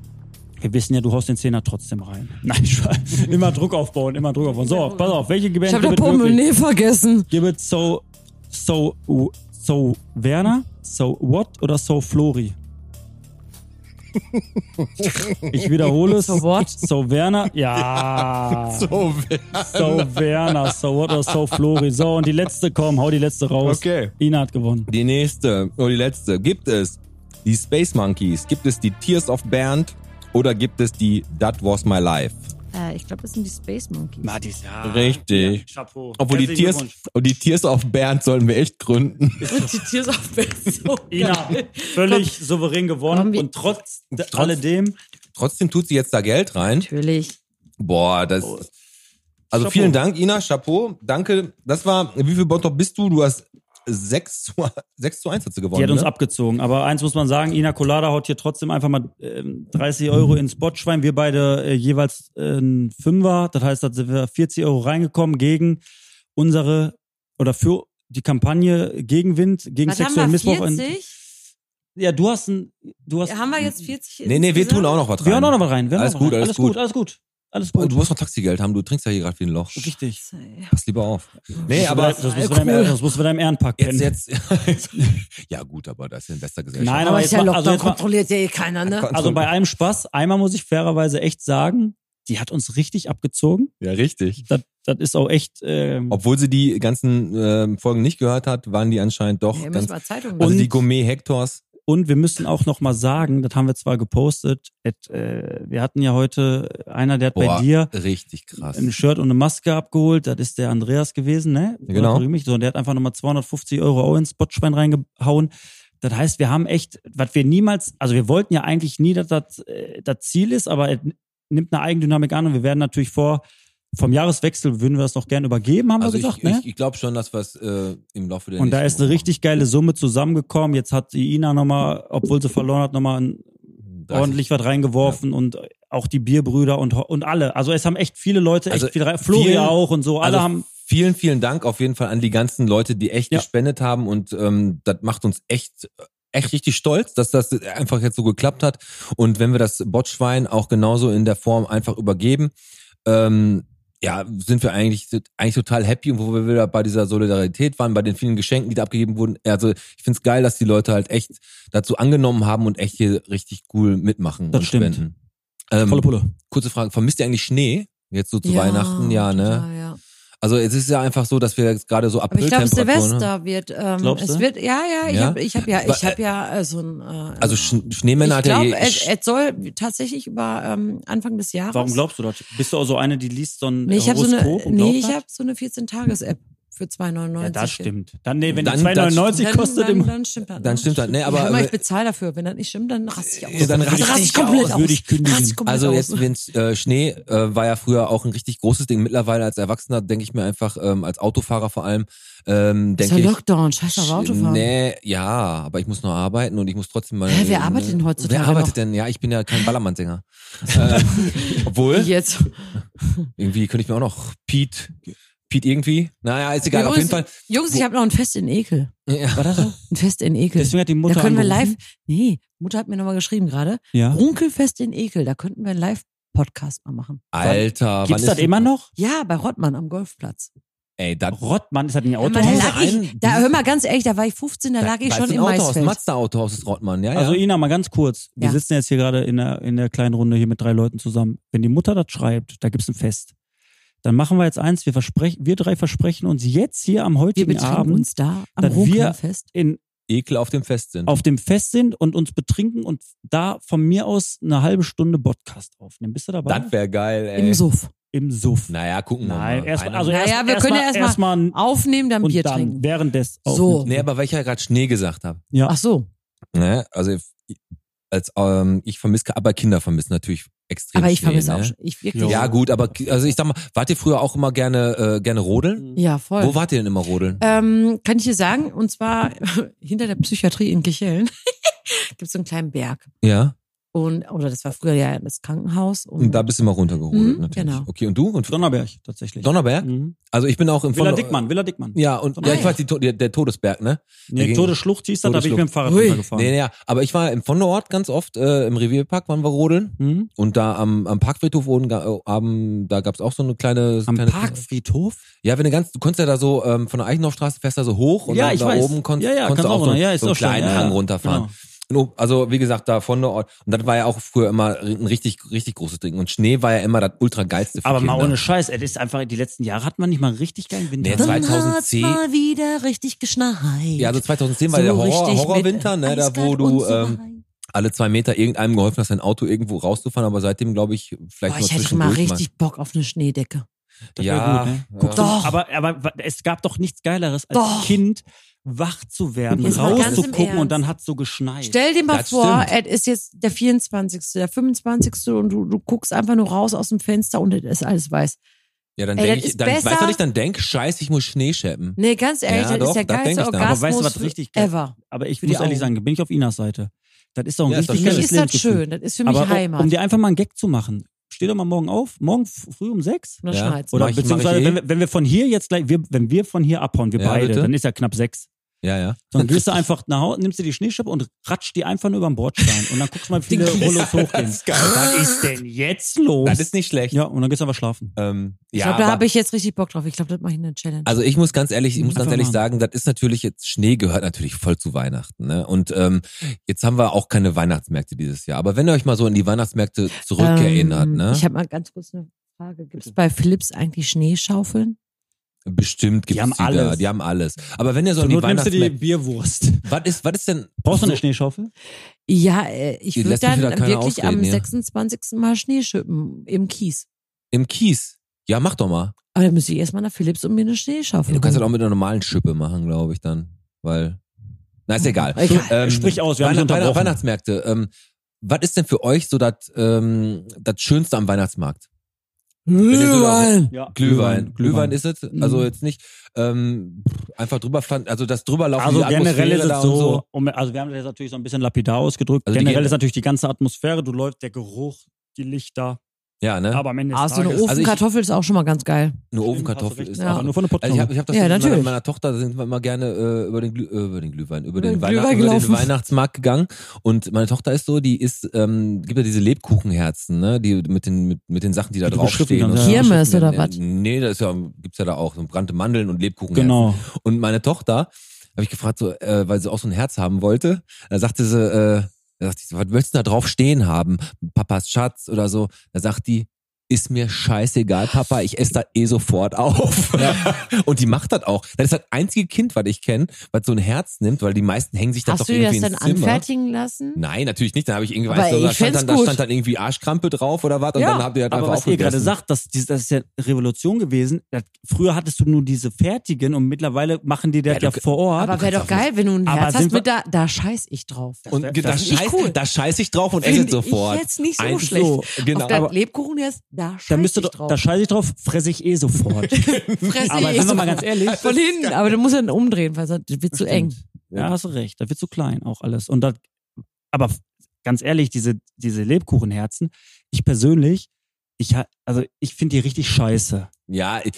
Speaker 4: wir wissen ja, du haust den Zehner trotzdem rein. Nein, Spaß. immer Druck aufbauen, immer Druck aufbauen. So, pass auf, welche Band
Speaker 5: Ich habe
Speaker 4: gibt
Speaker 5: doch
Speaker 4: es wirklich?
Speaker 5: Pommelnee vergessen.
Speaker 4: Gibt es so, so, so Werner, so What oder so Flori? Ich wiederhole es.
Speaker 5: So what?
Speaker 4: So Werner. Ja. so,
Speaker 9: So,
Speaker 4: Werner. So what oder so Flori. So, und die letzte, komm, hau die letzte raus.
Speaker 9: okay.
Speaker 4: Ina hat gewonnen.
Speaker 3: Die nächste oder die letzte. Gibt es die Space Monkeys? Gibt es die Tears of Bernd? Oder gibt es die That Was My Life?
Speaker 5: Äh, ich glaube, das sind die Space Monkeys.
Speaker 4: Matis, ja.
Speaker 3: Richtig.
Speaker 4: Chapeau.
Speaker 3: Obwohl die
Speaker 4: Herzlichen
Speaker 3: Tears,
Speaker 4: Glückwunsch.
Speaker 3: und die Tears of Bernd sollten wir echt gründen.
Speaker 5: Die Tiers auf so
Speaker 4: Ina,
Speaker 5: geil.
Speaker 4: völlig souverän gewonnen
Speaker 5: Komm, wir-
Speaker 4: und trotz, alledem,
Speaker 3: Trotzdem tut sie jetzt da Geld rein.
Speaker 5: Natürlich.
Speaker 3: Boah, das.
Speaker 4: Oh.
Speaker 3: Also
Speaker 4: Chapeau.
Speaker 3: vielen Dank, Ina. Chapeau. Danke. Das war, wie viel Bottrop bist du? Du hast 6 zu, 6 zu 1 hat sie gewonnen.
Speaker 4: die hat uns
Speaker 3: ne?
Speaker 4: abgezogen. Aber eins muss man sagen, Ina Colada haut hier trotzdem einfach mal ähm, 30
Speaker 3: Mhm.
Speaker 4: Euro ins Botschwein. Wir beide äh, jeweils äh, ein Fünfer. Das heißt, da sind wir 40 Euro reingekommen gegen unsere oder für die Kampagne Gegenwind, gegen
Speaker 5: Was haben
Speaker 4: sexuellen
Speaker 5: wir?
Speaker 4: Missbrauch. in-
Speaker 5: 40?
Speaker 4: ja, du hast ein, du hast.
Speaker 5: Haben wir jetzt 40?
Speaker 3: Nee, nee, wir tun
Speaker 5: insgesamt?
Speaker 3: auch noch was rein.
Speaker 4: Wir haben auch noch was rein. Wir haben
Speaker 3: Alles
Speaker 4: noch
Speaker 3: gut,
Speaker 4: was rein.
Speaker 3: alles gut.
Speaker 4: alles gut, alles
Speaker 3: Boah,
Speaker 4: gut.
Speaker 3: Du musst noch Taxigeld haben. Du trinkst ja hier gerade wie ein Loch.
Speaker 4: Richtig.
Speaker 3: Pass lieber auf. Nee,
Speaker 4: Das musst du
Speaker 3: aber äh,
Speaker 4: deinem- das musst, du deinem, das musst du deinem Ehrenpack kennen.
Speaker 3: jetzt, jetzt. ja, gut, aber das ist in bester Gesellschaft.
Speaker 4: Nein,
Speaker 5: Aber
Speaker 4: aber
Speaker 5: ist
Speaker 4: jetzt
Speaker 5: ja
Speaker 4: mal,
Speaker 5: Lockdown,
Speaker 4: also jetzt mal,
Speaker 5: kontrolliert ja eh keiner, ne?
Speaker 4: Also bei allem Spaß, einmal muss ich fairerweise echt sagen, die hat uns richtig abgezogen.
Speaker 3: ja, richtig.
Speaker 4: Das, das ist auch echt. Ähm,
Speaker 3: Obwohl sie die ganzen ähm, Folgen nicht gehört hat, waren die anscheinend doch
Speaker 5: Wir müssen
Speaker 3: ganz.
Speaker 5: mal Zeitung
Speaker 3: Also
Speaker 5: machen.
Speaker 3: die Gourmet Hectors.
Speaker 4: und wir müssen auch noch mal sagen, das haben wir zwar gepostet. Et, äh, wir hatten ja heute äh, einer, der hat bei dir
Speaker 3: richtig krass.
Speaker 4: ein Shirt und eine Maske abgeholt. Das ist der Andreas gewesen, ne? Oder
Speaker 3: Genau.
Speaker 4: korrigier Mich. So, und der hat einfach nochmal 250 Euro auch ins Botschwein reingehauen. Das heißt, wir haben echt, was wir niemals, also wir wollten ja eigentlich nie, dass das äh, das Ziel ist, aber es nimmt eine Eigendynamik an und wir werden natürlich vor, vom Jahreswechsel würden wir das noch gerne übergeben, haben
Speaker 3: Also
Speaker 4: wir gesagt,
Speaker 3: ich,
Speaker 4: ne?
Speaker 3: ich, ich glaube schon, dass wir es äh, im Laufe der
Speaker 4: Und da
Speaker 3: nächsten
Speaker 4: ist eine
Speaker 3: Woche
Speaker 4: richtig geile Summe zusammengekommen. Jetzt hat die Ina nochmal, obwohl sie verloren hat, nochmal ein-
Speaker 3: machen. 30.
Speaker 4: ordentlich was reingeworfen und auch die Bierbrüder und, und alle. Also es haben echt viele Leute, echt
Speaker 3: Also
Speaker 4: viel rein. Flori
Speaker 3: vielen-
Speaker 4: auch und so. Alle
Speaker 3: also
Speaker 4: haben
Speaker 3: Vielen, vielen Dank auf jeden Fall an die ganzen Leute, die echt
Speaker 4: Ja.
Speaker 3: gespendet haben und ähm, das macht uns echt echt richtig stolz, dass das einfach jetzt so geklappt hat und wenn wir das Botschwein auch genauso in der Form einfach übergeben, ähm, ja, sind wir eigentlich eigentlich total happy und wo wir wieder bei dieser Solidarität waren, bei den vielen Geschenken, die da abgegeben wurden. Also ich find's geil, dass die Leute halt echt dazu angenommen haben und echt hier richtig cool mitmachen
Speaker 4: Das
Speaker 3: und
Speaker 4: stimmt.
Speaker 3: spenden. Ähm,
Speaker 4: volle Pulle.
Speaker 3: kurze Frage, vermisst ihr eigentlich Schnee jetzt so zu Weihnachten? Ja, ne?
Speaker 5: total, ja.
Speaker 3: Also es ist ja einfach so, dass wir jetzt gerade so
Speaker 5: Aber ich glaube,
Speaker 3: Apriltemperaturen haben.
Speaker 5: Silvester wird, ähm,
Speaker 4: Glaubst
Speaker 5: es
Speaker 4: du?
Speaker 5: wird, ja, ja, ich
Speaker 3: ne? Ja?
Speaker 5: hab, ich hab ja, ich
Speaker 3: Aber,
Speaker 5: hab ja äh, so ein, äh,
Speaker 3: Also Sch Schneemänner
Speaker 5: ich
Speaker 3: hat ja eh
Speaker 5: glaube,
Speaker 3: je,
Speaker 5: es, es soll tatsächlich über ähm, Anfang des Jahres.
Speaker 4: Warum glaubst du das? Bist du auch so eine, die liest so ein
Speaker 5: nee, ich habe so eine,
Speaker 4: Horoskop und glaubt
Speaker 5: nee, ich
Speaker 4: das?
Speaker 5: habe so eine 14-Tages-App für 2,99.
Speaker 4: Ja, das stimmt. Dann, nee, wenn
Speaker 3: Dann-
Speaker 4: die 2,99
Speaker 5: Dann,
Speaker 4: kostet,
Speaker 5: dann,
Speaker 4: im,
Speaker 5: dann stimmt das.
Speaker 3: dann stimmt das. Nee, aber,
Speaker 5: Aber, ich
Speaker 3: aber
Speaker 5: bezahle dafür. Wenn das nicht stimmt, dann raste ich aus.
Speaker 3: Ja, dann raste
Speaker 5: raste
Speaker 3: ich
Speaker 5: komplett
Speaker 3: aus,
Speaker 5: aus.
Speaker 4: würde ich kündigen.
Speaker 5: Raste ich komplett
Speaker 3: also
Speaker 5: aus.
Speaker 3: jetzt, wenn äh, Schnee äh, war ja früher auch ein richtig großes Ding. Mittlerweile als Erwachsener denke ich mir einfach, ähm, als Autofahrer vor allem, ähm,
Speaker 5: ist ja
Speaker 3: denke ich.
Speaker 5: Lockdown, scheiß auf Autofahren.
Speaker 3: Nee, ja, aber ich muss noch arbeiten und ich muss trotzdem mal. äh,
Speaker 5: Hä, wer arbeitet denn heutzutage
Speaker 3: Wer arbeitet
Speaker 5: noch?
Speaker 3: denn? Ja, ich bin ja kein Ballermann-Sänger. äh, obwohl,
Speaker 5: Jetzt.
Speaker 3: irgendwie könnte ich mir auch noch Pete, Pete irgendwie. Naja, ist egal, auf jeden
Speaker 5: Übrigens,
Speaker 3: Fall.
Speaker 5: Jungs, ich habe noch ein Fest in Ekel.
Speaker 3: Ja.
Speaker 4: war das so?
Speaker 5: Ein Fest in Ekel.
Speaker 4: Deswegen hat die Mutter
Speaker 5: Da können wir live.
Speaker 4: angerufen.
Speaker 5: Nee, Mutter hat mir nochmal geschrieben gerade.
Speaker 4: Ja.
Speaker 5: Runkelfest in Ekel. Da könnten wir einen Live-Podcast mal machen.
Speaker 3: Alter,
Speaker 4: Gibt's
Speaker 3: wann
Speaker 4: das
Speaker 3: ist
Speaker 4: immer noch?
Speaker 5: Ja, bei Rottmann am Golfplatz.
Speaker 3: Ey, dann
Speaker 4: Rottmann, ist das nicht ein Auto?
Speaker 5: Ja, man,
Speaker 3: Autohaus?
Speaker 5: da, lag ich,
Speaker 3: Ein-
Speaker 5: da hör mal ganz ehrlich, da war ich 15, da
Speaker 3: Da-
Speaker 5: lag ich
Speaker 3: da
Speaker 5: schon
Speaker 3: ist ein
Speaker 5: im
Speaker 3: Autohaus,
Speaker 5: Maisfeld.
Speaker 3: Mazda Autohaus ist Rottmann, ja, ja.
Speaker 4: also Ina, mal ganz kurz. Wir
Speaker 5: Ja.
Speaker 4: sitzen jetzt hier gerade in einer, in der kleinen Runde hier mit drei Leuten zusammen. Wenn die Mutter das schreibt, da gibt's ein Fest. Dann machen wir jetzt eins. Wir, versprechen, wir drei versprechen uns jetzt hier am
Speaker 5: Wir
Speaker 4: heutigen
Speaker 5: betrinken
Speaker 4: Abend
Speaker 5: uns da am
Speaker 4: dass wir-
Speaker 5: Runkelfest.
Speaker 4: in,
Speaker 3: Ekel auf dem Fest sind.
Speaker 4: auf dem Fest sind und uns betrinken und da von mir aus eine halbe Stunde Podcast aufnehmen. Bist du dabei?
Speaker 3: das wäre geil, ey.
Speaker 5: Im Suff.
Speaker 4: Im Suff.
Speaker 3: Naja, gucken wir mal.
Speaker 4: Nein, erstmal,
Speaker 3: Einer-
Speaker 4: also
Speaker 5: Naja,
Speaker 4: erst,
Speaker 5: wir können ja
Speaker 4: erst
Speaker 5: erstmal-
Speaker 4: erstmal ein
Speaker 5: Aufnehmen, dann
Speaker 4: und
Speaker 5: Bier
Speaker 4: dann
Speaker 5: trinken.
Speaker 4: während des
Speaker 5: So.
Speaker 3: nee, aber weil ich ja gerade Schnee gesagt habe.
Speaker 4: Ja.
Speaker 5: Ach so.
Speaker 3: Ne? Also als ähm, ich vermisse, aber Kinder vermissen natürlich extrem
Speaker 5: Aber ich
Speaker 3: Schnee,
Speaker 5: vermisse
Speaker 3: ne?
Speaker 5: auch schon. Ich wirklich.
Speaker 4: Schnee.
Speaker 3: Ja, gut, aber ki- also ich sag mal, wart ihr früher auch immer gerne äh, gerne rodeln?
Speaker 5: Ja, voll.
Speaker 3: Wo wart ihr denn immer rodeln?
Speaker 5: Ähm, kann ich dir sagen, und zwar hinter der Psychiatrie in Kichellen gibt es so einen kleinen Berg.
Speaker 3: ja.
Speaker 5: Und, oder das war früher ja das Krankenhaus. Und,
Speaker 3: Und da bist du immer runtergerodelt,
Speaker 5: Mhm,
Speaker 3: natürlich.
Speaker 5: genau.
Speaker 3: Okay, und du? Und
Speaker 4: Donnerberg tatsächlich.
Speaker 3: Donnerberg?
Speaker 4: Mhm.
Speaker 3: Also ich bin auch im
Speaker 4: Villa
Speaker 3: von-
Speaker 4: Dickmann, Villa Dickmann.
Speaker 3: Ja, und ja, ich
Speaker 5: Ah,
Speaker 3: weiß, die, To- der, der Todesberg, ne? Der
Speaker 4: Nee,
Speaker 3: ging-
Speaker 4: Todesschlucht hieß das, da bin ich
Speaker 3: Todesschlucht.
Speaker 4: mit dem Fahrrad
Speaker 5: Ui.
Speaker 4: runtergefahren.
Speaker 3: Nee, nee, ja. aber ich war im Vonderort ganz oft, äh, im Revierpark waren wir rodeln.
Speaker 4: Hm?
Speaker 3: Und da am, am Parkfriedhof oben, ga- äh, am, da gab's auch so eine kleine...
Speaker 4: Am
Speaker 3: kleine
Speaker 4: Parkfriedhof?
Speaker 3: Ja, wenn du ganz, du konntest ja da so ähm, von der Eichenhofstraße fährst du da so hoch und
Speaker 4: Ja,
Speaker 3: dann
Speaker 4: ich
Speaker 3: da
Speaker 4: weiß.
Speaker 3: oben konntest,
Speaker 4: Ja, ja,
Speaker 3: konntest
Speaker 4: kannst
Speaker 3: du auch
Speaker 4: auch
Speaker 3: so,
Speaker 4: noch. Ja, ist
Speaker 3: so einen
Speaker 4: auch schon.
Speaker 3: kleinen
Speaker 4: Ja, ja.
Speaker 3: Hang runterfahren.
Speaker 4: Genau.
Speaker 3: In Ob- Also, wie gesagt, da von der Ort. Und das war ja auch früher immer ein richtig, richtig großes Ding. Und Schnee war ja immer das ultra geilste für
Speaker 4: Aber
Speaker 3: Kinder.
Speaker 4: mal ohne Scheiß, es ist einfach, die letzten Jahre hat man nicht mal einen richtig geilen Winter.
Speaker 3: Nee,
Speaker 4: Das-
Speaker 3: zwei-
Speaker 5: Dann hat's
Speaker 3: 2010
Speaker 5: mal wieder richtig geschneit.
Speaker 3: Ja, also 2010 war der Horror, Horrorwinter, ne, da wo du ähm, alle zwei Meter irgendeinem geholfen hast, dein Auto irgendwo rauszufahren, aber seitdem glaube ich vielleicht nur
Speaker 5: Boah, ich hätte mal
Speaker 3: zwischendurch
Speaker 5: richtig Bock auf eine Schneedecke.
Speaker 4: das wär
Speaker 3: ja,
Speaker 4: gut, ne?
Speaker 3: ja.
Speaker 4: Guckst du-
Speaker 5: Doch.
Speaker 4: Aber, aber es gab doch nichts Geileres, als
Speaker 5: Doch.
Speaker 4: Kind wach zu werden,
Speaker 5: Jetzt mal ganz im
Speaker 4: rauszugucken und
Speaker 5: Ernst.
Speaker 4: dann hat's so geschneit.
Speaker 5: Stell dir mal
Speaker 3: Das
Speaker 5: vor,
Speaker 3: stimmt.
Speaker 5: es ist jetzt der 24., der 25. und du, du guckst einfach nur raus aus dem Fenster und es ist alles weiß.
Speaker 3: ja, dann
Speaker 5: Ey,
Speaker 3: denk
Speaker 5: das
Speaker 3: ich,
Speaker 5: ist
Speaker 3: dann
Speaker 5: besser.
Speaker 3: weiß du nicht, dann denk, scheiße, ich muss Schnee scheppen.
Speaker 5: Nee, ganz ehrlich,
Speaker 3: Ja,
Speaker 5: das
Speaker 3: doch,
Speaker 5: ist der
Speaker 3: das denk
Speaker 5: geilste
Speaker 3: ich dann.
Speaker 5: Orgasmus
Speaker 4: Aber weißt du, was richtig geil-
Speaker 5: ever.
Speaker 4: aber ich
Speaker 3: Für
Speaker 4: muss
Speaker 3: die
Speaker 4: ehrlich
Speaker 3: Augen.
Speaker 4: sagen, bin ich auf Inas Seite. Das ist doch ein
Speaker 3: Ja, ist doch
Speaker 4: richtig
Speaker 5: Für
Speaker 3: schön.
Speaker 4: geiles
Speaker 5: mich ist das
Speaker 4: Lebensgefühl.
Speaker 5: schön, das ist für mich
Speaker 4: Aber
Speaker 5: Heimat.
Speaker 4: um, um dir einfach mal einen Gag zu machen, steh doch mal morgen auf, morgen f- früh um sechs.
Speaker 5: Und dann
Speaker 3: Ja.
Speaker 5: schneit's.
Speaker 4: Oder
Speaker 3: Mach ich- mach ich
Speaker 4: beziehungsweise,
Speaker 3: eh.
Speaker 4: wenn, wir- wenn wir von hier jetzt gleich, wir, wenn wir von hier abhauen, wir
Speaker 3: Ja,
Speaker 4: beide,
Speaker 3: bitte.
Speaker 4: dann ist ja knapp sechs.
Speaker 3: Ja, ja.
Speaker 4: Dann gehst du einfach nach Hause, nimmst dir die Schneeschippe und ratscht die einfach nur über den Bordstein. Und dann guckst du mal, wie viele Rollos hochgehen.
Speaker 3: ist geil.
Speaker 4: Was ist denn jetzt los?
Speaker 3: Das ist nicht schlecht.
Speaker 4: ja, und dann gehst du einfach schlafen.
Speaker 3: Ähm,
Speaker 5: Ich
Speaker 3: ja,
Speaker 5: glaube, da
Speaker 3: aber-
Speaker 5: habe ich jetzt richtig Bock drauf. Ich glaube, das mache ich eine Challenge.
Speaker 3: Also ich muss ganz ehrlich, ich muss ganz
Speaker 4: Einfach
Speaker 3: ehrlich
Speaker 4: mal.
Speaker 3: sagen, das ist natürlich jetzt Schnee gehört natürlich voll zu Weihnachten. Ne? Und ähm, jetzt haben wir auch keine Weihnachtsmärkte dieses Jahr. Aber wenn ihr euch mal so in die Weihnachtsmärkte zurückerinnert,
Speaker 5: Ähm,
Speaker 3: ne?
Speaker 5: Ich habe mal ganz kurz eine Frage. Gibt es bei Philips eigentlich Schneeschaufeln?
Speaker 3: Bestimmt
Speaker 4: Die
Speaker 3: gibt's
Speaker 4: haben
Speaker 3: die da.
Speaker 4: alles.
Speaker 3: Die haben alles. Aber wenn ihr so in
Speaker 4: Zur
Speaker 3: die
Speaker 4: Not nimmst du die
Speaker 3: Weihnachtsmärkte,
Speaker 4: Bierwurst.
Speaker 3: was ist, was ist denn?
Speaker 4: Brauchst du
Speaker 3: so-
Speaker 4: eine Schneeschaufel?
Speaker 5: Ja, äh, ich
Speaker 3: Die
Speaker 5: würde
Speaker 3: lässt mich
Speaker 5: dann
Speaker 3: wieder keiner
Speaker 5: wirklich am
Speaker 3: ausreden hier.
Speaker 5: 26. Mal Schnee schippen im Kies.
Speaker 3: Im Kies. Ja, mach doch mal.
Speaker 5: Aber dann müsste ich erstmal nach Philips und mir eine Schneeschaufel.
Speaker 3: Ey, du kannst
Speaker 4: Mhm.
Speaker 3: halt das
Speaker 5: holen.
Speaker 3: auch mit einer normalen Schippe machen, glaube ich dann, weil na ist egal.
Speaker 5: Egal.
Speaker 3: Ähm,
Speaker 4: Mhm. Sprich aus, wir haben dich
Speaker 3: Weihnacht-
Speaker 4: unterbrochen.
Speaker 3: Weihnachtsmärkte. Ähm, was ist denn für euch so das ähm, das Schönste am Weihnachtsmarkt? Wenn ihr so da-
Speaker 5: Glühwein.
Speaker 4: Ja.
Speaker 3: Glühwein. Glühwein ist es. Also
Speaker 5: Mhm.
Speaker 3: jetzt nicht ähm, einfach drüber flan- also das drüberlaufen
Speaker 4: Also
Speaker 3: die
Speaker 4: generell
Speaker 3: Atmosphäre
Speaker 4: ist
Speaker 3: da
Speaker 4: es
Speaker 3: und
Speaker 4: so, um, also wir haben das jetzt natürlich so ein bisschen lapidar ausgedrückt.
Speaker 3: Also die
Speaker 4: generell
Speaker 3: gehen-
Speaker 4: ist natürlich die ganze Atmosphäre, du läufst, der Geruch, die Lichter,
Speaker 3: Ja, ne?
Speaker 4: aber am Ende des
Speaker 5: Ah, so eine
Speaker 4: Tages-
Speaker 3: Also ich-
Speaker 5: Ofenkartoffel ist auch schon mal ganz geil.
Speaker 3: Eine
Speaker 4: Stimmt,
Speaker 3: Ofenkartoffel
Speaker 4: hast du
Speaker 3: ist
Speaker 4: recht.
Speaker 5: Ja.
Speaker 3: auch
Speaker 4: Aber nur von der
Speaker 3: Also ich habe ich hab das
Speaker 5: Ja,
Speaker 3: mit meiner,
Speaker 5: natürlich.
Speaker 3: meiner Tochter, da sind wir immer gerne äh, über, den Glüh, äh, über den Glühwein, über, den,
Speaker 5: den
Speaker 3: Weihnacht,
Speaker 5: Glühwein
Speaker 3: über den
Speaker 5: gelaufen.
Speaker 3: Weihnachtsmarkt gegangen. Und meine Tochter ist so, die ist, ähm, gibt ja diese Lebkuchenherzen, ne? Die mit den, mit, mit den Sachen, die da
Speaker 4: Die du
Speaker 3: draufstehen.
Speaker 4: beschriften
Speaker 3: und
Speaker 4: kannst,
Speaker 3: so.
Speaker 5: ja. Kirmes oder
Speaker 3: Ja,
Speaker 5: was?
Speaker 3: Nee, da ist ja, gibt's ja da auch so brannte Mandeln und Lebkuchenherzen.
Speaker 4: Genau.
Speaker 3: Und meine Tochter habe ich gefragt, so, äh, weil sie auch so ein Herz haben wollte. Da sagte sie, äh, da sagte ich, so, was möchtest du da drauf stehen haben? Papas Schatz oder so. Da sagt die, ist mir scheißegal, Papa, ich esse da eh sofort auf. Und die macht das auch. Das ist das einzige Kind, was ich kenne, was so ein Herz nimmt, weil die meisten hängen sich das
Speaker 5: Hast
Speaker 3: doch
Speaker 5: du dir das
Speaker 3: irgendwie
Speaker 5: dann
Speaker 3: ins Zimmer.
Speaker 5: anfertigen lassen?
Speaker 3: Nein, natürlich nicht. Dann habe ich irgendwie
Speaker 5: Aber
Speaker 3: eins,
Speaker 5: ich
Speaker 3: da, stand
Speaker 5: fänd's
Speaker 3: dann, da
Speaker 5: gut.
Speaker 3: stand dann irgendwie Arschkrampe drauf oder was und
Speaker 5: Ja,
Speaker 3: dann habt ihr halt
Speaker 4: Aber
Speaker 3: einfach
Speaker 4: was ihr gerade
Speaker 3: aufgegessen.
Speaker 4: sagt, das, dies- das ist ja Revolution gewesen. Das, früher hattest du nur diese fertigen und mittlerweile machen die das
Speaker 3: Ja,
Speaker 4: ja,
Speaker 3: du-
Speaker 4: vor Ort.
Speaker 5: Aber wäre doch geil, wenn du ein
Speaker 4: Aber
Speaker 5: Herz
Speaker 4: sind
Speaker 5: hast,
Speaker 4: wir-
Speaker 5: mit da, da scheiß ich drauf.
Speaker 3: Und
Speaker 4: Das-
Speaker 3: da
Speaker 4: das ist nicht
Speaker 3: scheiß,
Speaker 5: cool.
Speaker 3: da scheiß ich drauf und esse
Speaker 5: Finde
Speaker 3: es sofort.
Speaker 5: Ich jetzt nicht so
Speaker 3: Eins-
Speaker 5: schlecht.
Speaker 3: so, genau.
Speaker 5: Auf dein
Speaker 3: Aber-
Speaker 5: Lebkuchen jetzt, da
Speaker 4: da
Speaker 5: scheiß
Speaker 4: müsste
Speaker 5: ich
Speaker 4: doch,
Speaker 5: drauf.
Speaker 4: da scheiße ich drauf, fresse ich eh sofort.
Speaker 5: Fresse
Speaker 4: aber
Speaker 5: ich
Speaker 4: sind wir mal
Speaker 5: sofort.
Speaker 4: ganz ehrlich.
Speaker 5: Von hinten, aber du musst dann umdrehen, weil sonst wird zu eng.
Speaker 4: Ja, hast du recht. Das wird zu klein auch alles. Und das, aber f- ganz ehrlich, diese, diese Lebkuchenherzen, ich persönlich, ich, ha- also ich finde die richtig scheiße.
Speaker 3: Ja, ich-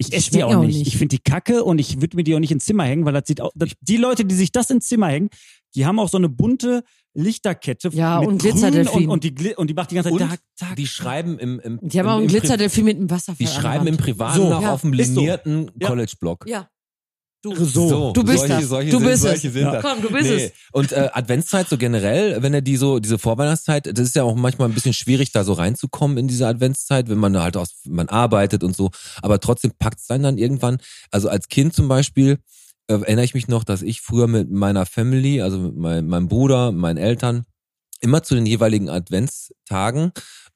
Speaker 4: Ich
Speaker 5: Ich
Speaker 4: esse die
Speaker 5: schmeck
Speaker 4: auch
Speaker 5: auch
Speaker 4: nicht.
Speaker 5: nicht.
Speaker 4: Ich finde die kacke und ich würde mir die auch nicht ins Zimmer hängen, weil das sieht auch. Das, die Leute, die sich das ins Zimmer hängen, die haben auch so eine bunte Lichterkette.
Speaker 5: Ja,
Speaker 4: mit
Speaker 5: und
Speaker 4: Grün
Speaker 5: Glitzerdelfin.
Speaker 4: Und, und, die, Gli- und die macht die ganze Zeit.
Speaker 3: Und
Speaker 4: Tag, Tag.
Speaker 3: die schreiben im, im
Speaker 5: Und die haben
Speaker 3: im,
Speaker 5: auch einen
Speaker 3: im Pri-
Speaker 5: Glitzerdelfin mit einem Wasserfall.
Speaker 3: Die
Speaker 5: an der
Speaker 3: schreiben im
Speaker 5: Wand.
Speaker 3: Privaten
Speaker 4: So.
Speaker 3: nach
Speaker 5: Ja,
Speaker 3: auf dem
Speaker 4: ist so.
Speaker 3: linierten
Speaker 4: Ja.
Speaker 3: College-Block.
Speaker 5: Ja. Du.
Speaker 4: so.
Speaker 5: Du
Speaker 3: Oh,
Speaker 5: bist
Speaker 3: solche,
Speaker 5: das.
Speaker 3: Solche
Speaker 5: Du
Speaker 3: sind,
Speaker 5: bist
Speaker 3: solche
Speaker 5: es.
Speaker 3: Sind
Speaker 4: Ja.
Speaker 3: das.
Speaker 5: Komm, du bist
Speaker 3: nee.
Speaker 5: es.
Speaker 3: Und äh, Adventszeit so generell, wenn er die so, diese Vorweihnachtszeit, das ist ja auch manchmal ein bisschen schwierig, da so reinzukommen in diese Adventszeit, wenn man halt aus, man arbeitet und so. Aber trotzdem packt's dann dann irgendwann. Also als Kind zum Beispiel äh, erinnere ich mich noch, dass ich früher mit meiner Family, also mit mein, meinem Bruder, meinen Eltern, immer zu den jeweiligen Adventstagen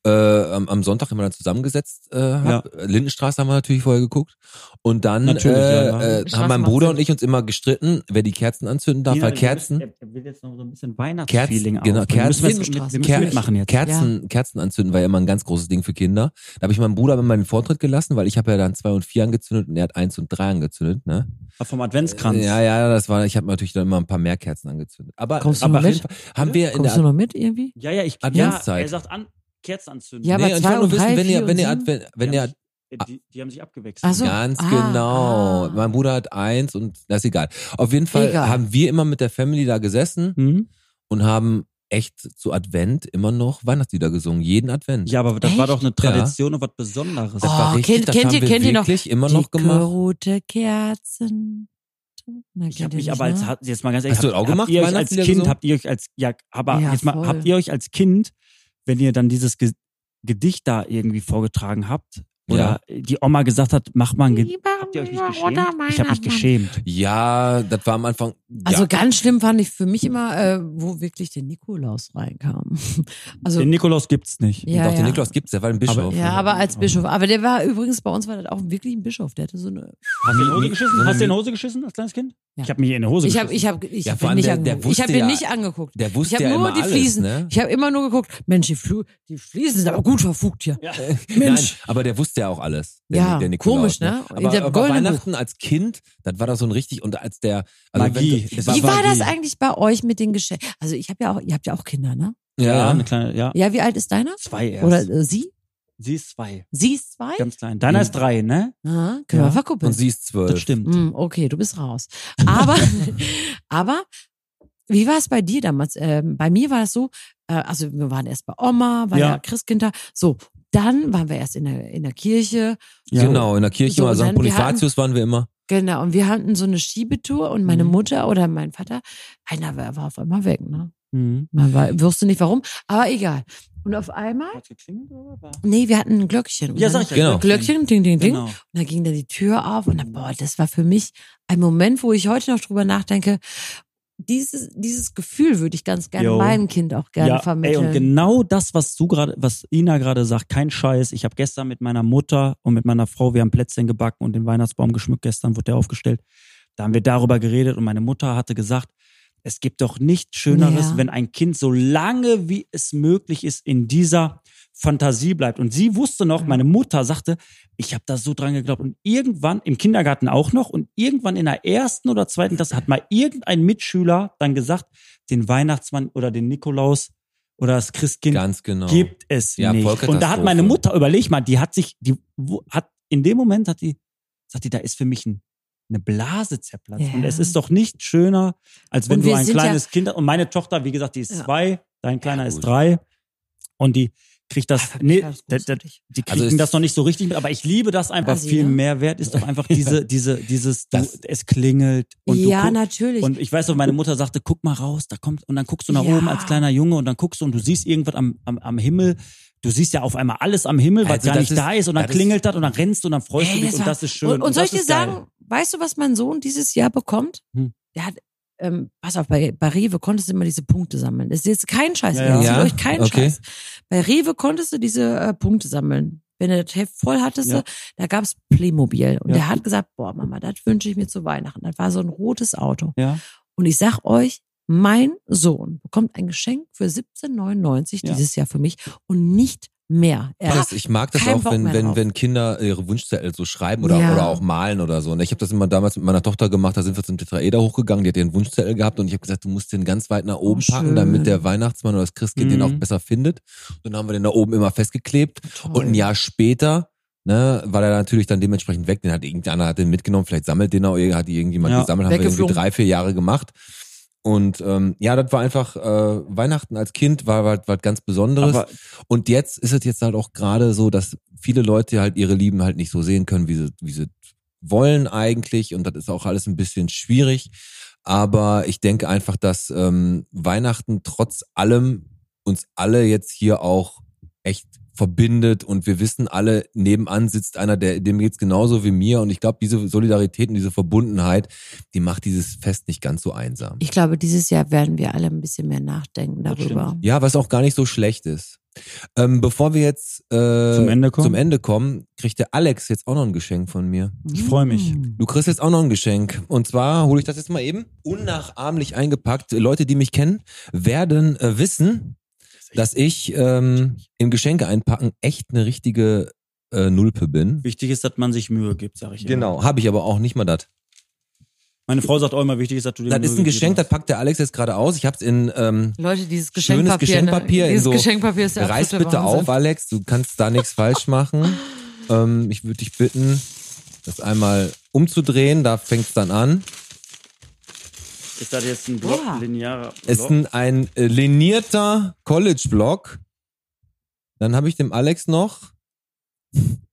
Speaker 3: äh, am, am Sonntag immer dann zusammengesetzt äh, hab. Lindenstraße haben wir natürlich vorher geguckt. Und dann äh,
Speaker 4: Natürlich, ja, ja.
Speaker 3: äh, haben mein
Speaker 5: Straßenbahn
Speaker 3: Bruder und
Speaker 5: sind-
Speaker 3: ich uns immer gestritten, wer die Kerzen anzünden darf,
Speaker 4: Nina,
Speaker 3: weil
Speaker 4: wir
Speaker 3: Kerzen.
Speaker 4: müssen- Er will jetzt noch so ein bisschen
Speaker 3: Kerzen,
Speaker 4: Weihnachtsfeeling
Speaker 3: genau,
Speaker 4: aufbauen. Wir müssen
Speaker 5: Kerzen-
Speaker 4: jetzt mit, wir
Speaker 5: Ker-
Speaker 4: müssen mitmachen jetzt.
Speaker 3: Kerzen, Kerzen anzünden war ja immer ein ganz großes Ding für Kinder. Da habe ich meinem Bruder immer den Vortritt gelassen, weil ich habe ja dann zwei und vier angezündet und er hat eins und drei angezündet, ne?
Speaker 4: Vom Adventskranz.
Speaker 3: Ja, ja, das war, ich habe natürlich dann immer ein paar mehr Kerzen angezündet. Aber,
Speaker 5: Kommst du
Speaker 3: aber
Speaker 5: noch
Speaker 3: auf jeden Fall haben wir in
Speaker 5: Kommst
Speaker 3: der
Speaker 5: du noch mit irgendwie?
Speaker 4: ja, ja, ich.
Speaker 3: Adventszeit.
Speaker 4: Ja, er sagt an, Kerzen anzünden.
Speaker 5: Ja, aber
Speaker 3: und ich
Speaker 5: zwei
Speaker 3: wollte nur
Speaker 5: und drei,
Speaker 3: wissen, wenn ihr,
Speaker 5: vier
Speaker 3: wenn
Speaker 5: und
Speaker 3: ihr,
Speaker 5: sieben?
Speaker 3: Advent, wenn
Speaker 4: Die
Speaker 3: ihr
Speaker 4: haben sich- äh, die, die haben sich abgewechselt.
Speaker 5: Ah. Ach so.
Speaker 3: Ganz
Speaker 5: Ah,
Speaker 3: genau.
Speaker 5: ah.
Speaker 3: Mein Bruder hat eins und das ist egal. Auf jeden Fall
Speaker 5: Egal.
Speaker 3: haben wir immer mit der Family da gesessen
Speaker 4: Hm?
Speaker 3: und haben echt zu Advent immer noch Weihnachtslieder gesungen. Jeden Advent.
Speaker 4: Ja, aber das war
Speaker 5: Echt?
Speaker 4: doch eine
Speaker 3: Ja.
Speaker 4: Tradition und was Besonderes.
Speaker 3: das war
Speaker 5: Oh,
Speaker 3: richtig,
Speaker 5: kennt-
Speaker 3: das
Speaker 5: kennt
Speaker 3: haben
Speaker 5: ihr-
Speaker 3: wir
Speaker 5: kennt ihr noch
Speaker 3: wirklich immer
Speaker 5: Die
Speaker 3: noch gemacht.
Speaker 5: rote Kerzen gemacht? Na,
Speaker 4: Ich
Speaker 5: kennt
Speaker 4: habe
Speaker 5: ihr
Speaker 4: mich
Speaker 5: nicht,
Speaker 4: aber als,
Speaker 5: ne?
Speaker 4: jetzt mal ganz ehrlich,
Speaker 3: Hast du das
Speaker 4: habt-
Speaker 3: auch gemacht,
Speaker 4: habt ihr euch als
Speaker 3: Weihnachtslieder
Speaker 4: Kind,
Speaker 3: gesungen?
Speaker 4: habt ihr euch als, ja, aber
Speaker 5: Ja,
Speaker 4: jetzt mal,
Speaker 5: voll.
Speaker 4: habt ihr euch als Kind, wenn ihr dann dieses Ge Gedicht da irgendwie vorgetragen habt, oder die Oma gesagt hat, mach mal ein Gedicht,
Speaker 7: Lieber
Speaker 4: habt ihr euch nicht
Speaker 7: Müller
Speaker 4: geschämt? Ich
Speaker 7: oder
Speaker 4: habe mich
Speaker 7: Weihnachtsmann?
Speaker 4: geschämt.
Speaker 3: Ja, das war am Anfang.
Speaker 5: Also
Speaker 3: ja.
Speaker 5: ganz schlimm fand ich für mich immer, äh, wo wirklich der Nikolaus reinkam. Also
Speaker 4: Den Nikolaus gibt's nicht.
Speaker 5: ja,
Speaker 3: Doch,
Speaker 5: ja.
Speaker 3: den Nikolaus gibt's, der war ein Bischof.
Speaker 4: Aber-
Speaker 5: Ja, aber als Bischof. Aber der war übrigens bei uns war das auch wirklich ein Bischof. Der hatte so eine.
Speaker 4: Hast du in die Hose geschissen?
Speaker 3: so
Speaker 4: Hast du in die
Speaker 3: ein-
Speaker 4: Hose geschissen als kleines Kind?
Speaker 5: Ja.
Speaker 4: Ich habe mich in die Hose
Speaker 5: Ich
Speaker 4: geschissen.
Speaker 5: habe, ich habe, ich
Speaker 3: Ja,
Speaker 5: hab
Speaker 3: vor
Speaker 5: ihn
Speaker 3: allem
Speaker 5: nicht
Speaker 3: der- der
Speaker 5: angeguckt. Ich habe
Speaker 3: wusste
Speaker 5: ihn
Speaker 3: ja-
Speaker 5: nicht angeguckt.
Speaker 3: Der
Speaker 5: Ich
Speaker 3: wusste
Speaker 5: habe
Speaker 3: ja
Speaker 5: nur
Speaker 3: immer
Speaker 5: die
Speaker 3: alles,
Speaker 5: Fliesen.
Speaker 3: ne?
Speaker 5: Ich habe immer nur geguckt. Mensch, die, Flu die Fliesen sind aber gut verfugt hier. Äh,
Speaker 4: Ja.
Speaker 5: Mensch.
Speaker 3: Nein, aber der wusste ja auch alles. Der,
Speaker 5: Ja,
Speaker 3: der Nikolaus,
Speaker 5: komisch, ne? In
Speaker 3: Aber,
Speaker 5: der
Speaker 3: aber
Speaker 5: goldenen
Speaker 3: Weihnachten als Kind, das war doch so ein richtig, und als der... also
Speaker 4: Magie.
Speaker 3: wenn- es
Speaker 5: Wie war
Speaker 3: Magie.
Speaker 5: das eigentlich bei euch mit den Geschenken? Also ich habe ja auch, ihr habt ja auch Kinder, ne?
Speaker 4: ja,
Speaker 3: Ja,
Speaker 4: eine kleine, ja.
Speaker 5: Ja, wie alt ist deiner?
Speaker 4: Zwei erst.
Speaker 5: Oder äh, sie?
Speaker 4: Sie ist zwei.
Speaker 5: Sie ist zwei?
Speaker 4: Ganz klein. Deiner ist drei, ne?
Speaker 5: Ah, können wir
Speaker 4: Ja.
Speaker 5: verkuppeln.
Speaker 3: und sie ist
Speaker 4: Das
Speaker 3: Mhm. zwölf.
Speaker 4: stimmt.
Speaker 5: Hm, okay, du bist raus. Aber, aber wie war es bei dir damals? Ähm, bei mir war es so, äh, also wir waren erst bei Oma, war ja,
Speaker 4: Ja.
Speaker 5: Christkind da. So, dann waren wir erst in der, in der Kirche.
Speaker 4: Ja.
Speaker 3: Genau, in der Kirche,
Speaker 5: So, und
Speaker 3: also
Speaker 5: dann,
Speaker 3: St.
Speaker 5: wir halt
Speaker 3: Bonifatius waren wir immer.
Speaker 5: Genau, und wir hatten so eine Schiebetour und meine
Speaker 4: Mhm.
Speaker 5: Mutter oder mein Vater, einer war, war auf einmal weg, ne?
Speaker 4: Mhm.
Speaker 5: Man war, wusste nicht warum, aber egal. Und auf einmal,
Speaker 4: Hat's geklingelt oder was?
Speaker 5: nee, wir hatten ein Glöckchen. Und
Speaker 4: Ja, sag
Speaker 5: dann-
Speaker 4: ich ja.
Speaker 3: Genau.
Speaker 5: Genau. Glöckchen, ding, ding, ding.
Speaker 4: Genau.
Speaker 5: Und dann ging da die Tür auf und dann, boah, das war für mich ein Moment, wo ich heute noch drüber nachdenke. Dieses, dieses Gefühl würde ich ganz gerne
Speaker 4: Jo.
Speaker 5: meinem Kind auch gerne vermitteln.
Speaker 4: Ey, und genau das, was du gerade, was Ina gerade sagt, kein Scheiß. Ich habe gestern mit meiner Mutter und mit meiner Frau, wir haben Plätzchen gebacken und den Weihnachtsbaum geschmückt. Gestern wurde der aufgestellt. Da haben wir darüber geredet und meine Mutter hatte gesagt, es gibt doch nichts Schöneres,
Speaker 5: Ja.
Speaker 4: wenn ein Kind so lange wie es möglich ist in dieser Fantasie bleibt. Und sie wusste noch,
Speaker 5: Ja.
Speaker 4: meine Mutter sagte, ich habe da so dran geglaubt. Und irgendwann, im Kindergarten auch noch, und irgendwann in der ersten oder zweiten Klasse hat mal irgendein Mitschüler dann gesagt, den Weihnachtsmann oder den Nikolaus oder das Christkind
Speaker 3: Ganz genau.
Speaker 4: gibt es
Speaker 3: Ja,
Speaker 4: nicht.
Speaker 3: Vollkatastrophe.
Speaker 4: Und da hat meine Mutter, überleg mal, die hat sich, die wo- hat in dem Moment hat die, sagt die, da ist für mich ein, eine Blase zerplatzt.
Speaker 5: Ja.
Speaker 4: Und es ist doch nicht schöner, als wenn
Speaker 5: Und
Speaker 4: du
Speaker 5: wir
Speaker 4: ein
Speaker 5: sind
Speaker 4: kleines Kind hast. Und meine Tochter, wie gesagt, die ist
Speaker 5: Ja.
Speaker 4: zwei, dein kleiner ist
Speaker 3: gut.
Speaker 4: drei. Und die kriegt das,
Speaker 5: Einfach
Speaker 4: nee,
Speaker 5: klar, das ist
Speaker 4: da, da,
Speaker 5: großartig.
Speaker 4: die kriegen
Speaker 3: Also ist-
Speaker 4: das noch nicht so richtig mit, aber ich liebe das einfach.
Speaker 5: Asi,
Speaker 4: Viel
Speaker 5: ne?
Speaker 4: mehr wert ist doch einfach diese, diese, dieses, du,
Speaker 3: Das-
Speaker 4: es klingelt und du
Speaker 5: ja,
Speaker 4: guck-
Speaker 5: natürlich.
Speaker 4: und ich weiß noch, meine Mutter sagte, guck mal raus, da kommt, und dann guckst du nach
Speaker 5: Ja.
Speaker 4: oben als kleiner Junge und dann guckst du und du siehst irgendwas am, am, am Himmel. Du siehst ja auf einmal alles am Himmel, was
Speaker 3: Also
Speaker 4: gar
Speaker 3: das
Speaker 4: nicht
Speaker 3: ist-
Speaker 4: da ist und dann
Speaker 3: das ist-
Speaker 4: klingelt das und dann rennst du und dann freust
Speaker 5: Ey,
Speaker 4: du dich
Speaker 5: das
Speaker 4: und
Speaker 5: war-
Speaker 4: das ist schön.
Speaker 5: und, und soll ich
Speaker 4: das
Speaker 5: dir
Speaker 4: ist geil.
Speaker 5: sagen, weißt du, was mein Sohn dieses Jahr bekommt?
Speaker 4: Hm.
Speaker 5: Der hat, ähm, pass auf, bei, bei Rewe konntest du immer diese Punkte sammeln. Das ist jetzt kein Scheiß,
Speaker 4: Ja,
Speaker 5: ja,
Speaker 4: ja.
Speaker 5: euch kein
Speaker 3: Okay.
Speaker 5: Scheiß. Bei Rewe konntest du diese äh, Punkte sammeln. Wenn du das Heft voll hattest,
Speaker 4: Ja.
Speaker 5: da gab's Playmobil. Und
Speaker 4: Ja.
Speaker 5: der hat gesagt, boah, Mama, das wünsche ich mir zu Weihnachten. Das war so ein rotes Auto.
Speaker 4: Ja.
Speaker 5: Und ich sag euch, mein Sohn bekommt ein Geschenk für 17,99
Speaker 4: Ja.
Speaker 5: dieses Jahr für mich und nicht mehr. Er
Speaker 3: Das, ich mag das
Speaker 5: keinen
Speaker 3: auch,
Speaker 5: Bock
Speaker 3: wenn,
Speaker 5: mehr
Speaker 3: wenn,
Speaker 5: drauf.
Speaker 3: wenn Kinder ihre Wunschzettel so schreiben oder,
Speaker 5: Ja.
Speaker 3: oder auch malen oder so. Und ich habe das immer damals mit meiner Tochter gemacht, da sind wir zum Tetraeder hochgegangen, die hat ihren Wunschzettel gehabt und ich habe gesagt, du musst den ganz weit nach oben
Speaker 5: Oh, schön.
Speaker 3: packen, damit der Weihnachtsmann oder das Christkind den
Speaker 4: Mhm.
Speaker 3: auch besser findet. Und dann haben wir den da oben immer festgeklebt.
Speaker 5: Toll.
Speaker 3: Und ein Jahr später, ne, war der natürlich dann dementsprechend weg. Den hat irgendeiner hat den mitgenommen, vielleicht sammelt den auch, irgend- hat die irgendjemand
Speaker 4: Ja,
Speaker 3: gesammelt, haben wir irgendwie
Speaker 5: weggeflogen.
Speaker 3: drei, vier Jahre gemacht. Und ähm, ja, das war einfach äh, Weihnachten als Kind war was was ganz Besonderes.
Speaker 4: Aber-
Speaker 3: und jetzt ist es jetzt halt auch gerade so, dass viele Leute halt ihre Lieben halt nicht so sehen können, wie sie wie sie wollen eigentlich. Und das ist auch alles ein bisschen schwierig. Aber ich denke einfach, dass ähm, Weihnachten trotz allem uns alle jetzt hier auch echt verbindet und wir wissen alle, nebenan sitzt einer, der, dem geht's genauso wie mir und ich glaube, diese Solidarität und diese Verbundenheit, die macht dieses Fest nicht ganz so einsam.
Speaker 5: Ich glaube, dieses Jahr werden wir alle ein bisschen mehr nachdenken
Speaker 4: Das
Speaker 5: darüber.
Speaker 4: stimmt.
Speaker 3: Ja, was auch gar nicht so schlecht ist. Ähm, bevor wir jetzt äh,
Speaker 4: Zum Ende kommen?
Speaker 3: zum Ende kommen, kriegt der Alex jetzt auch noch ein Geschenk von mir.
Speaker 4: Ich freu mich.
Speaker 5: Mhm.
Speaker 3: Du kriegst jetzt auch noch ein Geschenk. Und zwar hole ich das jetzt mal eben unnachahmlich eingepackt. Leute, die mich kennen, werden äh, wissen, dass ich ähm, im Geschenke einpacken echt eine richtige äh, Nulpe bin.
Speaker 4: Wichtig ist, dass man sich Mühe gibt, sag ich. immer.
Speaker 3: Genau, habe ich aber auch nicht mal das.
Speaker 4: Meine Frau sagt auch immer, wichtig ist, dass du dir
Speaker 3: Das
Speaker 4: Mühe
Speaker 3: ist ein Geschenk, das
Speaker 4: gegeben
Speaker 3: packt der Alex jetzt gerade aus. Ich habe es in ähm,
Speaker 5: Leute, dieses
Speaker 3: Schönes
Speaker 5: Geschenkpapier.
Speaker 3: Geschenkpapier
Speaker 5: ne?
Speaker 3: in
Speaker 5: Dieses
Speaker 3: so-
Speaker 5: Geschenkpapier ist der
Speaker 3: Reiß
Speaker 5: absolute
Speaker 3: bitte
Speaker 5: Wahnsinn.
Speaker 3: auf, Alex. Du kannst da nichts falsch machen. Ähm, ich würde dich bitten, das einmal umzudrehen. Da fängt's dann an.
Speaker 4: hast. Ist das jetzt ein Block,
Speaker 5: Oha.
Speaker 4: linearer Block?
Speaker 3: Ist ein, ein äh, linierter College-Block. Dann habe ich dem Alex noch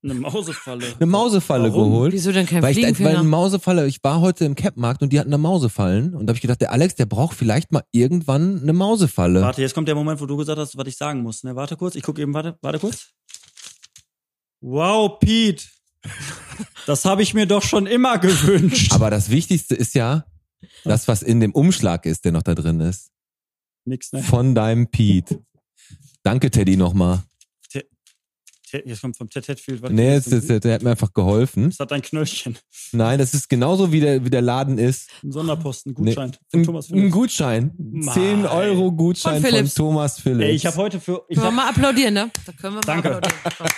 Speaker 4: Eine Mausefalle.
Speaker 3: eine Mausefalle
Speaker 4: Warum?
Speaker 3: geholt.
Speaker 5: Wieso denn kein
Speaker 3: Weil ich, da- weil eine
Speaker 5: Fliegenfänger?
Speaker 3: Mausefalle, ich war heute im Cap-Markt und die hatten eine Mausefalle Und da habe ich gedacht, der Alex, der braucht vielleicht mal irgendwann eine Mausefalle.
Speaker 4: Warte, jetzt kommt der Moment, wo du gesagt hast, was ich sagen muss. Ne, warte kurz, ich gucke eben, warte, warte kurz. Wow, Pete. Das habe ich mir doch schon immer gewünscht.
Speaker 3: Aber das Wichtigste ist ja, das, was in dem Umschlag ist, der noch da drin ist.
Speaker 4: Nix, ne?
Speaker 3: Von deinem Pete. Danke, Teddy, nochmal.
Speaker 4: Ted- Jetzt kommt vom Ted Hetfield. warte,
Speaker 3: Nee,
Speaker 4: das
Speaker 3: jetzt,
Speaker 4: ist ein-
Speaker 3: jetzt, der hat mir einfach geholfen.
Speaker 4: Ist das dein Knöllchen?
Speaker 3: Nein, das ist genauso wie der, wie der Laden ist.
Speaker 4: Ein Sonderposten,
Speaker 3: Nee.
Speaker 4: Gutschein von
Speaker 3: Ein,
Speaker 4: Thomas
Speaker 3: ein
Speaker 4: Philipp.
Speaker 3: Gutschein.
Speaker 4: Nein.
Speaker 3: 10 Euro Gutschein
Speaker 5: Von
Speaker 3: von,
Speaker 5: Philips.
Speaker 3: Thomas Philips.
Speaker 4: Ey, ich habe heute für ich
Speaker 5: Können wir
Speaker 4: hab,
Speaker 5: mal applaudieren, ne? Da können wir mal
Speaker 4: Danke.
Speaker 5: applaudieren.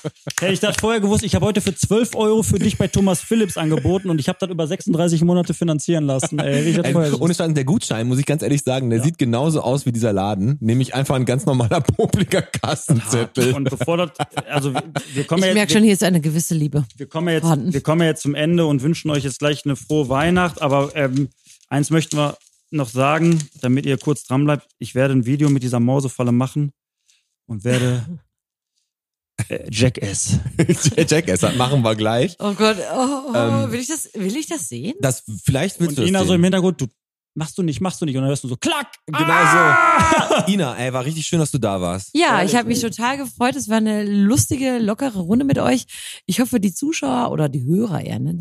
Speaker 5: Komm.
Speaker 4: hätte ich das vorher gewusst, ich habe heute für 12 Euro für dich bei Thomas Philips angeboten und ich habe das über 36 Monate finanzieren lassen. Ey, hätte ich das
Speaker 3: Ey,
Speaker 4: vorher
Speaker 3: ohne
Speaker 4: gewusst.
Speaker 3: Stand, der Gutschein, muss ich ganz ehrlich sagen, der
Speaker 4: Ja.
Speaker 3: sieht genauso aus wie dieser Laden. Nämlich einfach ein ganz normaler popliger Kassenzettel.
Speaker 4: Ah, Und bevor das, also wir, wir kommen
Speaker 5: Ich
Speaker 4: ja
Speaker 5: merke
Speaker 4: jetzt,
Speaker 5: schon, hier ist eine gewisse Liebe.
Speaker 4: wir kommen ja
Speaker 5: Vorhanden.
Speaker 4: jetzt, wir kommen ja jetzt zum Ende und wünschen euch jetzt gleich eine frohe Weihnacht. Aber ähm, eins möchten wir noch sagen, damit ihr kurz dran bleibt. Ich werde ein Video mit dieser Mausefalle machen und werde äh, Jackass.
Speaker 3: Jackass, das machen wir gleich.
Speaker 5: Oh Gott, oh, oh,
Speaker 3: Ähm,
Speaker 5: will ich das, will ich das sehen?
Speaker 3: Das, vielleicht willst
Speaker 4: Und
Speaker 3: du
Speaker 4: Ina
Speaker 3: das
Speaker 4: so im
Speaker 3: sehen.
Speaker 4: Hintergrund, du machst du nicht, machst du nicht. Und dann hörst du so, klack! Ah,
Speaker 3: Genau so. Ina, ey, war richtig schön, dass du da warst.
Speaker 5: Ja, ich habe mich total gefreut. Es war eine lustige, lockere Runde mit euch. Ich hoffe, die Zuschauer oder die Hörer eher, ne?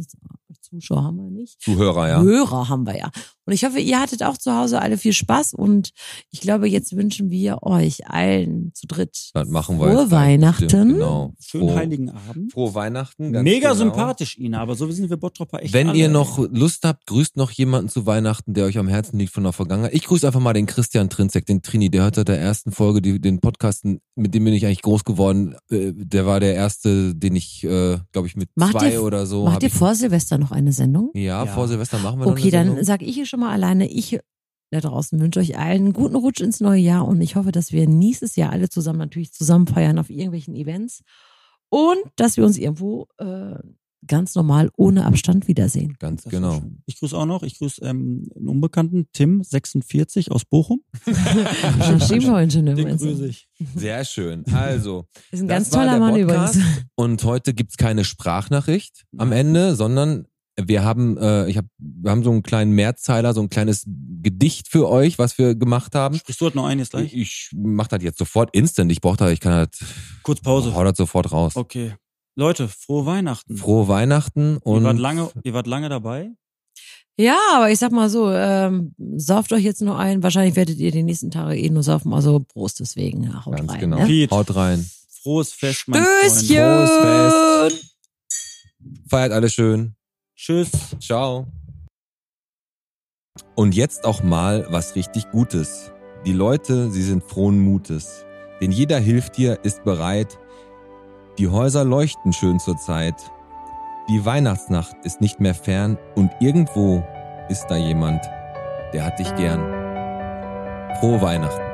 Speaker 5: Zuschauer haben wir nicht.
Speaker 3: Zuhörer, ja.
Speaker 5: Hörer haben wir ja. Und ich hoffe, ihr hattet auch zu Hause alle viel Spaß und ich glaube, jetzt wünschen wir euch allen zu dritt
Speaker 3: Das machen wir
Speaker 5: frohe
Speaker 3: jetzt gleich.
Speaker 5: Weihnachten.
Speaker 3: Stimmt, Genau.
Speaker 4: Schönen
Speaker 3: Frohe-
Speaker 4: heiligen Abend.
Speaker 3: Frohe Weihnachten. ganz
Speaker 4: Mega
Speaker 3: genau.
Speaker 4: sympathisch, Ina, aber so sind wir Bottropper echt
Speaker 3: Wenn
Speaker 4: alle,
Speaker 3: ihr
Speaker 4: ey.
Speaker 3: noch Lust habt, grüßt noch jemanden zu Weihnachten, der euch am Herzen liegt von der Vergangenheit. Ich grüße einfach mal den Christian Trinzek, den Trini, der hört seit der ersten Folge die, den Podcast, mit dem bin ich eigentlich groß geworden. Äh, Der war der erste, den ich, äh, glaube ich, mit
Speaker 5: Macht
Speaker 3: zwei
Speaker 5: ihr-
Speaker 3: oder so. hab
Speaker 5: Macht ihr
Speaker 3: ich,
Speaker 5: vor Silvester noch eine Sendung?
Speaker 3: ja,
Speaker 4: Ja.
Speaker 3: vor Silvester machen wir noch
Speaker 5: Okay,
Speaker 3: eine
Speaker 5: dann
Speaker 3: Sendung.
Speaker 5: sage ich hier schon mal alleine, ich da draußen wünsche euch allen einen guten Rutsch ins neue Jahr und ich hoffe, dass wir nächstes Jahr alle zusammen natürlich zusammen feiern auf irgendwelchen Events und dass wir uns irgendwo äh, ganz normal ohne Abstand wiedersehen.
Speaker 3: Ganz
Speaker 4: Das ist
Speaker 3: genau.
Speaker 4: schön. Ich grüße auch noch, ich grüße ähm, einen Unbekannten, Tim, 46 aus Bochum.
Speaker 5: Maschinenbauingenieur.
Speaker 4: Den
Speaker 5: meinst du?
Speaker 4: grüße ich.
Speaker 3: Sehr schön. Also.
Speaker 5: ne, Ist ein
Speaker 3: Das
Speaker 5: ganz
Speaker 3: war
Speaker 5: toller
Speaker 3: der
Speaker 5: Mann
Speaker 3: Podcast.
Speaker 5: übrigens.
Speaker 3: Und heute gibt's keine Sprachnachricht am Ende, sondern wir haben, äh, ich hab, wir haben so einen kleinen Mehrzeiler, so ein kleines Gedicht für euch, was wir gemacht haben.
Speaker 4: Sprichst du halt noch einen jetzt
Speaker 3: Ich,
Speaker 4: gleich?
Speaker 3: ich mach das jetzt sofort instant. Ich brauch da, ich kann das,
Speaker 4: Kurz Pause.
Speaker 3: hau das sofort raus.
Speaker 4: Okay. Leute, frohe Weihnachten.
Speaker 3: Frohe Weihnachten
Speaker 4: ihr,
Speaker 3: und
Speaker 4: wart lange, ihr wart lange dabei.
Speaker 5: Ja, aber ich sag mal so, ähm, sauft euch jetzt nur ein. Wahrscheinlich werdet ihr die nächsten Tage eh nur saufen. Also Prost deswegen. Haut
Speaker 3: ganz
Speaker 5: rein.
Speaker 3: genau.
Speaker 5: Ne?
Speaker 4: Piet.
Speaker 3: Haut rein.
Speaker 4: Frohes Fest, mein Freund.
Speaker 5: Stößchen!
Speaker 3: Frohes Feiert alle schön.
Speaker 4: Tschüss.
Speaker 3: Ciao. Und jetzt auch mal was richtig Gutes. Die Leute, sie sind frohen Mutes. Denn jeder hilft dir, ist bereit. Die Häuser leuchten schön zur Zeit. Die Weihnachtsnacht ist nicht mehr fern und irgendwo ist da jemand, der hat dich gern. Frohe Weihnachten.